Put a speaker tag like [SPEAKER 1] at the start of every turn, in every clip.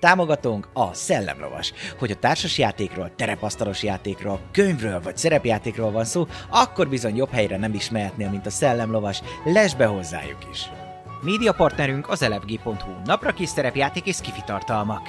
[SPEAKER 1] Támogatónk a Szellemlovas. Hogy a társas játékról, terepasztalos játékról, könyvről vagy szerepjátékról van szó, akkor bizony jobb helyre nem is mehetnél, mint a Szellemlovas. Lesz be hozzájuk is! Média partnerünk az elefg.hu, napra kis szerepjáték és kifitartalmak.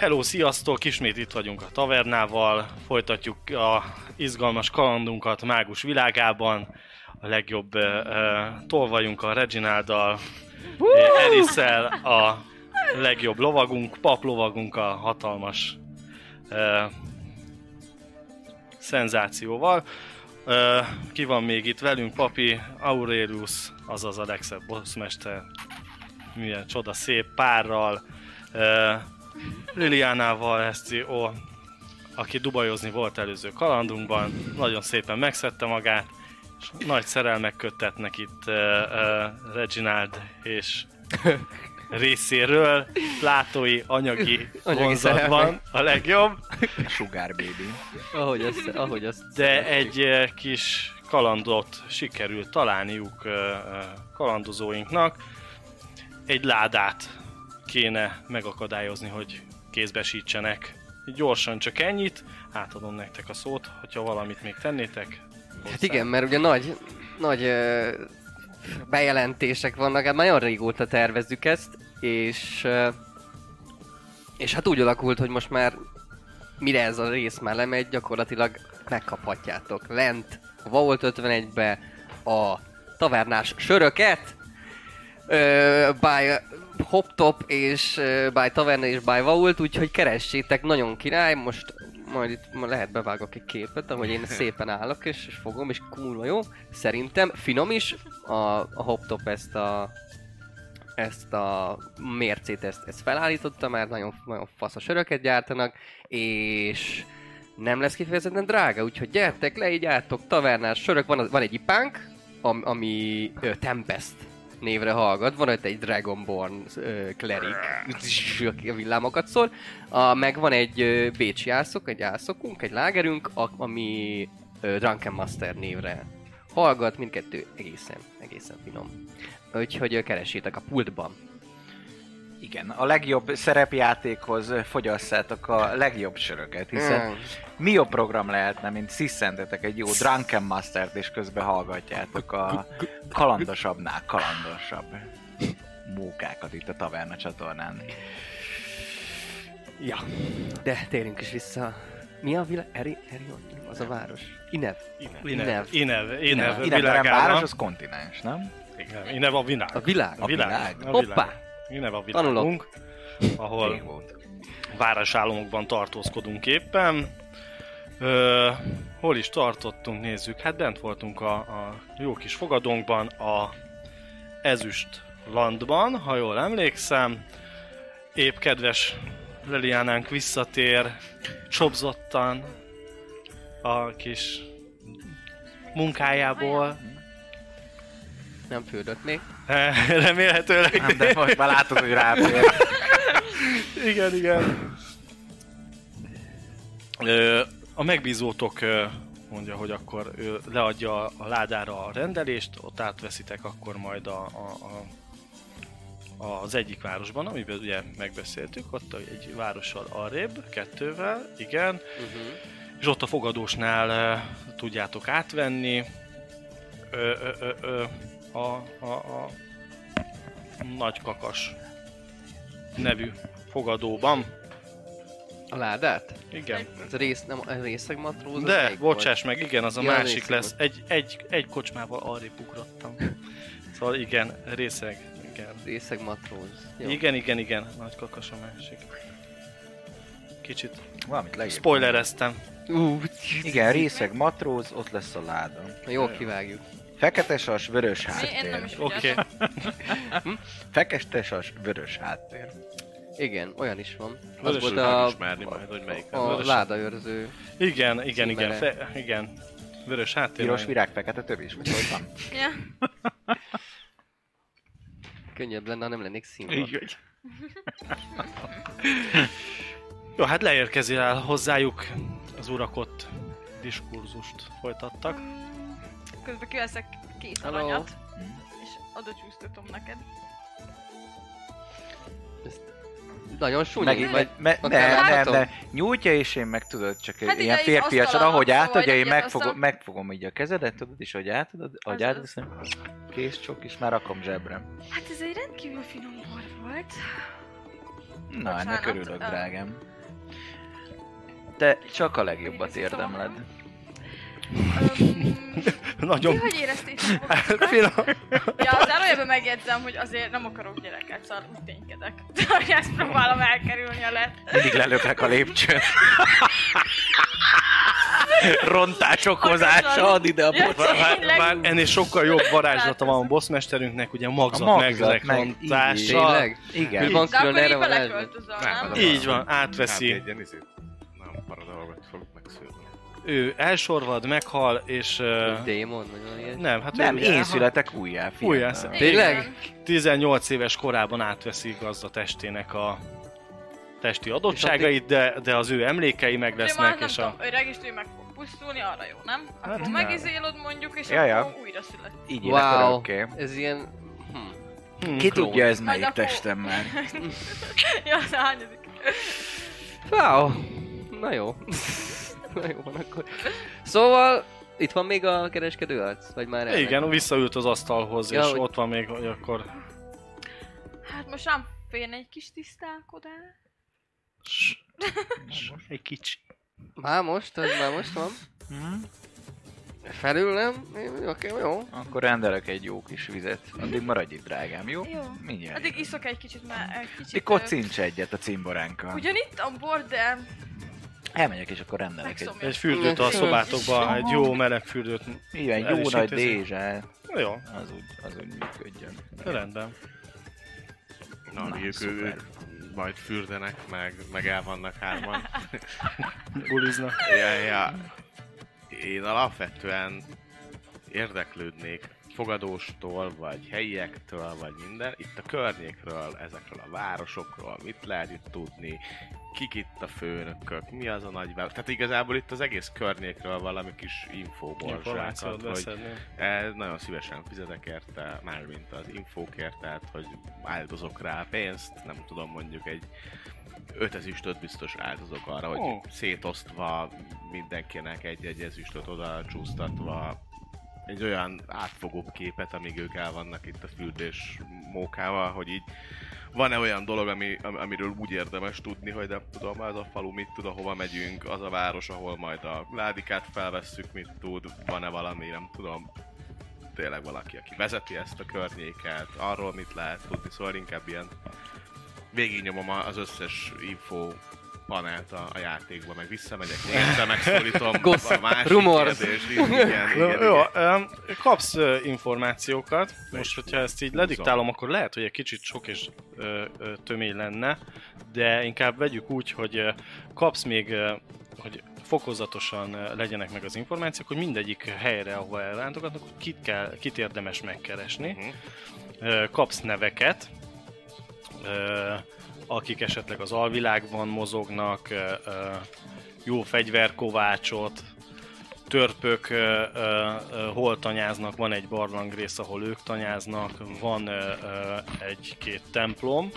[SPEAKER 2] Hello, sziasztok! Ismét itt vagyunk a tavernával, folytatjuk a izgalmas kalandunkat mágus világában. A legjobb uh, tolvajunk a Regináldal, uh! Eriszel a legjobb lovagunk, paplovagunk a hatalmas uh, szenzációval. Uh, ki van még itt velünk? Papi Aurelius, azaz a legszebb bosszmester, milyen csoda szép párral. Uh, Liliánával ezt, ó, aki dubajozni volt előző kalandunkban, nagyon szépen megszedte magát, és nagy szerelmek köttetnek itt uh, uh, Reginald és részéről, látói anyagi,
[SPEAKER 3] Anyagi
[SPEAKER 2] vonzatban
[SPEAKER 3] szerelmek.
[SPEAKER 2] a legjobb,
[SPEAKER 4] Sugar Baby.
[SPEAKER 3] Ahogy azt, ahogy azt
[SPEAKER 2] de egy uh, kis kalandot sikerült találniuk uh, uh, kalandozóinknak. Egy ládát kéne megakadályozni, hogy kézbesítsenek. Gyorsan csak ennyit, átadom nektek a szót, hogyha valamit még tennétek. hozzá.
[SPEAKER 3] Hát igen, mert ugye nagy, nagy ö, bejelentések vannak, hát nagyon régóta tervezzük ezt, és, ö, és hát úgy alakult, hogy most már mire ez a rész már lemegy, gyakorlatilag megkaphatjátok lent a Vault 51-be a tavernás söröket, ö, by Hoptop és ö, by Taverna és by Vault, úgyhogy keressétek, nagyon király, most majd itt ma lehet bevágok egy képet, ahogy én szépen állok és, és fogom, és kurva jó, szerintem finom is, a, a Hoptop ezt a ezt a mércét, ezt, ezt felállította, mert nagyon, nagyon fasz a söröket gyártanak, és nem lesz kifejezetten drága, úgyhogy gyertek le, így álltok, tavernás sörök, van, az- van egy ipánk, am, ami ö, Tempest névre hallgat, van ott egy Dragonborn ö, klerik, aki a villámokat szól, a, meg van egy ö, bécsi ászok, egy ászokunk, egy lágerünk, a, ami ö, Drunken Master névre hallgat, mindkettő egészen, egészen finom. Úgyhogy ö, keresétek a pultban.
[SPEAKER 4] Igen, a legjobb szerepjátékhoz fogyasszátok a legjobb söröket, hiszen
[SPEAKER 3] Mm.
[SPEAKER 4] mi jobb program lehetne, mint sziszentetek egy jó Drunken Mastert, és közben hallgatjátok a kalandosabbnál kalandosabb mókákat itt a taverna csatornán.
[SPEAKER 3] Ja. De térjünk is vissza. Mi a világ? Eri, Erion? Nem, Az a város. Inev.
[SPEAKER 2] Inev, Inev, Inev,
[SPEAKER 4] Innen nem város,
[SPEAKER 2] világára.
[SPEAKER 4] az kontinens, nem?
[SPEAKER 2] Igen, Inev a világ.
[SPEAKER 3] A világ.
[SPEAKER 2] A világ.
[SPEAKER 4] világ.
[SPEAKER 2] A világ.
[SPEAKER 3] Hoppá!
[SPEAKER 2] Inev a
[SPEAKER 3] Tanulok.
[SPEAKER 2] világunk, ahol
[SPEAKER 4] Rég volt.
[SPEAKER 2] városállomokban tartózkodunk éppen. Ö, hol is tartottunk, nézzük. Hát bent voltunk a, a jó kis fogadónkban, a Ezüst Landban, ha jól emlékszem. Épp kedves Leliánánk visszatér csobzottan a kis munkájából.
[SPEAKER 3] Nem fürdött még.
[SPEAKER 2] Remélhetőleg.
[SPEAKER 4] Nem, de most már látod, hogy ráfér.
[SPEAKER 2] Igen, igen. Ö, a megbízótok ö, mondja, hogy akkor ő leadja a ládára a rendelést, ott átveszitek akkor majd a, a, a, az egyik városban, amiben ugye megbeszéltük, ott egy várossal arrébb, kettővel, igen,
[SPEAKER 3] Uh-huh.
[SPEAKER 2] és ott a fogadósnál ö, tudjátok átvenni ö, ö, ö, ö, a, a, a nagy kakas nevű fogadóban.
[SPEAKER 3] A ládát?
[SPEAKER 2] Igen.
[SPEAKER 3] Ez rész, nem, ez részeg matróz? az
[SPEAKER 2] De,
[SPEAKER 3] melyik volt?
[SPEAKER 2] bocsáss meg, igen, az a
[SPEAKER 3] Ja,
[SPEAKER 2] másik
[SPEAKER 3] részeg
[SPEAKER 2] lesz. Egy, egy, egy kocsmával arrébb ugrottam. Szóval igen, részeg. Igen.
[SPEAKER 3] Részeg matróz. Jó.
[SPEAKER 2] Igen, igen, igen, nagy kakas a másik. Kicsit
[SPEAKER 4] Valamit leírtam.
[SPEAKER 2] spoilereztem.
[SPEAKER 3] Ú,
[SPEAKER 4] Igen, részeg matróz, ott lesz a láda.
[SPEAKER 3] Na, jól kivágjuk.
[SPEAKER 4] Fekete sas, vörös
[SPEAKER 5] Mi? Én nem
[SPEAKER 4] háttér.
[SPEAKER 5] is
[SPEAKER 2] Oké.
[SPEAKER 5] figyeltem.
[SPEAKER 4] Fekete sas, vörös háttér.
[SPEAKER 3] Igen, olyan is van. Az
[SPEAKER 6] Vörösül
[SPEAKER 3] volt
[SPEAKER 6] kell
[SPEAKER 3] a,
[SPEAKER 6] ismerni majd, hogy melyik
[SPEAKER 3] a, a
[SPEAKER 6] az.
[SPEAKER 3] ládaőrző.
[SPEAKER 2] Igen, igen, igen,
[SPEAKER 3] Címere.
[SPEAKER 2] fe, igen. Vörös háttér.
[SPEAKER 4] Piros virág, fekete több is, vagy hogy van?
[SPEAKER 5] Ja.
[SPEAKER 3] Könnyebb lenne, ha nem lennék színvonal.
[SPEAKER 6] Így, hogy
[SPEAKER 2] Jó, hát leérkezik el hozzájuk az urak ott diskurzust folytattak.
[SPEAKER 5] Közben kiveszek két
[SPEAKER 3] Hello.
[SPEAKER 5] aranyat. És oda csúsztatom neked.
[SPEAKER 3] Nagyon súnyi, vagy
[SPEAKER 4] Meg, meg, me,
[SPEAKER 3] ott
[SPEAKER 4] ne, ne,
[SPEAKER 3] ellátom?
[SPEAKER 4] ne, nyújtja és én meg tudod, csak
[SPEAKER 5] Hát
[SPEAKER 4] hát ilyen
[SPEAKER 5] ide is
[SPEAKER 4] férfiasan,
[SPEAKER 5] asztalon
[SPEAKER 4] ahogy
[SPEAKER 5] van,
[SPEAKER 4] átadja,
[SPEAKER 5] szóval
[SPEAKER 4] én megfogom,
[SPEAKER 5] egyetasztom.
[SPEAKER 4] megfogom így a kezedet, tudod, és ahogy átadod, ahogy
[SPEAKER 5] Az-
[SPEAKER 4] átadod, aztán kész csok, és már rakom zsebre.
[SPEAKER 5] Hát ez egy rendkívül finom bor volt.
[SPEAKER 4] Na, ennek
[SPEAKER 5] Bocsánat,
[SPEAKER 4] örülök,
[SPEAKER 5] ö-
[SPEAKER 4] drágám. Te csak a legjobbat
[SPEAKER 5] Mindig szoktam
[SPEAKER 4] érdemled.
[SPEAKER 5] Öm, ti
[SPEAKER 2] Nagyon
[SPEAKER 5] hogy éreztétek magatokat?
[SPEAKER 2] finom.
[SPEAKER 5] Ja, az előjében megjegyzem, hogy azért nem akarok gyereket, szóval úgy ténykedek. Hogy ezt próbálom elkerülni a lehet.
[SPEAKER 4] Mindig lelöklek a lépcsőn. Rontás okozása, add ide a
[SPEAKER 5] Ja,
[SPEAKER 4] bort.
[SPEAKER 2] Már,
[SPEAKER 5] tényleg.
[SPEAKER 2] már ennél sokkal jobb varázslata van a bosszmesterünknek, ugye a magzat, magzat megzekrontása.
[SPEAKER 3] Tényleg?
[SPEAKER 4] Igen.
[SPEAKER 3] Mi van
[SPEAKER 5] De akkor
[SPEAKER 3] külön erre
[SPEAKER 5] így
[SPEAKER 3] van ez?
[SPEAKER 5] beleköltözöl,
[SPEAKER 6] Nem,
[SPEAKER 5] nem?
[SPEAKER 6] az
[SPEAKER 2] Így van,
[SPEAKER 6] hát egy
[SPEAKER 2] átveszi.
[SPEAKER 6] ilyen izét. Nem, paradalmat fogok megszülni.
[SPEAKER 2] Ő elsorvad, meghal, és... ö,
[SPEAKER 3] Démon, vagy valami ilyesmi?
[SPEAKER 2] Nem, hát
[SPEAKER 4] Nem,
[SPEAKER 2] ő-
[SPEAKER 4] én
[SPEAKER 2] elhal-
[SPEAKER 4] születek újjá, fiatal.
[SPEAKER 2] Újjá
[SPEAKER 5] Igen.
[SPEAKER 3] Tényleg?
[SPEAKER 2] 18 éves korában átveszi gazda testének a testi adottságait, de, de az ő emlékei meg
[SPEAKER 5] De már
[SPEAKER 2] lesznek,
[SPEAKER 5] nem
[SPEAKER 2] és a...
[SPEAKER 5] tudom, öreg is tő meg fog pusztulni, arra jó, nem? Akkor
[SPEAKER 4] nem.
[SPEAKER 5] megizélod mondjuk, és
[SPEAKER 4] Ja, ja.
[SPEAKER 5] akkor újra szület.
[SPEAKER 4] Így élek
[SPEAKER 3] Wow,
[SPEAKER 4] örökké.
[SPEAKER 3] ez ilyen... Hm.
[SPEAKER 2] Hmm,
[SPEAKER 4] Ki
[SPEAKER 2] klón.
[SPEAKER 4] tudja ez
[SPEAKER 5] Majd
[SPEAKER 4] melyik
[SPEAKER 5] akkor-
[SPEAKER 4] testem már?
[SPEAKER 5] ja, az a hányadik.
[SPEAKER 3] Wow! Na jó. Na jó van akkor. Szóval, itt van még a kereskedő arc? Vagy már elment?
[SPEAKER 2] Igen, visszaült az asztalhoz,
[SPEAKER 3] Ja,
[SPEAKER 2] és
[SPEAKER 3] hogy-
[SPEAKER 2] ott van még, hogy akkor
[SPEAKER 5] Hát most nem férne egy kis tisztálkodás.
[SPEAKER 2] egy kicsi.
[SPEAKER 3] Már most? Az már most van? Felül nem? Jó, Oké, jó.
[SPEAKER 4] Akkor rendelek egy jó kis vizet. Addig maradj itt, drágám, jó?
[SPEAKER 5] Jó.
[SPEAKER 4] Mindjárt.
[SPEAKER 5] Addig iszok Hát egy kicsit, mert egy kicsit...
[SPEAKER 4] Ti kocincs egyet a cimboránkkal.
[SPEAKER 5] ö, Ugyan itt a bor, de
[SPEAKER 4] Elmegyek és akkor rendelek egy...
[SPEAKER 5] megszomja.
[SPEAKER 2] Egy fürdőt a szobátokba, egy jó meleg fürdőt.
[SPEAKER 4] Igen, egy jó nagy
[SPEAKER 2] Elisítézi.
[SPEAKER 4] dézsel.
[SPEAKER 2] Jó,
[SPEAKER 4] Az úgy, az úgy működjön.
[SPEAKER 2] rendben.
[SPEAKER 6] Na,
[SPEAKER 4] Na,
[SPEAKER 6] Na ők,
[SPEAKER 4] szuper.
[SPEAKER 6] ők majd fürdenek, meg, meg el vannak hárman.
[SPEAKER 2] Buliznak.
[SPEAKER 6] ja, ja. Én alapvetően érdeklődnék fogadóstól, vagy helyiektől, vagy minden. Itt a környékről, ezekről a városokról, mit lehet itt tudni, kik itt a főnökök, mi az a nagy város. Tehát igazából itt az egész környékről valami kis infóborzsákat,
[SPEAKER 2] Információt
[SPEAKER 6] hogy
[SPEAKER 2] beszedni.
[SPEAKER 6] Eh, nagyon szívesen fizetek érte, mármint az infókért, tehát hogy áldozok rá pénzt, nem tudom mondjuk egy 5 ezüstöt biztos áldozok arra, hogy
[SPEAKER 2] Ó.
[SPEAKER 6] szétosztva mindenkinek egy-egy ezüstöt oda csúsztatva egy olyan átfogóbb képet, amíg ők el vannak itt a fürdés mókával, hogy így van-e olyan dolog, ami, am- amiről úgy érdemes tudni, hogy nem tudom, az a falu mit tud, ahova megyünk, az a város, ahol majd a ládikát felvesszük, mit tud, van-e valami, nem tudom, tényleg valaki, aki vezeti ezt a környéket, arról mit lehet tudni, szóval inkább ilyen végignyomom a- az összes info panelt a, a játékba, meg visszamegyek, még egyszer megszólítom a
[SPEAKER 3] Gossip,
[SPEAKER 6] másik
[SPEAKER 3] rumors.
[SPEAKER 6] kérdést, igen, igen,
[SPEAKER 2] Jó,
[SPEAKER 6] igen,
[SPEAKER 2] jó
[SPEAKER 6] igen.
[SPEAKER 2] öm, kapsz ö, információkat. Most,
[SPEAKER 6] is
[SPEAKER 2] hogyha ezt így
[SPEAKER 6] húzom.
[SPEAKER 2] lediktálom, akkor lehet, hogy egy kicsit sok és ö, ö, tömény lenne, de inkább vegyük úgy, hogy ö, kapsz még, ö, hogy fokozatosan ö, legyenek meg az információk, hogy mindegyik helyre, ahova elrántogatnak, hogy kit, kell, kit érdemes megkeresni.
[SPEAKER 6] Mhm.
[SPEAKER 2] Ö, kapsz neveket, ö, akik esetleg az alvilágban mozognak, ö, ö, jó fegyverkovácsot, törpök ö, ö, ö, hol tanyáznak, van egy barlangrész, ahol ők tanyáznak, van ö, ö, egy-két templom.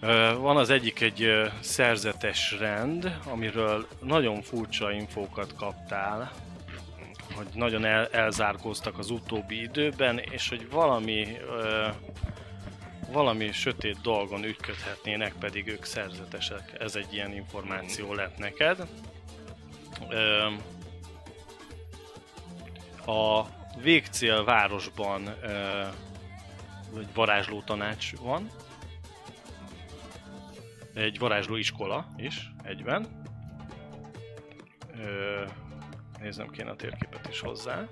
[SPEAKER 2] Ö, Van az egyik egy ö, szerzetes rend, amiről nagyon furcsa infókat kaptál, hogy nagyon el, elzárkóztak az utóbbi időben, és hogy valami ö, valami sötét dolgon ügyködhetnének, pedig ők szerzetesek. Ez egy ilyen információ lett neked. Öm, a végcél városban ö, egy varázsló tanács van. Egy varázsló iskola is egyben. Ö, néznem kéne a térképet is hozzá.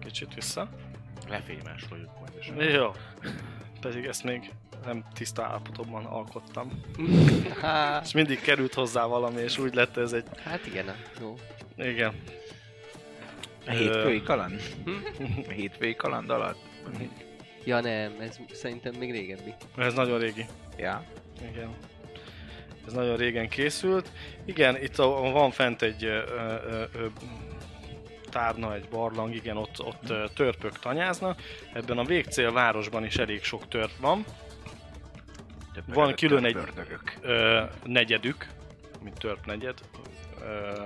[SPEAKER 2] Kicsit vissza.
[SPEAKER 6] Lefénymásoljuk majd esetleg.
[SPEAKER 2] Jó. Pedig ezt még nem tiszta állapotomban alkottam.
[SPEAKER 3] Há,
[SPEAKER 2] És mindig került hozzá valami, és úgy lett ez egy...
[SPEAKER 3] hát igen, jó.
[SPEAKER 2] Igen.
[SPEAKER 4] A hétfői kaland? A hétfői kaland alatt?
[SPEAKER 3] Ja nem, ez szerintem még régebbi.
[SPEAKER 2] Ez nagyon régi.
[SPEAKER 4] Ja.
[SPEAKER 2] Igen. Ez nagyon régen készült. Igen, itt a, van fent egy ö, ö, ö, tárna, egy barlang, igen, ott, ott ö, törpök tanyáznak. Ebben a végcél városban is elég sok törp van.
[SPEAKER 4] Több
[SPEAKER 2] Van
[SPEAKER 4] előtt
[SPEAKER 2] külön egy-
[SPEAKER 4] Ördögök.
[SPEAKER 2] Ö, negyedük, mint törp negyed. Ö,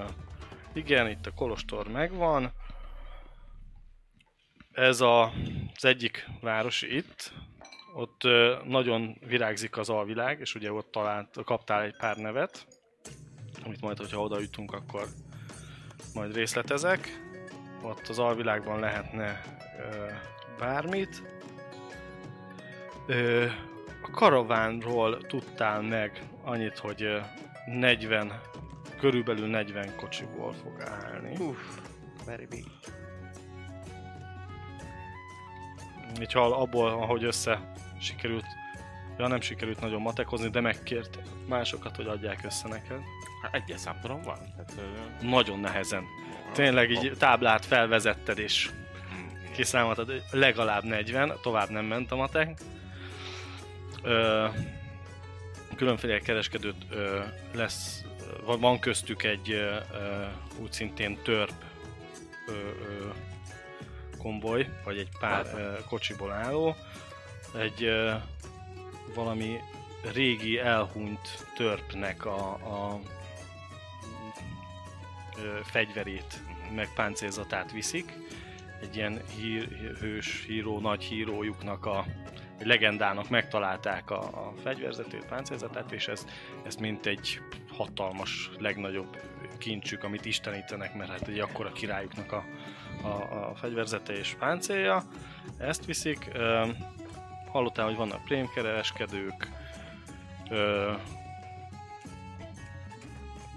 [SPEAKER 2] igen, itt a kolostor megvan. Ez a, az egyik város itt. Ott ö, nagyon virágzik az alvilág, és ugye ott talált, kaptál egy pár nevet, amit majd, hogyha odajutunk, akkor majd részletezek. Ott az alvilágban lehetne ö, bármit. Ö, a karavánról tudtál meg annyit, hogy ö, 40, körülbelül 40 kocsiból fog állni.
[SPEAKER 3] Uff, very big.
[SPEAKER 2] Így hall abból, ahogy össze sikerült, ja nem sikerült nagyon matekozni, de megkért másokat, hogy adják össze neked.
[SPEAKER 6] Hát egyes számtalan van. Tehát, ö,
[SPEAKER 2] Nagyon nehezen. Tényleg így táblát felvezetted és kiszámoltad, hogy legalább 40, tovább nem ment a matek. Ö, különféle kereskedőt ö, lesz, van, van köztük egy ö, ö, úgy szintén törp ö, ö, konvoj, vagy egy pár ö, kocsiból álló, egy ö, valami régi elhunyt törpnek a, a ö, fegyverét, meg páncélzatát viszik. Egy ilyen hír, hős híró, nagy hírójuknak a egy legendának megtalálták a, a fegyverzetét, páncélzatát, és ez, ez mint egy hatalmas, legnagyobb kincsük, amit istenítenek, mert hát egy akkora királyuknak a, a, a fegyverzete és páncélja. Ezt viszik. Ö, hallottál, hogy vannak prémkereskedők, ö,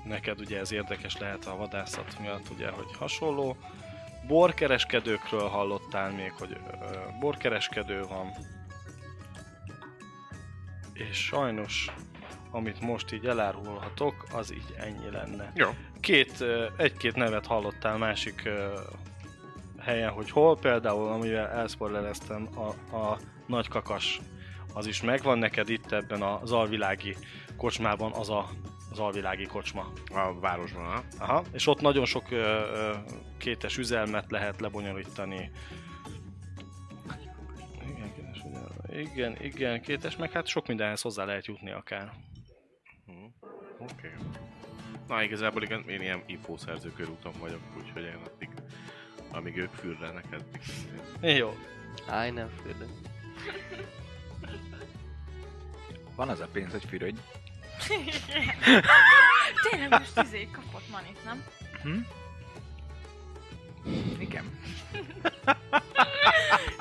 [SPEAKER 2] neked ugye ez érdekes lehet a vadászat miatt, ugye, hogy hasonló. Borkereskedőkről hallottál még, hogy ö, borkereskedő van. És sajnos, amit most így elárulhatok, az így ennyi lenne.
[SPEAKER 6] Jó.
[SPEAKER 2] Két, ö, egy-két nevet hallottál másik ö, helyen, hogy hol, például amivel elszporleleztem, a, a nagy kakas, az is megvan neked itt ebben az alvilági kocsmában, az a, az alvilági kocsma.
[SPEAKER 6] A városban, ha?
[SPEAKER 2] Aha, és ott nagyon sok ö, ö, kétes üzelmet lehet lebonyolítani. Igen, kétes üzelme. igen, igen, kétes, meg hát sok mindenhez hozzá lehet jutni akár.
[SPEAKER 6] Oké. Na, igazából igen, én ilyen infószerző körúton vagyok, úgyhogy én addig, amíg ők fürdenek, addig...
[SPEAKER 2] Jó,
[SPEAKER 3] Áj, nem fürdök.
[SPEAKER 4] Van az a pénz, hogy fürödj.
[SPEAKER 5] Tényleg most izé kapott manit, nem?
[SPEAKER 4] Igen. Hát,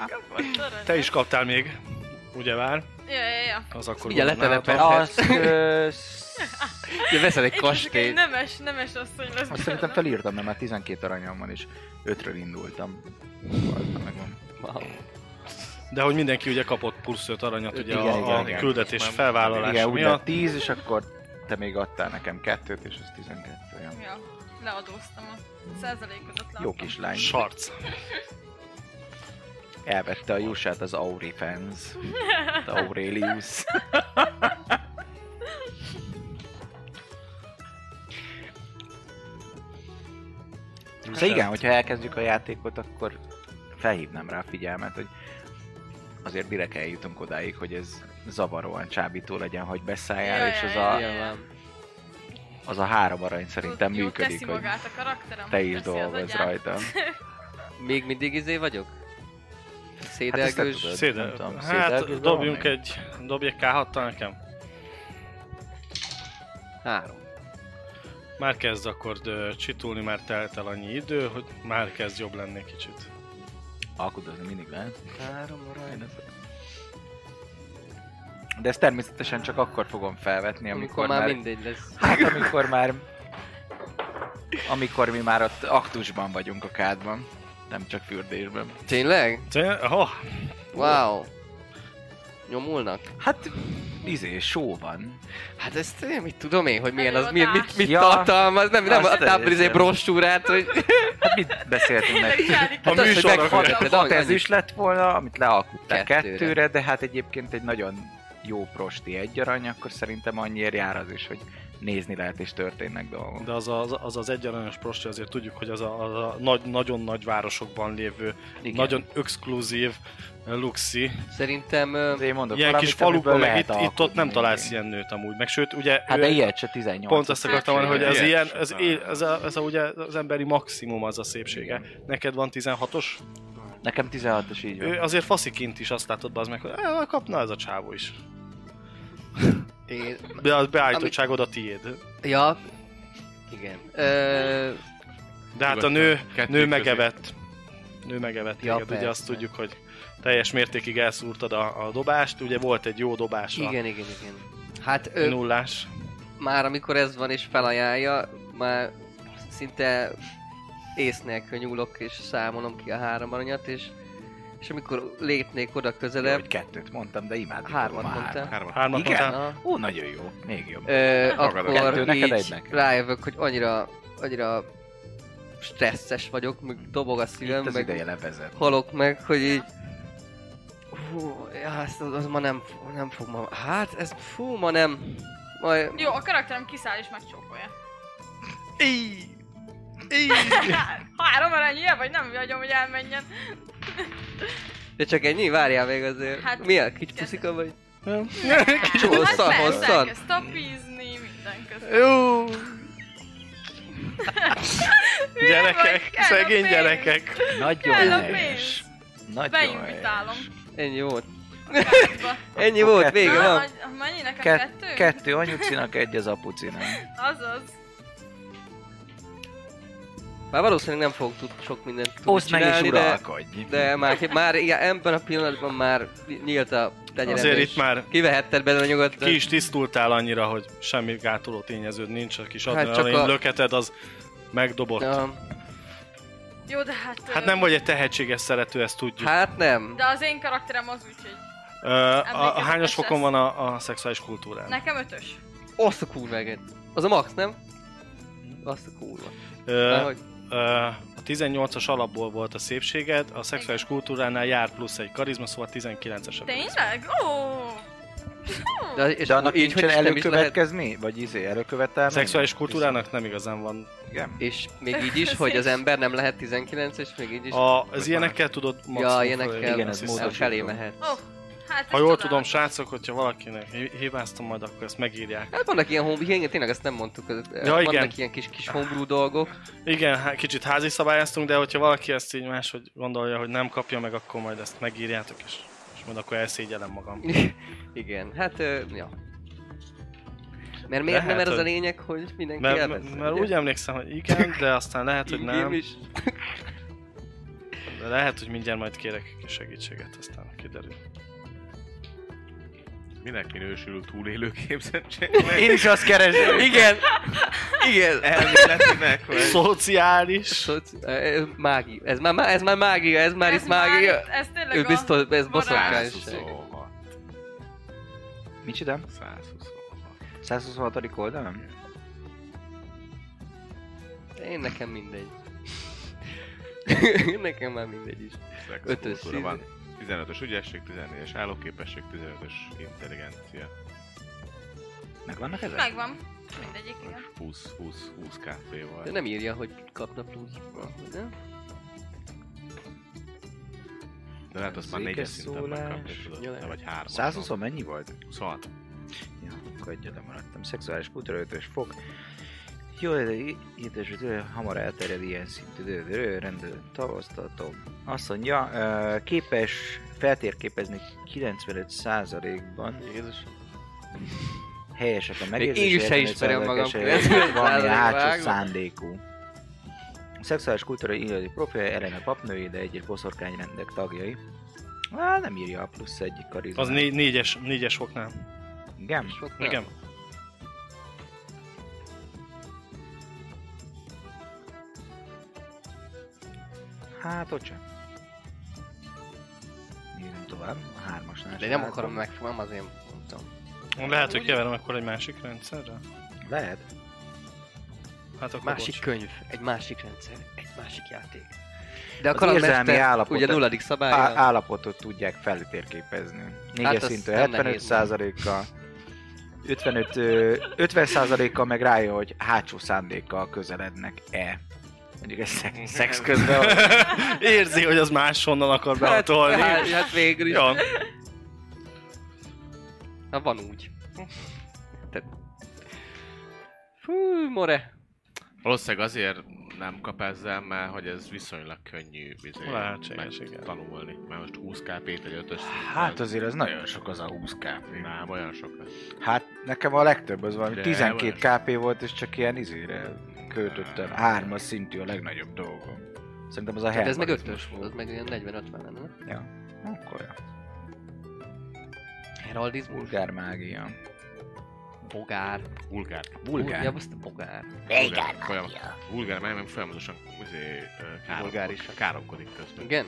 [SPEAKER 5] Kapott, tudod?
[SPEAKER 2] te is kaptál még, ugye vár,
[SPEAKER 5] Ja, ja, ja.
[SPEAKER 2] az akkor
[SPEAKER 3] Ugye
[SPEAKER 2] gondolom
[SPEAKER 3] letelepet.
[SPEAKER 2] nálatok.
[SPEAKER 4] Azt... ö, sz-
[SPEAKER 3] Ja, veszel egy
[SPEAKER 5] Itt most egy
[SPEAKER 3] kastélyt.
[SPEAKER 5] nemes, nemes asszony lesz.
[SPEAKER 4] Azt szerintem
[SPEAKER 5] belőle.
[SPEAKER 4] felírtam, mert már 12 aranyom van, és 5-ről indultam. Szóval megvan.
[SPEAKER 3] Wow.
[SPEAKER 2] De hogy mindenki ugye kapott plusz 5 aranyat ugye
[SPEAKER 4] Igen,
[SPEAKER 2] a,
[SPEAKER 4] igen,
[SPEAKER 2] a
[SPEAKER 4] igen.
[SPEAKER 2] küldetés
[SPEAKER 6] Nem-
[SPEAKER 2] felvállalása
[SPEAKER 4] Igen, úgy
[SPEAKER 2] miatt.
[SPEAKER 4] lett 10, és akkor te még adtál nekem kettőt, és az 12. Ja.
[SPEAKER 5] Ja, leadóztam a százalékot. ott
[SPEAKER 4] Jó
[SPEAKER 5] láttam.
[SPEAKER 4] kislány.
[SPEAKER 2] Sarc.
[SPEAKER 4] Elvette a jussát az Aurifens. Aurelius. Szóval igen, hogyha elkezdjük a játékot, akkor felhívnám rá a figyelmet, hogy azért direkt eljutunk odáig, hogy ez zavaróan csábító legyen, hogy beszállj és az a,
[SPEAKER 3] Ilyen van.
[SPEAKER 4] az a három arany
[SPEAKER 5] Tud-
[SPEAKER 4] szerintem
[SPEAKER 5] jó,
[SPEAKER 4] működik,
[SPEAKER 5] teszi
[SPEAKER 4] hogy
[SPEAKER 5] magát a karakterem.
[SPEAKER 4] te is
[SPEAKER 5] teszi az
[SPEAKER 4] dolgozz
[SPEAKER 5] agyát.
[SPEAKER 4] rajta.
[SPEAKER 3] Még mindig izé vagyok?
[SPEAKER 4] Hát ezt
[SPEAKER 3] Szédelgős.
[SPEAKER 4] te tudod.
[SPEAKER 2] Széde...
[SPEAKER 4] Nem tudom,
[SPEAKER 2] hát
[SPEAKER 4] szédelgőz
[SPEAKER 2] dobjunk
[SPEAKER 4] valami?
[SPEAKER 2] egy... Dobj egy k nekem.
[SPEAKER 3] Három.
[SPEAKER 2] Már kezd akkor ö, csitulni, már telt el annyi idő, hogy már kezd jobb lenni kicsit.
[SPEAKER 4] Alkudozni mindig lehet.
[SPEAKER 3] Három
[SPEAKER 4] Én
[SPEAKER 3] arany.
[SPEAKER 4] ezt- De ezt természetesen csak akkor fogom felvetni,
[SPEAKER 3] Amikor
[SPEAKER 4] amikor,
[SPEAKER 3] már mindegy lesz.
[SPEAKER 4] Hát amikor már... Amikor mi már ott aktusban vagyunk a kádban. Nem csak fürdésben.
[SPEAKER 3] Tényleg?
[SPEAKER 2] Te, oh,
[SPEAKER 3] Wow. Nyomulnak?
[SPEAKER 4] Hát, izé, só van.
[SPEAKER 3] Hát ezt én mit tudom én, hogy milyen
[SPEAKER 5] Nagyon
[SPEAKER 3] az, mi, mit,
[SPEAKER 5] más.
[SPEAKER 3] mit
[SPEAKER 4] Ja.
[SPEAKER 3] tartalmaz, nem, nem
[SPEAKER 4] Azt
[SPEAKER 3] azt adtál
[SPEAKER 4] teljesen.
[SPEAKER 3] egy brosúrát, hogy...
[SPEAKER 4] Hát mit beszéltünk
[SPEAKER 5] Tényleg
[SPEAKER 4] meg?
[SPEAKER 5] is állik.
[SPEAKER 2] A
[SPEAKER 4] Hát az, hogy
[SPEAKER 2] műsorra
[SPEAKER 4] meghalt,
[SPEAKER 3] kellett.
[SPEAKER 4] hat ezüst lett volna, amit lealkutták
[SPEAKER 3] Kettőre.
[SPEAKER 4] kettőre. de hát egyébként egy nagyon jó prosti egy arany, akkor szerintem annyiért jár az is, hogy nézni lehet és történnek dolgok.
[SPEAKER 2] de az az, az, az egyenlős prosti, azért tudjuk, hogy az a, az a nagy, nagyon nagy városokban lévő, Igen. nagyon exkluzív ö, luxi.
[SPEAKER 3] Szerintem...
[SPEAKER 4] De
[SPEAKER 3] ö,
[SPEAKER 4] én mondok
[SPEAKER 2] Ilyen
[SPEAKER 4] valamit,
[SPEAKER 2] kis falukban,
[SPEAKER 4] amiből
[SPEAKER 2] meg
[SPEAKER 4] lehet
[SPEAKER 2] itt, itt ott nem
[SPEAKER 4] alkudni.
[SPEAKER 2] találsz ilyen nőt amúgy. Meg sőt, ugye
[SPEAKER 4] Hát
[SPEAKER 2] ő-
[SPEAKER 4] de ilyet se 18.
[SPEAKER 2] Pont ezt akartam mondani, hogy ez
[SPEAKER 6] Ilyet
[SPEAKER 2] ilyen,
[SPEAKER 6] sem
[SPEAKER 2] ez,
[SPEAKER 6] találsz.
[SPEAKER 2] él- ez, a, ez a, ugye az emberi maximum az a szépsége. Neked van 16-os?
[SPEAKER 4] Nekem 16-os így van.
[SPEAKER 2] Ő azért fasziként is azt látod be az meg, hogy "Á, kapna ez a csávó is.
[SPEAKER 3] Én...
[SPEAKER 2] De a beállítottságod a tiéd.
[SPEAKER 3] Ja. Igen. Ö,
[SPEAKER 2] De hát a
[SPEAKER 6] Nyugodtan.
[SPEAKER 2] nő,
[SPEAKER 6] Kettő
[SPEAKER 2] nő
[SPEAKER 6] közé.
[SPEAKER 2] megevett. Nő megevett
[SPEAKER 3] Ja,
[SPEAKER 2] ja, téged, ugye
[SPEAKER 3] persze.
[SPEAKER 2] azt tudjuk, hogy teljes mértékig elszúrtad a, a dobást, ugye volt egy jó dobása,
[SPEAKER 3] igen, igen, igen. Hát ö,
[SPEAKER 2] nullás.
[SPEAKER 3] már amikor ez van és felajánlja, már szinte ész nélkül nyúlok és számolom ki a három aranyat, és, és amikor lépnék oda
[SPEAKER 4] Jó,
[SPEAKER 3] közelebb,
[SPEAKER 4] hogy kettőt mondtam, de imádom.
[SPEAKER 3] Hármat mondtál.
[SPEAKER 6] Hármat.
[SPEAKER 2] Hármat
[SPEAKER 4] Igen?
[SPEAKER 2] mondtál?
[SPEAKER 3] na,
[SPEAKER 4] Ó, nagyon jó. Még jobb.
[SPEAKER 3] ö,
[SPEAKER 6] Magadon.
[SPEAKER 3] akkor
[SPEAKER 4] Kettő neked, egy
[SPEAKER 3] így
[SPEAKER 4] nekem.
[SPEAKER 3] rájövök, hogy annyira, annyira stresszes vagyok, meg dobog a szívem,
[SPEAKER 4] Itt az ideje
[SPEAKER 3] meg
[SPEAKER 4] levezet.
[SPEAKER 3] halok meg, hogy így Hú, já, ezt az, az ma nem, nem fog ma... Hát ez, fú, ma nem... Majd,
[SPEAKER 5] Jó, a karakterem kiszáll és megcsókolja. Három aranyja, vagy nem hagyom, hogy elmenjen.
[SPEAKER 3] De csak ennyi? Várjál még azért.
[SPEAKER 5] Hát,
[SPEAKER 3] Hát, Mi a kicsi
[SPEAKER 5] kezdem.
[SPEAKER 3] puszika vagy?
[SPEAKER 5] Kicsi
[SPEAKER 3] hosszan, hosszan.
[SPEAKER 5] Hát Elkezd tapízni, minden között.
[SPEAKER 3] Jó.
[SPEAKER 2] Gyerekek,
[SPEAKER 5] kell a
[SPEAKER 2] szegény
[SPEAKER 5] pénz.
[SPEAKER 2] gyerekek.
[SPEAKER 4] Nagyon
[SPEAKER 5] Kell a
[SPEAKER 4] helyes. Nagyon
[SPEAKER 5] Beinvitálom.
[SPEAKER 4] helyes.
[SPEAKER 3] Ennyi volt.
[SPEAKER 5] a kádba.
[SPEAKER 3] Ennyi
[SPEAKER 4] Akkor
[SPEAKER 3] volt,
[SPEAKER 4] kettő.
[SPEAKER 3] vége
[SPEAKER 5] Na,
[SPEAKER 3] van.
[SPEAKER 5] hagy- Mennyi nekem
[SPEAKER 4] Kett-
[SPEAKER 5] kettő?
[SPEAKER 4] kettő anyucinak, egy az apucinak.
[SPEAKER 5] Azaz.
[SPEAKER 3] Már valószínűleg nem fog tud, sok mindent tudni
[SPEAKER 4] Oszd meg és
[SPEAKER 3] csinálni, de,
[SPEAKER 4] uralkodj.
[SPEAKER 3] de már, már igen, ebben a pillanatban már nyílt a tenyerem,
[SPEAKER 2] Azért
[SPEAKER 3] és
[SPEAKER 2] itt már
[SPEAKER 3] Kivehetted belőle nyugodtan.
[SPEAKER 2] ki is tisztultál annyira, hogy semmi gátoló tényeződ nincs, a kis
[SPEAKER 3] Hát csak
[SPEAKER 2] adrenalin
[SPEAKER 3] a-
[SPEAKER 2] löketed az megdobott.
[SPEAKER 3] Ja.
[SPEAKER 5] Jó, de hát...
[SPEAKER 2] Hát
[SPEAKER 5] ö,
[SPEAKER 2] nem vagy egy tehetséges szerető, ezt tudjuk.
[SPEAKER 3] Hát nem.
[SPEAKER 5] De az én karakterem az úgy, hogy
[SPEAKER 2] Ö, a, a
[SPEAKER 5] emlékezetes
[SPEAKER 2] hányos fokon
[SPEAKER 5] lesz.
[SPEAKER 2] van a, a szexuális kultúrán?
[SPEAKER 5] nekem ötös.
[SPEAKER 3] Azt a kurva eget. Az a max, nem? Azt a kurva.
[SPEAKER 2] Ö,
[SPEAKER 3] Már hogy
[SPEAKER 2] Ö, a 18-as alapból volt a szépséged, a szexuális kultúránál jár plusz egy karizma, szóval 19-es a karizma.
[SPEAKER 5] Tényleg? Ó!
[SPEAKER 3] De, és
[SPEAKER 4] De annak
[SPEAKER 3] így, hogy
[SPEAKER 4] nincsen
[SPEAKER 3] is nem is lehet.
[SPEAKER 4] előkövetkezni? Vagy izé, előkövetelmény?
[SPEAKER 2] A szexuális kultúrának nem igazán van.
[SPEAKER 4] Igen.
[SPEAKER 3] És még így is, hogy az ember nem lehet 19, és még így is.
[SPEAKER 2] A, az ilyenekkel tudod maximum
[SPEAKER 3] ja,
[SPEAKER 2] fölérni,
[SPEAKER 4] Igen,
[SPEAKER 3] ilyenekkel
[SPEAKER 4] ez
[SPEAKER 2] azt hiszem.
[SPEAKER 4] módosító. Oh.
[SPEAKER 3] felé mehet.
[SPEAKER 5] Ó, hát ez
[SPEAKER 2] Ha jól
[SPEAKER 5] csodálatos.
[SPEAKER 2] tudom, srácok, hogyha valakinek hi- hibáztam majd, akkor ezt megírják.
[SPEAKER 3] Hát vannak ilyen homebrew, igen, tényleg ezt nem mondtuk, ja,
[SPEAKER 2] Ja,
[SPEAKER 3] vannak
[SPEAKER 2] igen.
[SPEAKER 3] ilyen kis, kis homebrew dolgok.
[SPEAKER 2] Igen, há- kicsit házi szabályoztunk, de hogyha valaki ezt így máshogy gondolja, hogy nem kapja meg, akkor majd ezt megírjátok, és, és majd akkor elszégyellem magam.
[SPEAKER 3] igen, hát, ö, ja. Mert miért
[SPEAKER 2] Lehet,
[SPEAKER 3] nem, mert az a
[SPEAKER 2] hát, hogy-
[SPEAKER 3] lényeg, hogy mindenki
[SPEAKER 2] Mert,
[SPEAKER 3] elvesz,
[SPEAKER 2] mert, mert úgy emlékszem, hogy igen, de aztán lehet, hogy nem.
[SPEAKER 3] Is.
[SPEAKER 2] De lehet, hogy mindjárt majd kérek segítséget, aztán kiderül.
[SPEAKER 6] Minek minősül túlélő képzettség?
[SPEAKER 4] Én is azt keresem.
[SPEAKER 3] Igen! Igen!
[SPEAKER 6] Elméletinek, vagy...
[SPEAKER 2] Szociális.
[SPEAKER 3] Szoci- ez Mági. Ez már, ez már mágia, ez már itt mágia.
[SPEAKER 5] itt- ez tényleg
[SPEAKER 3] Ő
[SPEAKER 5] a
[SPEAKER 3] biztos, ez
[SPEAKER 5] morál.
[SPEAKER 3] boszorkány.
[SPEAKER 6] 126.
[SPEAKER 4] Micsoda?
[SPEAKER 6] 126.
[SPEAKER 4] 126. oldalon?
[SPEAKER 3] Én nekem mindegy. nekem már mindegy is.
[SPEAKER 6] Szex
[SPEAKER 3] Ötös
[SPEAKER 6] kultúra van.
[SPEAKER 3] izé.
[SPEAKER 6] 15-ös ügyesség, 14-es állóképesség, 15-ös intelligencia.
[SPEAKER 4] Megvannak ezek?
[SPEAKER 5] Megvan. Mindegyik, igen.
[SPEAKER 6] 20, 20, 20 KP-val.
[SPEAKER 3] De nem írja, hogy kapna pluszba, nem?
[SPEAKER 6] De lehet azt már négyes szinten
[SPEAKER 4] Székeszólás,
[SPEAKER 6] megkapni, tudod,
[SPEAKER 3] nyilván.
[SPEAKER 6] te vagy három.
[SPEAKER 4] 120 mennyi volt?
[SPEAKER 6] 26.
[SPEAKER 4] Ja, akkor egyedül maradtam. Szexuális kultúra 5 fok. Jó, de édes, hamar elterjed ilyen szintű, rendőr, tavasztatom. Azt mondja, ö, képes feltérképezni 95%-ban
[SPEAKER 6] Jézus.
[SPEAKER 4] helyesek a
[SPEAKER 3] Még
[SPEAKER 4] megérzési
[SPEAKER 3] én se ismerem magam különböző
[SPEAKER 4] valami hátsó
[SPEAKER 3] vágva.
[SPEAKER 4] szándékú. Szexuális kultúra illeti profilja Elena papnői, de egyes boszorkányrendek tagjai. Á, nem írja a plusz egyik karizma.
[SPEAKER 2] Az né- négyes, négyes foknál.
[SPEAKER 4] Igen?
[SPEAKER 3] Sok nem.
[SPEAKER 2] Igen.
[SPEAKER 4] Hát ott sem. Nézzünk tovább, a hármasnál
[SPEAKER 3] De
[SPEAKER 4] sem
[SPEAKER 3] nem
[SPEAKER 4] látom.
[SPEAKER 3] akarom, megfogom, azért mondtam.
[SPEAKER 2] Lehet, hogy keverem akkor egy másik rendszerre?
[SPEAKER 4] Lehet.
[SPEAKER 2] Hát akkor
[SPEAKER 3] Másik
[SPEAKER 2] bocs.
[SPEAKER 3] könyv, egy másik rendszer, egy másik játék. De a
[SPEAKER 4] Az érzelmi
[SPEAKER 3] kalandmester
[SPEAKER 4] állapot-
[SPEAKER 3] ugye nulladik
[SPEAKER 4] Á-
[SPEAKER 3] szabálya.
[SPEAKER 4] állapotot tudják feltérképezni. Négyes
[SPEAKER 3] Hát
[SPEAKER 4] hát
[SPEAKER 3] az
[SPEAKER 4] szintű
[SPEAKER 3] nem nehéz.
[SPEAKER 4] 75%-kal. 55, ö, 50%-kal meg rájön, hogy hátsó szándékkal közelednek-e. Mondjuk ez szex, szex közben. hogy-
[SPEAKER 2] Érzi, hogy az máshonnan akar behatolni.
[SPEAKER 3] Hát, hát végül is.
[SPEAKER 2] Ja,
[SPEAKER 3] Na van úgy. Te... Fú, more.
[SPEAKER 6] Valószínűleg azért nem kap ezzel, mert hogy ez viszonylag könnyű izé,
[SPEAKER 2] Lehetséges,
[SPEAKER 6] meg
[SPEAKER 2] igen.
[SPEAKER 6] tanulni. Mert most 20 kp-t egy 5-ös
[SPEAKER 4] Hát azért ez nagyon sok az a 20 kp.
[SPEAKER 6] Nem, olyan sok lesz.
[SPEAKER 4] Hát nekem a legtöbb az valami
[SPEAKER 6] De
[SPEAKER 4] 12
[SPEAKER 6] olyan
[SPEAKER 4] kp volt, és csak ilyen izére költöttem. Hármas szintű a legnagyobb dolgom. Szerintem az a
[SPEAKER 3] Hát ez meg
[SPEAKER 4] helmarizmus
[SPEAKER 3] ötös volt, az meg olyan 40-50 lenne.
[SPEAKER 4] Ja, akkor ja.
[SPEAKER 3] Heraldizmus?
[SPEAKER 4] Vulgár mágia.
[SPEAKER 3] Bogár.
[SPEAKER 6] Vulgár.
[SPEAKER 3] Ja,
[SPEAKER 4] Vulgár.
[SPEAKER 3] azt a bogár.
[SPEAKER 6] Vulgár folyam- Vulgár, mert nem folyamatosan izé, ö, káromkodik, káromkodik közben.
[SPEAKER 3] Igen?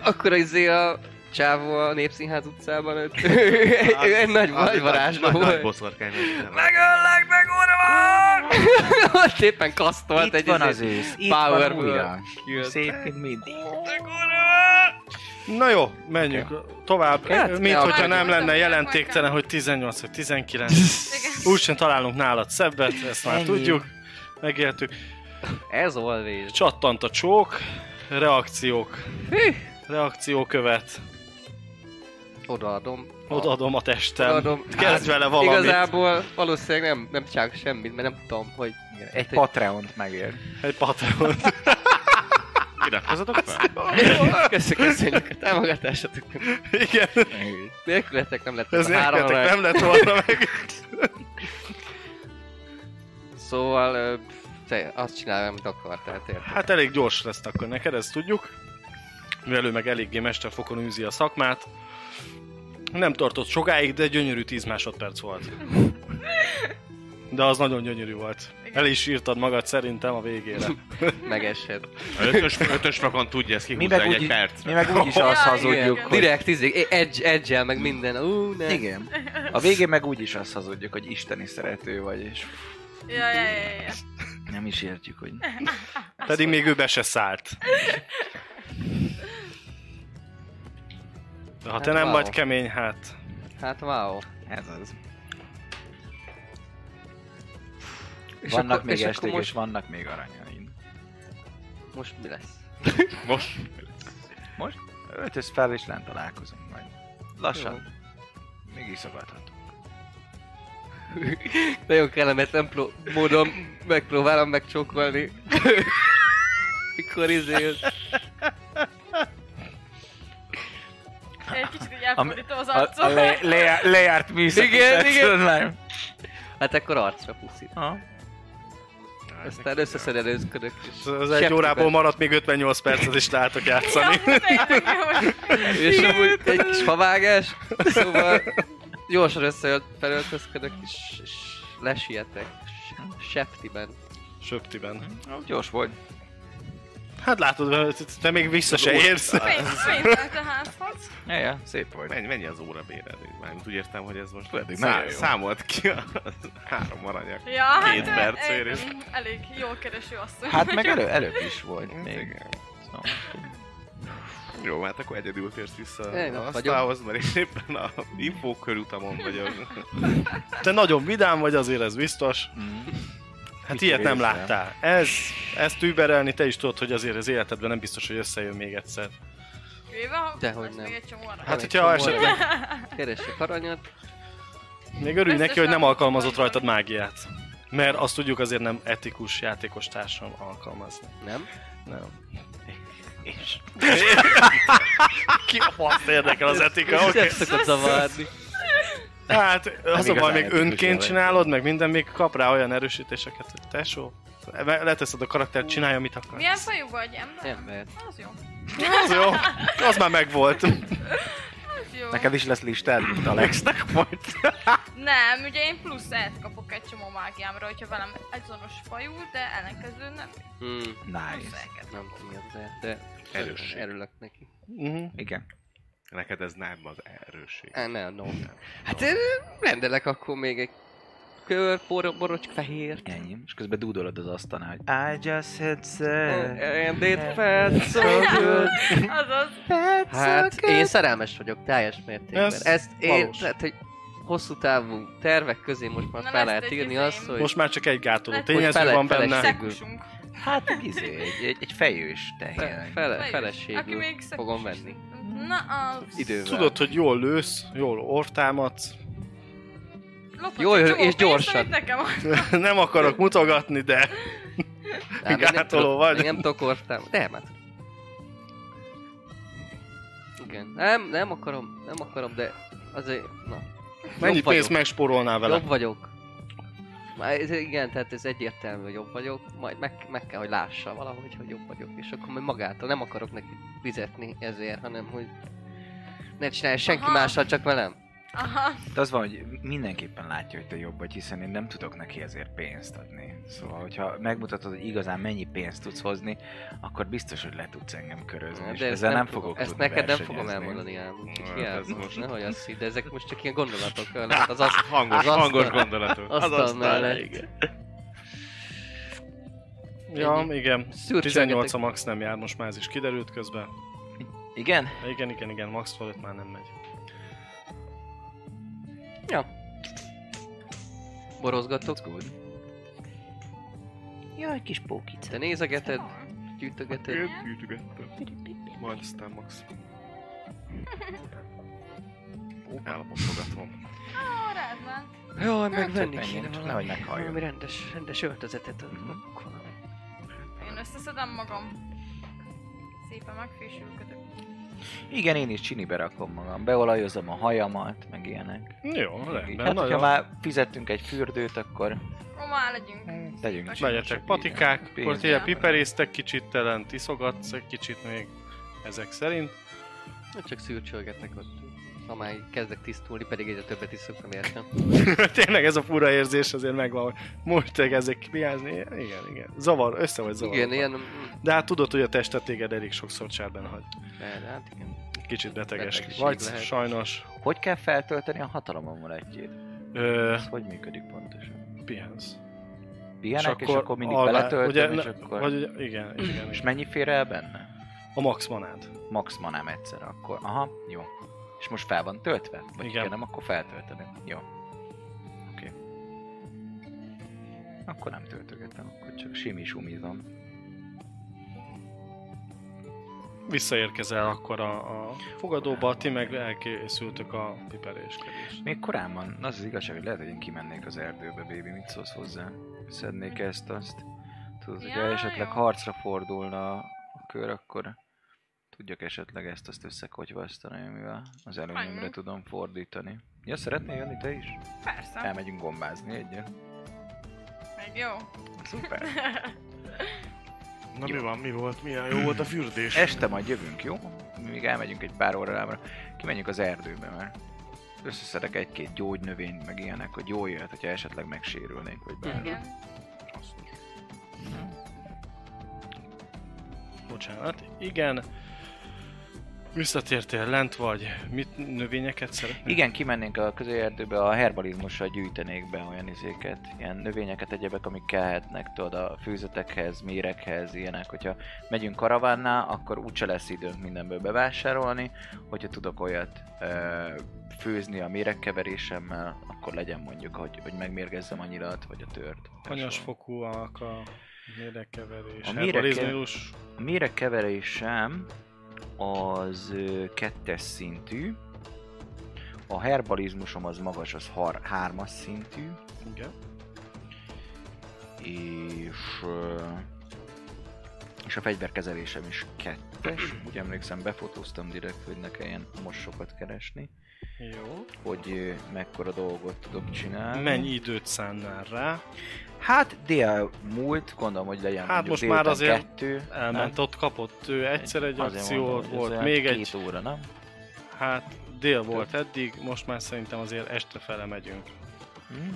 [SPEAKER 3] Akkor izé a csávó a Népszínház utcában, ő, ő egy nagy, nagy varázsló
[SPEAKER 6] Nagy, nagy
[SPEAKER 3] volt.
[SPEAKER 6] boszorkány.
[SPEAKER 3] Megöllek, meg uram! Ott éppen kasztolt
[SPEAKER 4] Itt
[SPEAKER 3] egy izé-
[SPEAKER 4] van
[SPEAKER 3] izét.
[SPEAKER 4] az ősz, itt
[SPEAKER 3] Power
[SPEAKER 4] van
[SPEAKER 3] World.
[SPEAKER 4] újra.
[SPEAKER 3] Jött.
[SPEAKER 4] Szép, mint mindig.
[SPEAKER 2] Na jó, menjünk tovább.
[SPEAKER 3] Hát,
[SPEAKER 2] Mint
[SPEAKER 3] ja,
[SPEAKER 2] hogyha
[SPEAKER 5] akkor
[SPEAKER 2] nem
[SPEAKER 5] mondom,
[SPEAKER 2] lenne
[SPEAKER 5] hogy
[SPEAKER 2] jelentéktelen,
[SPEAKER 5] akkor-
[SPEAKER 2] hogy 18 vagy 19.
[SPEAKER 5] Igen.
[SPEAKER 2] Úgysem találunk nálad szebbet, ezt már
[SPEAKER 4] Ennyi.
[SPEAKER 2] tudjuk. Megértük.
[SPEAKER 3] Ez always.
[SPEAKER 2] Csattant a csók, reakciók. Reakció követ.
[SPEAKER 3] Odaadom.
[SPEAKER 2] Odaadom a testem.
[SPEAKER 3] Odaadom.
[SPEAKER 2] Kezd vele valamit.
[SPEAKER 3] Hát Igazából valószínűleg nem, nem csinálok semmit, mert nem tudom, hogy...
[SPEAKER 4] Igen, Egy Patreon-t megér.
[SPEAKER 2] Egy patron.
[SPEAKER 6] Iratkozzatok fel?
[SPEAKER 3] Köszönjük, köszönjük a támogatásatokat.
[SPEAKER 2] Igen,
[SPEAKER 3] Nélkületek nem lett
[SPEAKER 2] ez
[SPEAKER 3] ez a három
[SPEAKER 2] nektek
[SPEAKER 3] óra.
[SPEAKER 2] nem lett volna meg.
[SPEAKER 3] Szóval ö, pff, te azt csinálom, amit akartál, tényleg.
[SPEAKER 2] Hát elég gyors lesz akkor neked, ezt tudjuk. Mivel ő meg eléggé mesterfokon űzi a szakmát. Nem tartott sokáig, de gyönyörű 10 másodperc volt. De az nagyon gyönyörű volt. El is írtad magad szerintem a végére.
[SPEAKER 3] Megesed.
[SPEAKER 6] A ötös, ötös fokon tudja ezt
[SPEAKER 4] Mi
[SPEAKER 6] kihúzni
[SPEAKER 4] meg,
[SPEAKER 6] egy
[SPEAKER 4] úgy, mi
[SPEAKER 6] percre.
[SPEAKER 4] meg úgy is
[SPEAKER 5] Ja,
[SPEAKER 4] azt
[SPEAKER 5] igen.
[SPEAKER 4] hazudjuk, hogy...
[SPEAKER 3] Direkt izé, edge, edge
[SPEAKER 2] Mm.
[SPEAKER 3] meg minden. Ú, ne.
[SPEAKER 4] Igen. A végén meg úgy is azt hazudjuk, hogy isteni szerető vagy, és
[SPEAKER 5] Ja, ja, ja, ja.
[SPEAKER 4] nem is értjük, hogy...
[SPEAKER 2] Pedig még ő be se szállt. De ha te nem
[SPEAKER 3] Hát wow.
[SPEAKER 2] vagy kemény, hát...
[SPEAKER 3] Hát wow.
[SPEAKER 4] Ez az.
[SPEAKER 3] És
[SPEAKER 4] vannak
[SPEAKER 3] akkor-
[SPEAKER 4] még
[SPEAKER 3] és akkor
[SPEAKER 4] esték, és
[SPEAKER 3] most-
[SPEAKER 4] vannak még aranyaim.
[SPEAKER 3] Most mi lesz?
[SPEAKER 6] Most
[SPEAKER 4] Most? Ötös fel és lent találkozunk majd. Lassan.
[SPEAKER 3] Jó.
[SPEAKER 4] Még is szabadhatunk.
[SPEAKER 3] Nagyon kellemetlen pró- módon megpróbálom megcsókolni. Mikor izé...
[SPEAKER 5] Egy kicsit így
[SPEAKER 4] Ami-
[SPEAKER 5] elfordítom az
[SPEAKER 4] A, a
[SPEAKER 5] arcom.
[SPEAKER 4] le, le, lejárt műszaki
[SPEAKER 3] Igen,
[SPEAKER 4] szex
[SPEAKER 3] igen.
[SPEAKER 4] online.
[SPEAKER 3] Hát akkor arcra puszít.
[SPEAKER 4] Ha?
[SPEAKER 3] Aztán összeszerelőzködök.
[SPEAKER 2] Ez az egy órából maradt még 58 percet is látok játszani.
[SPEAKER 3] És amúgy egy kis favágás, szóval gyorsan összejött, felöltözködök, és, és lesietek. S- Septiben.
[SPEAKER 2] Söptiben.
[SPEAKER 4] Gyors volt.
[SPEAKER 2] Hát látod, te még vissza se érsz.
[SPEAKER 5] Fényfelt a házhoz.
[SPEAKER 4] Ja, ja, szép volt.
[SPEAKER 6] mennyi, mennyi az óra bérel? Mármint úgy értem, hogy ez most
[SPEAKER 4] Pedig
[SPEAKER 6] szá-
[SPEAKER 4] nagyon jó.
[SPEAKER 6] számolt ki a az három aranyak.
[SPEAKER 5] Ja, hát
[SPEAKER 6] Két
[SPEAKER 5] ö,
[SPEAKER 6] percért is.
[SPEAKER 5] elég- elég jól kereső asszony.
[SPEAKER 4] Hát meg elő, előbb is volt még.
[SPEAKER 6] Igen.
[SPEAKER 4] Szóval.
[SPEAKER 6] Jó, hát akkor egyedül térsz vissza
[SPEAKER 3] Én
[SPEAKER 6] a
[SPEAKER 3] ott
[SPEAKER 6] asztalhoz, mert én éppen a infókörutamon vagyok.
[SPEAKER 2] Te nagyon vidám vagy, azért ez biztos.
[SPEAKER 4] Mm.
[SPEAKER 2] Hát ilyet nem
[SPEAKER 4] Viccelésre.
[SPEAKER 2] láttál. Ez, ezt überelni, te is tudod, hogy azért az életedben nem biztos, hogy összejön még egyszer.
[SPEAKER 5] Kivéve, ha
[SPEAKER 3] Dehogy
[SPEAKER 5] lesz
[SPEAKER 3] nem.
[SPEAKER 5] még egy csomó arra.
[SPEAKER 2] Hát,
[SPEAKER 3] Elég
[SPEAKER 2] hogyha
[SPEAKER 3] csomó
[SPEAKER 2] esetleg-
[SPEAKER 3] aranyat. Keresek aranyat.
[SPEAKER 2] Még örülj
[SPEAKER 5] Biztos
[SPEAKER 2] neki, hogy nem
[SPEAKER 5] nem
[SPEAKER 2] alkalmazott
[SPEAKER 5] fogom.
[SPEAKER 2] rajtad mágiát. Mert azt tudjuk, azért nem etikus játékos társam alkalmazni.
[SPEAKER 3] Nem?
[SPEAKER 2] Nem.
[SPEAKER 4] És
[SPEAKER 2] Ki a fasz érdekel az etika?
[SPEAKER 3] Ez
[SPEAKER 2] Oké.
[SPEAKER 3] nem szokott zavarni.
[SPEAKER 2] Hát azonban
[SPEAKER 4] igazán
[SPEAKER 2] még
[SPEAKER 4] etikus
[SPEAKER 2] önként
[SPEAKER 4] jelent.
[SPEAKER 2] csinálod, meg minden, még kap rá olyan erősítéseket, hogy tesó. Leteszed a karaktert, csinálja, mit akar.
[SPEAKER 5] Milyen fajú vagy, ember?
[SPEAKER 3] Ember.
[SPEAKER 5] Az jó.
[SPEAKER 2] Az jó, az már megvolt.
[SPEAKER 5] Az jó.
[SPEAKER 4] neked is lesz listád, mint Alexnek majd.
[SPEAKER 5] Nem, ugye én plusz et kapok egy csomó mágiámra, hogyha velem azonos fajú, de ellenkező nem.
[SPEAKER 3] Mm,
[SPEAKER 4] Nice.
[SPEAKER 5] Plusz
[SPEAKER 3] nem tudom, de, de
[SPEAKER 6] Erős.
[SPEAKER 3] erőlök neki.
[SPEAKER 2] Mhm.
[SPEAKER 4] Igen.
[SPEAKER 6] Neked ez nem az erősség.
[SPEAKER 3] Á, ne, no. Hát ö, rendelek akkor még egy kör, bor, borocs, fehér.
[SPEAKER 4] Ennyi. És közben dúdolod az asztalnál, hogy I just had
[SPEAKER 3] eh,
[SPEAKER 4] sex.
[SPEAKER 3] And it felt so good.
[SPEAKER 5] Azaz.
[SPEAKER 3] Hát én szerelmes vagyok teljes mértékben.
[SPEAKER 2] Ez
[SPEAKER 3] Ez Ezt én,
[SPEAKER 2] valós.
[SPEAKER 3] tehát hogy hosszú távú tervek közé most már
[SPEAKER 5] Na,
[SPEAKER 3] fel
[SPEAKER 5] lesz
[SPEAKER 3] lehet
[SPEAKER 5] egy izé-
[SPEAKER 3] írni
[SPEAKER 5] izém.
[SPEAKER 3] azt, hogy...
[SPEAKER 2] Most már csak egy gátoló
[SPEAKER 5] Most
[SPEAKER 2] tényező
[SPEAKER 3] fele-
[SPEAKER 2] van
[SPEAKER 3] feleség.
[SPEAKER 2] benne.
[SPEAKER 5] Szekusunk.
[SPEAKER 4] Hát egy izé, egy, egy, egy fejős tehén.
[SPEAKER 3] Fe, fele,
[SPEAKER 5] Fejős. Aki
[SPEAKER 3] feleségül
[SPEAKER 5] még szekus
[SPEAKER 3] fogom
[SPEAKER 5] is.
[SPEAKER 3] venni.
[SPEAKER 5] Na, a...
[SPEAKER 4] Idővel.
[SPEAKER 2] Tudod, hogy jól lősz, jól ortámadsz.
[SPEAKER 5] Lopott
[SPEAKER 3] Jól,
[SPEAKER 5] egy csomó
[SPEAKER 3] és
[SPEAKER 5] pénzt,
[SPEAKER 3] gyorsan.
[SPEAKER 5] amit Nekem ad.
[SPEAKER 2] Nem akarok mutogatni, de
[SPEAKER 3] Á, még nem
[SPEAKER 2] Gátoló
[SPEAKER 3] tudok-
[SPEAKER 2] vagy.
[SPEAKER 3] még Nem hát- tokortam. De, már tudom. Igen. Nem, nem akarom, nem akarom, de azért, na.
[SPEAKER 2] mennyi
[SPEAKER 3] Jobb
[SPEAKER 2] pénzt
[SPEAKER 3] vagyok.
[SPEAKER 2] megspórolnál vele?
[SPEAKER 3] Jobb vagyok. Már ez, igen, tehát ez egyértelmű, hogy jobb vagyok, majd meg, meg kell, hogy lássa valahogy, hogy jobb vagyok, és akkor majd magától nem akarok neki fizetni ezért, hanem hogy ne csinálj senki
[SPEAKER 5] Aha.
[SPEAKER 3] mással, csak velem.
[SPEAKER 5] Aha.
[SPEAKER 4] De az van, hogy mindenképpen látja, hogy te jobb vagy, hiszen én nem tudok neki ezért pénzt adni. Szóval, hogyha megmutatod, hogy igazán mennyi pénzt tudsz hozni, akkor biztos, hogy le tudsz engem körözni. és
[SPEAKER 3] ezt
[SPEAKER 4] ezzel nem
[SPEAKER 3] fogom-
[SPEAKER 4] fogok
[SPEAKER 3] Ezt
[SPEAKER 4] tudni
[SPEAKER 3] neked nem fogom
[SPEAKER 4] versenyezni.
[SPEAKER 3] elmondani ám, úgyhogy
[SPEAKER 6] Hát
[SPEAKER 3] hiába,
[SPEAKER 6] ez most-
[SPEAKER 3] nehogy azt hidd, de ezek most csak ilyen gondolatok,
[SPEAKER 4] Hát
[SPEAKER 3] mert az azt,
[SPEAKER 6] Hangos,
[SPEAKER 3] az asztal-
[SPEAKER 6] hangos gondolatok.
[SPEAKER 3] asztal mellett.
[SPEAKER 2] Ja,
[SPEAKER 3] Ennyi.
[SPEAKER 2] igen.
[SPEAKER 3] Szürcsölgetek.
[SPEAKER 2] 18 a max nem jár, most már ez is kiderült közben.
[SPEAKER 4] Igen?
[SPEAKER 2] Igen, igen, igen, max fölött már nem megy.
[SPEAKER 3] Ja. Borozgatok,
[SPEAKER 4] That's good. Jaj, kis pókica.
[SPEAKER 3] te nézegeted,
[SPEAKER 6] Hát
[SPEAKER 3] gyűjtögeted.
[SPEAKER 2] Majd aztán max.
[SPEAKER 6] Elmosogatom.
[SPEAKER 5] Ó, rád ment.
[SPEAKER 3] Jaj, meg
[SPEAKER 4] Hát,
[SPEAKER 3] venni
[SPEAKER 4] menjünk,
[SPEAKER 3] kéne
[SPEAKER 4] csak
[SPEAKER 3] valami,
[SPEAKER 4] nehogy meghalljon.
[SPEAKER 3] valami rendes, rendes öltözetet adok valami.
[SPEAKER 5] Én összeszedem magam. Szépen megfésülködök.
[SPEAKER 4] Igen, én is csinibe rakom magam. Beolajozom a hajamat, meg ilyenek.
[SPEAKER 2] Jó, rendben.
[SPEAKER 4] hát,
[SPEAKER 2] nagyon-
[SPEAKER 4] hogyha már fizettünk egy fürdőt, akkor
[SPEAKER 5] Ó, már legyünk.
[SPEAKER 4] tegyünk
[SPEAKER 5] Vagy-
[SPEAKER 4] csinos,
[SPEAKER 2] Legyetek
[SPEAKER 4] csak
[SPEAKER 2] patikák,
[SPEAKER 4] így-
[SPEAKER 2] akkor
[SPEAKER 4] pénz.
[SPEAKER 2] tényleg piperéztek kicsit, telen tiszogatsz egy kicsit még ezek szerint.
[SPEAKER 3] Na, Hát Csak szürcsölgetnek ott. Ha már kezdek tisztulni, pedig egyre többet is szoktam értem.
[SPEAKER 2] tényleg ez a fura érzés azért megvan, hogy most elkezdek kipiázni. Igen, igen. Zavar, össze vagy zavar.
[SPEAKER 3] Igen, ilyen... mm,
[SPEAKER 2] De hát tudod, hogy a testet téged elég sokszor cserben hagy.
[SPEAKER 3] de- de Hát igen.
[SPEAKER 2] Kicsit beteges
[SPEAKER 3] Betegség
[SPEAKER 2] vagy,
[SPEAKER 3] lehet.
[SPEAKER 2] sajnos.
[SPEAKER 4] Hogy kell feltölteni a hatalomamulátjét?
[SPEAKER 2] Ö,
[SPEAKER 4] Ez hogy működik pontosan?
[SPEAKER 2] pihensz.
[SPEAKER 4] Pihenek, és akkor, és akkor mindig alá, beletöltöm,
[SPEAKER 2] ugye,
[SPEAKER 4] és
[SPEAKER 2] ne-
[SPEAKER 4] akkor...
[SPEAKER 2] Vagy, ugye, igen, igen, igen.
[SPEAKER 4] És mennyi fér el benne?
[SPEAKER 2] A max manád.
[SPEAKER 4] Max manám egyszer akkor. Aha, jó. És most fel van töltve? Vagy
[SPEAKER 2] Igen.
[SPEAKER 4] Igen. kell nem, akkor feltölteni. Jó. Oké. Okay. Akkor nem töltögetem, akkor csak simi sumizom.
[SPEAKER 2] Visszaérkezel akkor a, a fogadóba, ti meg elkészültök a piperéskedést.
[SPEAKER 4] Még korábban, az az igazság, hogy lehet, hogy én kimennék az erdőbe, baby, mit szólsz hozzá? Szednék ezt, azt. Tudod, hogy
[SPEAKER 5] Ja,
[SPEAKER 4] esetleg
[SPEAKER 5] jó.
[SPEAKER 4] harcra fordulna a kör, akkor tudjak esetleg ezt azt összekotyvasztani, mivel az előnyömre
[SPEAKER 5] Menjünk.
[SPEAKER 4] tudom fordítani. Ja, szeretnél jönni te is?
[SPEAKER 5] Persze.
[SPEAKER 4] Elmegyünk gombázni egyet.
[SPEAKER 5] Meg jó.
[SPEAKER 4] Szuper!
[SPEAKER 6] Na
[SPEAKER 4] Jó.
[SPEAKER 6] mi van, mi volt, milyen jó volt a fürdés?
[SPEAKER 4] Este majd jövünk, jó? Még elmegyünk egy pár órára, kimegyünk az erdőbe, mert összeszedek egy-két gyógynövényt, meg ilyenek, hogy jól jöhet, hogyha esetleg megsérülnénk, vagy bármi.
[SPEAKER 5] Igen.
[SPEAKER 2] Bocsánat. Igen. Visszatértél, lent vagy. Mit növényeket szeretnél?
[SPEAKER 4] Igen, kimennénk a közérdőbe, a herbalizmussal gyűjtenék be olyan izéket, ilyen növényeket, egyebek, amik kellhetnek, tudod, a főzetekhez, méreghez, ilyenek. Hogyha megyünk karavánnál, akkor úgyse lesz időnk mindenből bevásárolni, hogyha tudok olyat ö, főzni a méregkeverésemmel, akkor legyen mondjuk, hogy, hogy megmérgezzem a nyilat, vagy a tört.
[SPEAKER 2] Hanyas fokúak a méregkeverés.
[SPEAKER 4] A
[SPEAKER 2] A
[SPEAKER 4] méreg-
[SPEAKER 2] méregkeverés.
[SPEAKER 4] A méregkeverésem az ö, kettes szintű, a herbalizmusom az magas, az har- hármas szintű,
[SPEAKER 2] Igen.
[SPEAKER 4] és ö, és a fegyverkezelésem is kettes. Úgy emlékszem, befotóztam direkt, hogy ne kelljen most sokat keresni,
[SPEAKER 2] Jó.
[SPEAKER 4] hogy ö, mekkora dolgot tudok csinálni.
[SPEAKER 2] Mennyi időt szánnál rá?
[SPEAKER 4] Hát dél múlt, gondolom, hogy legyen
[SPEAKER 2] Hát
[SPEAKER 4] mondjuk
[SPEAKER 2] most már
[SPEAKER 4] délután
[SPEAKER 2] azért
[SPEAKER 4] kettő.
[SPEAKER 2] Elment, ott kapott ő egyszer egy
[SPEAKER 4] Azért
[SPEAKER 2] akció,
[SPEAKER 4] mondom, hogy ez
[SPEAKER 2] volt
[SPEAKER 4] olyan
[SPEAKER 2] még
[SPEAKER 4] két
[SPEAKER 2] egy,
[SPEAKER 4] óra, nem?
[SPEAKER 2] hát dél volt eddig, most már szerintem azért este fele megyünk. Hát
[SPEAKER 4] Hm?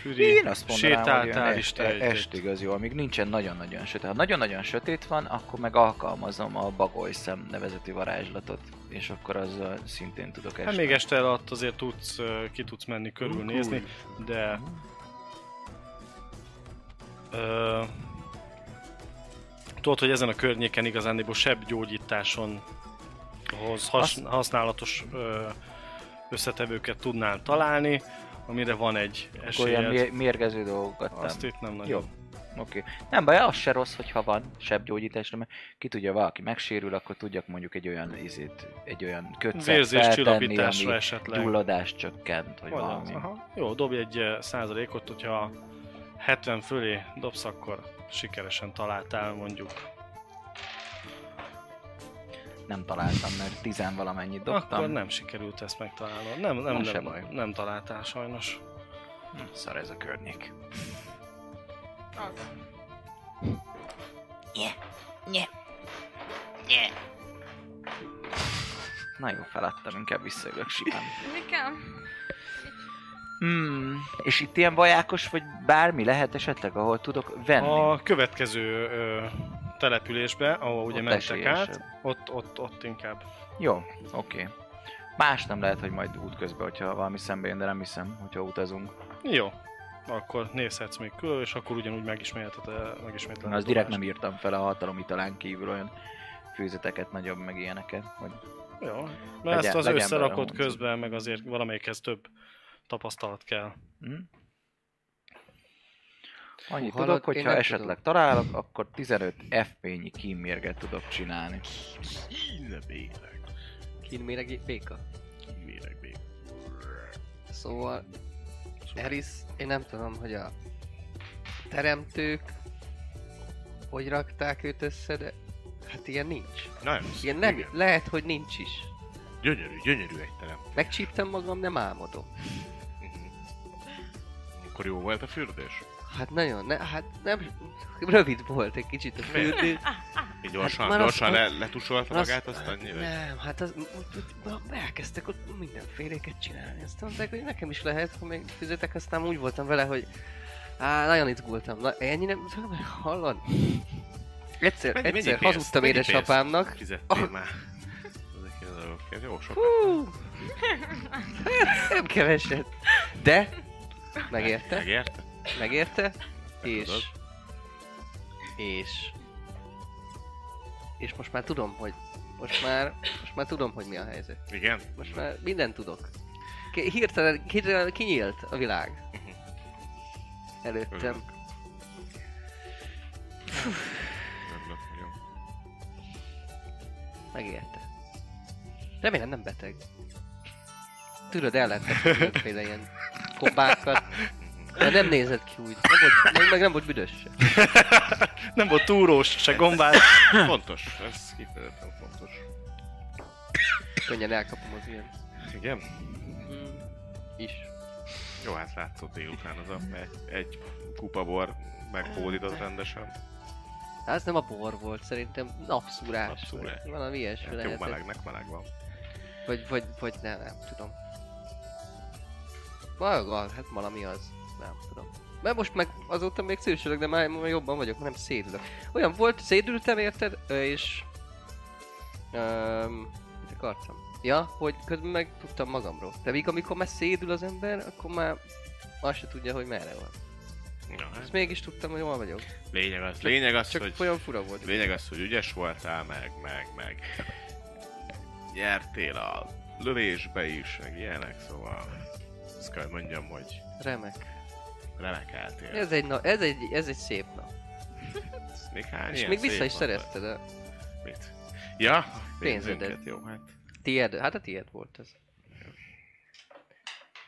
[SPEAKER 2] Füri,
[SPEAKER 4] Én azt mondanám,
[SPEAKER 2] sétáltál
[SPEAKER 4] hogy
[SPEAKER 2] is
[SPEAKER 4] este, estig az jó, amíg nincsen nagyon-nagyon sötét. Ha nagyon-nagyon sötét van, akkor meg alkalmazom a bagolyszem nevezetű varázslatot, és akkor azzal szintén tudok esni.
[SPEAKER 2] Hát még este alatt azért tudsz, ö, ki tudsz menni körülnézni, de... Ö, tudod, hogy ezen a környéken igazándiból sebb gyógyításon hoz has,
[SPEAKER 4] Azt-
[SPEAKER 2] használatos ö, összetevőket tudnál találni, amire van egy
[SPEAKER 4] Akkor ilyen
[SPEAKER 2] esélyed.
[SPEAKER 4] mér- mérgező dolgokat
[SPEAKER 2] Azt
[SPEAKER 4] nem.
[SPEAKER 2] itt nem nagyon.
[SPEAKER 4] Jó. Oké. Okay. Nem baj, az se rossz, hogyha van sebb gyógyításra, mert ki tudja, valaki megsérül, akkor tudjak mondjuk egy olyan izét, egy olyan kötszert feltenni,
[SPEAKER 2] Vérzéscsillapításra
[SPEAKER 4] ami
[SPEAKER 2] esetleg.
[SPEAKER 4] gyulladást csökkent, vagy
[SPEAKER 2] Vagy az,
[SPEAKER 4] valami.
[SPEAKER 2] aha. Jó, dobj egy eh, százalékot, hogyha 70 fölé dobsz, akkor sikeresen találtál mondjuk.
[SPEAKER 4] Nem találtam, mert tizen valamennyit dobtam.
[SPEAKER 2] Akkor nem sikerült ezt megtalálnod. Nem, nem,
[SPEAKER 4] Na,
[SPEAKER 2] nem,
[SPEAKER 4] se
[SPEAKER 2] nem,
[SPEAKER 4] baj.
[SPEAKER 2] nem találtál sajnos.
[SPEAKER 4] Hm, Szar ez a környék.
[SPEAKER 5] Az.
[SPEAKER 4] Na jó, feladtam, inkább visszajövök simán.
[SPEAKER 5] Nekem?
[SPEAKER 4] Hmm. És itt ilyen vajákos, vagy bármi lehet esetleg, ahol tudok venni?
[SPEAKER 2] A következő ö, településbe, ahova ugye
[SPEAKER 4] Ott
[SPEAKER 2] mentek át,
[SPEAKER 4] esélyesebb.
[SPEAKER 2] ott, ott, ott inkább.
[SPEAKER 4] Jó, oké. Más nem lehet, hogy majd útközben, hogyha valami szembe jön, de nem hiszem, hogyha utazunk.
[SPEAKER 2] Jó, akkor nézhetsz még külön, és akkor ugyanúgy megismerheted, eh, megismétled.
[SPEAKER 4] Na, az direkt nem írtam fel a hatalom italán kívül olyan főzeteket, nagyobb meg ilyeneket, hogy
[SPEAKER 2] Jó, mert
[SPEAKER 4] Legyen-
[SPEAKER 2] ezt az
[SPEAKER 4] legyen
[SPEAKER 2] összerakott
[SPEAKER 4] belőle huncut.
[SPEAKER 2] közben, meg azért valamelyikhez több tapasztalat kell.
[SPEAKER 4] Hm? Annyit
[SPEAKER 3] Hú, hallod,
[SPEAKER 4] tudok,
[SPEAKER 3] én
[SPEAKER 4] hogyha
[SPEAKER 3] nem
[SPEAKER 4] esetleg találok, akkor 15 FP-nyi kímérget tudok csinálni.
[SPEAKER 6] Kínméreg,
[SPEAKER 3] Kínméregi béka.
[SPEAKER 6] kínméreg, bék.
[SPEAKER 3] Szóval, Eris, én nem tudom, hogy a teremtők hogy rakták őt össze, de hát ilyen nincs.
[SPEAKER 6] Nagyon
[SPEAKER 3] Ilyen
[SPEAKER 6] szép,
[SPEAKER 3] nem,
[SPEAKER 6] igen.
[SPEAKER 3] lehet, hogy nincs is.
[SPEAKER 6] Gyönyörű, gyönyörű egy terem.
[SPEAKER 3] Megcsíptem magam, nem álmodom.
[SPEAKER 6] Uh-huh. Akkor jó volt a fürdés?
[SPEAKER 3] Hát nagyon, ne, hát nem, rövid volt egy kicsit a fürdő.
[SPEAKER 6] Így gyorsan,
[SPEAKER 3] már
[SPEAKER 6] hát
[SPEAKER 3] az-
[SPEAKER 6] gyorsan
[SPEAKER 3] az-
[SPEAKER 6] le, letusolta
[SPEAKER 3] az-
[SPEAKER 6] Hát magát, aztán nyilván.
[SPEAKER 3] Nem, hát az, ott- ott- ott elkezdtek ott mindenféléket csinálni. Azt mondták, hogy nekem is lehet, ha még fizetek, aztán úgy voltam vele, hogy á, nagyon izgultam. Na, ennyi nem, hallod? Egyszer,
[SPEAKER 6] Mennyi- mennyi
[SPEAKER 3] egyszer
[SPEAKER 6] pénzt-
[SPEAKER 3] hazudtam
[SPEAKER 6] mennyi
[SPEAKER 3] édesapámnak.
[SPEAKER 6] pénzt Fizettél már. Ezekért a dolgokért. Jó, sok.
[SPEAKER 3] Hú! nem keveset. De, megérte,
[SPEAKER 6] Megért?
[SPEAKER 3] megérte, és,
[SPEAKER 6] tudod.
[SPEAKER 3] és, és most már tudom, hogy most már, most már tudom, hogy mi a helyzet.
[SPEAKER 6] Igen?
[SPEAKER 3] Most már mindent tudok. Ki- Hirtelen, hirtelen kinyílt a világ. Előttem.
[SPEAKER 6] Örülök. Örülök nagyon.
[SPEAKER 3] Megérte. Remélem nem beteg. Tudod, ellentem mindenféle ilyen kombákat. De nem nézett ki úgy. Nem volt, meg, meg nem volt büdös se.
[SPEAKER 2] Nem volt túrós, se gombás.
[SPEAKER 6] Fontos, ez kifejezetten fontos.
[SPEAKER 3] Könnyen elkapom az ilyen.
[SPEAKER 6] Igen? Hmm.
[SPEAKER 3] Is.
[SPEAKER 6] Jó, hát látszott délután az a egy, egy kupa bor meghódított rendesen.
[SPEAKER 3] Hát ez nem a bor volt, szerintem napszúrás.
[SPEAKER 6] Napszúrás.
[SPEAKER 3] vagy Valami ilyesmi
[SPEAKER 6] Hát jó,
[SPEAKER 3] lehetett.
[SPEAKER 6] melegnek meleg van.
[SPEAKER 3] Vagy, vagy, vagy nem, nem tudom. Valgal, hát valami az. Nem tudom. Mert most meg azóta még szősülök, de már már jobban vagyok, nem szédülök. Olyan volt, szédültem, érted? Ö, És... Öm, mit akartam? Ja, hogy közben meg tudtam magamról. De még amikor már szédül az ember, akkor már azt se tudja, hogy merre van.
[SPEAKER 6] Ja, hát
[SPEAKER 3] Ezt mégis tudtam, hogy hol vagyok.
[SPEAKER 6] lényeg az, lényeg az,
[SPEAKER 3] Csak
[SPEAKER 6] hogy...
[SPEAKER 3] olyan fura volt.
[SPEAKER 6] Lényeg az, hogy ügyes voltál, meg, meg, meg nyertél a lövésbe is, meg ilyenek, szóval azt kell hogy mondjam, hogy
[SPEAKER 3] Remek.
[SPEAKER 6] remekeltél.
[SPEAKER 3] Ez egy, na, ez egy, ez egy szép nap.
[SPEAKER 6] Ez Még hány
[SPEAKER 3] És
[SPEAKER 6] Hát ilyen
[SPEAKER 3] még
[SPEAKER 6] szép
[SPEAKER 3] vissza is
[SPEAKER 6] nap
[SPEAKER 3] szerezted a
[SPEAKER 6] volt? Mit? Ja,
[SPEAKER 3] Pénzedet.
[SPEAKER 6] pénzünket, jó, hát.
[SPEAKER 3] Tied, hát a tied volt ez.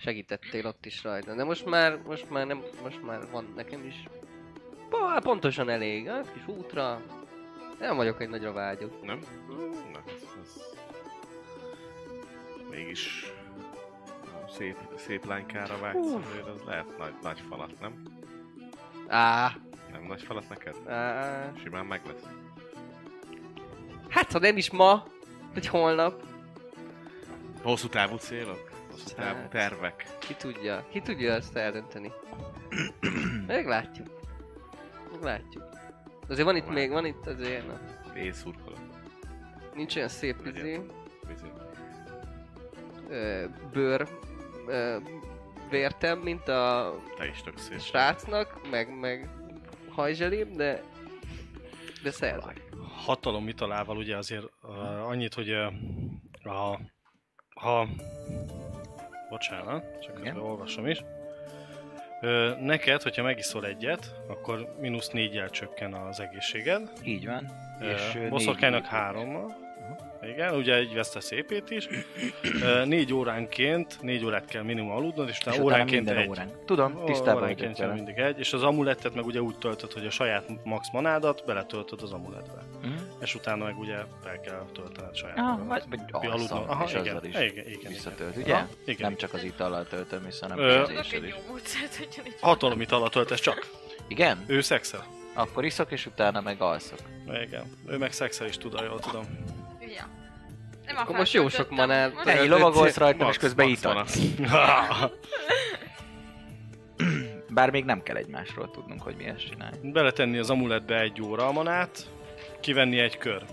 [SPEAKER 3] Segítettél ott is rajta, de most már, most már nem, most már van nekem is. Po- Pontosan elég, hát kis hát útra, Nem vagyok egy nagyra vágyó.
[SPEAKER 6] Nem? Na, ez, ez... Mégis a szép, szép lánykára vágysz, azért az lehet nagy, nagy falat, nem?
[SPEAKER 3] Á,
[SPEAKER 6] Nem nagy falat neked?
[SPEAKER 3] á,
[SPEAKER 6] Simán meg lesz.
[SPEAKER 3] Hát, ha nem is ma, vagy holnap,
[SPEAKER 6] Hosszú távú célok? Hosszú távú
[SPEAKER 3] Hát.
[SPEAKER 6] tervek?
[SPEAKER 3] ki tudja, ki tudja ezt eldönteni. Meglátjuk. Meglátjuk. Azért van itt még,
[SPEAKER 6] hát.
[SPEAKER 3] van itt azért, na,
[SPEAKER 6] Én szurkolok.
[SPEAKER 3] nincs olyan szép
[SPEAKER 6] Legyen.
[SPEAKER 3] izé,
[SPEAKER 6] Bizony.
[SPEAKER 3] ö, bőr ö, vértem, mint a
[SPEAKER 6] Te is tök szép.
[SPEAKER 3] srácnak, meg, meg hajzselém, de de szerzek.
[SPEAKER 2] hatalom italával ugye azért uh, annyit, hogy uh, ha, ha... Bocsánat, csak közben olvasom is. Uh, neked, hogyha megiszol egyet, akkor mínusz négyel csökken az egészséged.
[SPEAKER 4] Így van.
[SPEAKER 2] És
[SPEAKER 4] ö, eh, négy-
[SPEAKER 2] boszorkánynak hárommal. Igen, ugye így veszte szépét is. Ö, négy óránként, négy órát kell minimum aludnod, és
[SPEAKER 4] És
[SPEAKER 2] utána
[SPEAKER 4] utána
[SPEAKER 2] óránként
[SPEAKER 4] minden
[SPEAKER 2] egy.
[SPEAKER 4] órán. Tudom, tisztában vagyok
[SPEAKER 2] Óránként kell
[SPEAKER 4] vele.
[SPEAKER 2] mindig egy, és az amulettet meg ugye úgy töltöd, hogy a saját max manádat beletöltöd az amuletbe.
[SPEAKER 4] Mhm.
[SPEAKER 2] És utána meg ugye fel kell töltened saját
[SPEAKER 4] Ah,
[SPEAKER 2] magadat.
[SPEAKER 4] vagy, vagy alszom,
[SPEAKER 2] aludnom. Aha,
[SPEAKER 4] és
[SPEAKER 2] igen,
[SPEAKER 4] azzal is
[SPEAKER 2] igen, igen, igen.
[SPEAKER 4] visszatölt, ugye?
[SPEAKER 2] Aha, igen,
[SPEAKER 4] nem
[SPEAKER 2] igen.
[SPEAKER 4] csak az itallal töltöm vissza, hanem
[SPEAKER 2] Ö,
[SPEAKER 4] az
[SPEAKER 5] Tudok
[SPEAKER 4] éssel
[SPEAKER 5] egy
[SPEAKER 4] is.
[SPEAKER 5] jó módszert, hogy így...
[SPEAKER 2] Hatalom itala töltesz csak.
[SPEAKER 4] Igen?
[SPEAKER 2] Ő szexel.
[SPEAKER 4] Akkor iszok, és utána meg alszok.
[SPEAKER 2] Igen. Ő meg szexel is tud, ha jól tudom.
[SPEAKER 5] Ja. Nem Akkor
[SPEAKER 3] most jó sok manát.
[SPEAKER 4] Te így
[SPEAKER 3] Öt-
[SPEAKER 4] lovagolsz
[SPEAKER 3] öt-
[SPEAKER 4] rajtam, és közben
[SPEAKER 6] max van
[SPEAKER 4] ital.
[SPEAKER 6] az.
[SPEAKER 4] Bár még nem kell egymásról tudnunk, hogy mi ezt csinál.
[SPEAKER 2] Beletenni az amuletbe egy óra a manát, kivenni egy kör.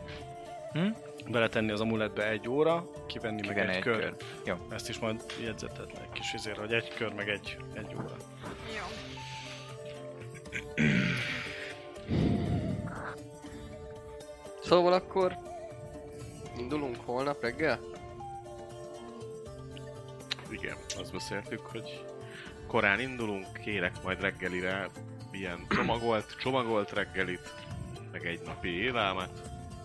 [SPEAKER 4] Hm?
[SPEAKER 2] Beletenni az amuletbe egy óra, kivenni meg
[SPEAKER 4] Igen,
[SPEAKER 2] egy,
[SPEAKER 4] egy
[SPEAKER 2] kör.
[SPEAKER 4] kör. Jó.
[SPEAKER 2] Ezt is majd jegyzeted egy kis izért, hogy egy kör meg egy, egy óra.
[SPEAKER 5] Jó.
[SPEAKER 3] Szóval akkor indulunk holnap reggel?
[SPEAKER 6] Igen, azt beszéltük, hogy korán indulunk, kérek majd reggelire ilyen csomagolt, csomagolt reggelit, meg egy napi élelmet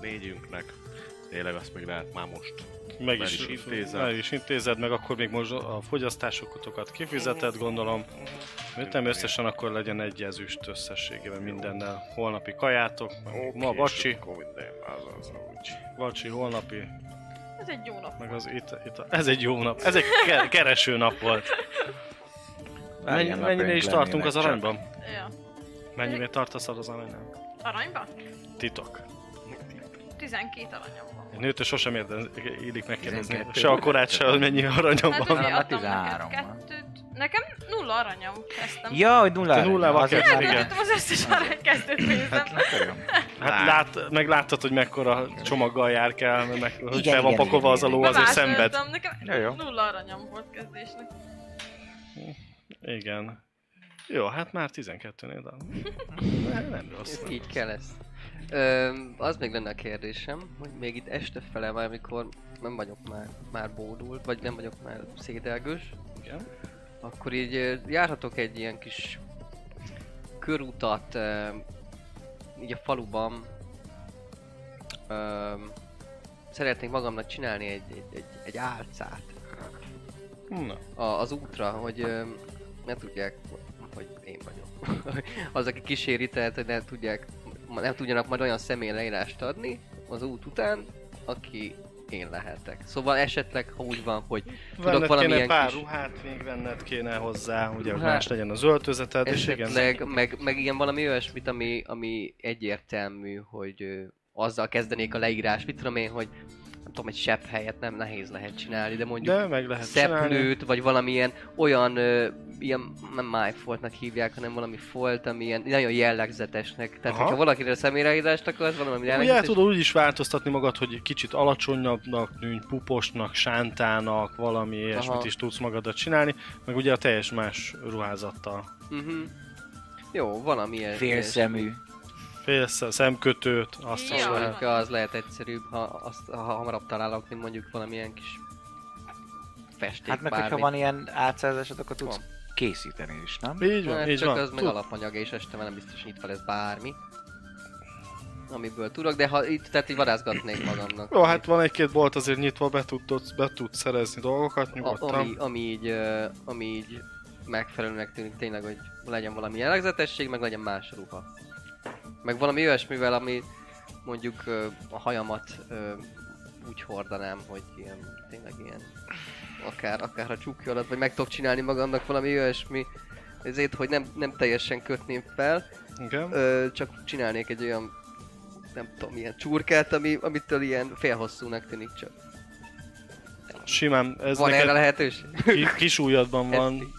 [SPEAKER 6] négyünknek. Tényleg azt még lehet már most.
[SPEAKER 2] Meg
[SPEAKER 6] El
[SPEAKER 2] is,
[SPEAKER 6] is intézed.
[SPEAKER 2] Meg is intézed, meg akkor még most a fogyasztásokat kifizeted, gondolom. Mit nem összesen akkor legyen egy ezüst összességében mindennel. Holnapi kajátok, meg ma vacsi,
[SPEAKER 6] Akkor minden, az az, úgy.
[SPEAKER 2] vacsi holnapi,
[SPEAKER 5] Ez egy jó nap.
[SPEAKER 2] meg az itt, itt ez egy jó nap, ez egy ke- kereső nap volt. Mennyi,
[SPEAKER 4] napjaink
[SPEAKER 2] mennyire is tartunk
[SPEAKER 4] lennének
[SPEAKER 2] az
[SPEAKER 4] csak.
[SPEAKER 2] aranyban?
[SPEAKER 5] Ja.
[SPEAKER 2] Mennyire tartasz az aranyban?
[SPEAKER 5] Aranyban?
[SPEAKER 2] Titok.
[SPEAKER 5] 12 aranyom van.
[SPEAKER 2] Egy nőtől sosem érde, illik megkérdezni.
[SPEAKER 4] 12.
[SPEAKER 2] Se a korát, se hogy mennyi aranyom
[SPEAKER 5] Hát
[SPEAKER 2] van.
[SPEAKER 4] Nálam
[SPEAKER 5] ugye
[SPEAKER 4] már
[SPEAKER 5] adtam neked
[SPEAKER 4] 13 van.
[SPEAKER 5] kettőt. Nekem nulla aranyom. Kezdtem.
[SPEAKER 4] Ja, hogy
[SPEAKER 2] Te
[SPEAKER 4] nulla. arany.
[SPEAKER 2] nullával
[SPEAKER 4] Azért
[SPEAKER 2] kezdted,
[SPEAKER 4] nem-
[SPEAKER 5] Hát nem az összes aranykezdőt pénzem.
[SPEAKER 4] Hát, na, jó.
[SPEAKER 2] Hát lát, meg láttad, hogy mekkora csomaggal jár kell, meg hogy
[SPEAKER 4] Igen,
[SPEAKER 2] fel van
[SPEAKER 4] igen,
[SPEAKER 2] pakolva
[SPEAKER 4] igen,
[SPEAKER 2] az a ló,
[SPEAKER 4] igen.
[SPEAKER 2] azért szenved.
[SPEAKER 5] Bevásároltam, Nekem
[SPEAKER 4] Jó, jó.
[SPEAKER 5] nulla aranyom volt kezdésnek.
[SPEAKER 2] Igen. Jó, hát már 12-nél, de nem rossz.
[SPEAKER 3] Ez
[SPEAKER 2] nem.
[SPEAKER 3] így kell ezt. Ö, az még lenne a kérdésem, hogy még itt este fele már, amikor nem vagyok már, már bódult, vagy nem vagyok már szédelgős,
[SPEAKER 2] Igen.
[SPEAKER 3] akkor így ö, járhatok egy ilyen kis körutat ö, így a faluban. Ö, szeretnék magamnak csinálni egy, egy, egy, egy álcát
[SPEAKER 2] Na,
[SPEAKER 3] a, az útra, hogy ö, ne tudják, hogy én vagyok. az, aki kíséri, tehát hogy ne tudják, nem tudjanak majd olyan személy leírást adni az út után, aki én lehetek. Szóval esetleg, ha úgy van, hogy tudok
[SPEAKER 2] venned kéne
[SPEAKER 3] valamilyen
[SPEAKER 2] pár
[SPEAKER 3] kis... Hát,
[SPEAKER 2] ruhát, még venned kéne hozzá, ugye, hogy
[SPEAKER 3] Ruhát.
[SPEAKER 2] más legyen az öltözeted, Hát és igen.
[SPEAKER 3] Esetleg, meg, meg igen, valami olyasmit, ami, ami egyértelmű, hogy ö, azzal kezdenék a leírás, mit tudom én, hogy nem tudom, egy sebb helyet nem nehéz lehet csinálni, de mondjuk
[SPEAKER 2] De meg lehet csinálni.
[SPEAKER 3] szeplőt, vagy valamilyen olyan, ö, ilyen, nem májfoltnak hívják, hanem valami folt, ami ilyen nagyon jellegzetesnek. Tehát,
[SPEAKER 2] Aha.
[SPEAKER 3] Aha. hogyha valakire személyreírást akarsz, valami
[SPEAKER 2] Ugye
[SPEAKER 3] jellegzetes,
[SPEAKER 2] tudod úgy is változtatni magad, hogy kicsit alacsonyabbnak tűnj, puposnak, sántának, valami ilyesmit is tudsz magadat csinálni, meg ugye a teljes más ruházattal.
[SPEAKER 3] uh-huh. Jó, valamilyen.
[SPEAKER 4] Félszemű.
[SPEAKER 2] Félsz, szemkötőt, azt is
[SPEAKER 5] Ja.
[SPEAKER 2] lehet.
[SPEAKER 3] Mondjuk az lehet egyszerűbb, ha, azt, ha hamarabb találok, mint mondjuk valamilyen kis festék
[SPEAKER 4] Hát meg,
[SPEAKER 3] bármi.
[SPEAKER 4] hogyha van ilyen átszázásod, akkor tudsz
[SPEAKER 3] Van.
[SPEAKER 4] készíteni is, nem?
[SPEAKER 2] Így van,
[SPEAKER 3] Hát
[SPEAKER 2] így
[SPEAKER 3] csak
[SPEAKER 2] van.
[SPEAKER 3] az meg
[SPEAKER 2] Tud-
[SPEAKER 3] alapanyaga, és este már nem biztos nyitva lesz bármi. Amiből tudok, de ha itt, tehát így varázgatnék magamnak.
[SPEAKER 2] Jó, hát van egy-két bolt azért nyitva, be tudod, be tudsz szerezni dolgokat
[SPEAKER 3] A,
[SPEAKER 2] nyugodtan.
[SPEAKER 3] ami, ami, így, ö, ami így megfelelőnek tűnik tényleg, hogy legyen valami jellegzetesség, meg legyen más ruha. Meg valami olyasmivel, ami mondjuk ö, a hajamat ö, úgy hordanám, hogy ilyen, tényleg ilyen, akár, akár a csukja alatt, vagy meg tudok csinálni magamnak valami olyasmi, ezért, hogy nem, nem teljesen kötném fel,
[SPEAKER 2] Igen.
[SPEAKER 3] Ö, csak csinálnék egy olyan, nem tudom, ilyen csurkát, ami, amitől ilyen félhosszúnak tűnik csak.
[SPEAKER 2] Simán, ez
[SPEAKER 3] Ez Van erre
[SPEAKER 2] neked
[SPEAKER 3] lehetőség?
[SPEAKER 2] ki- kis ujjadban van.
[SPEAKER 3] Esti.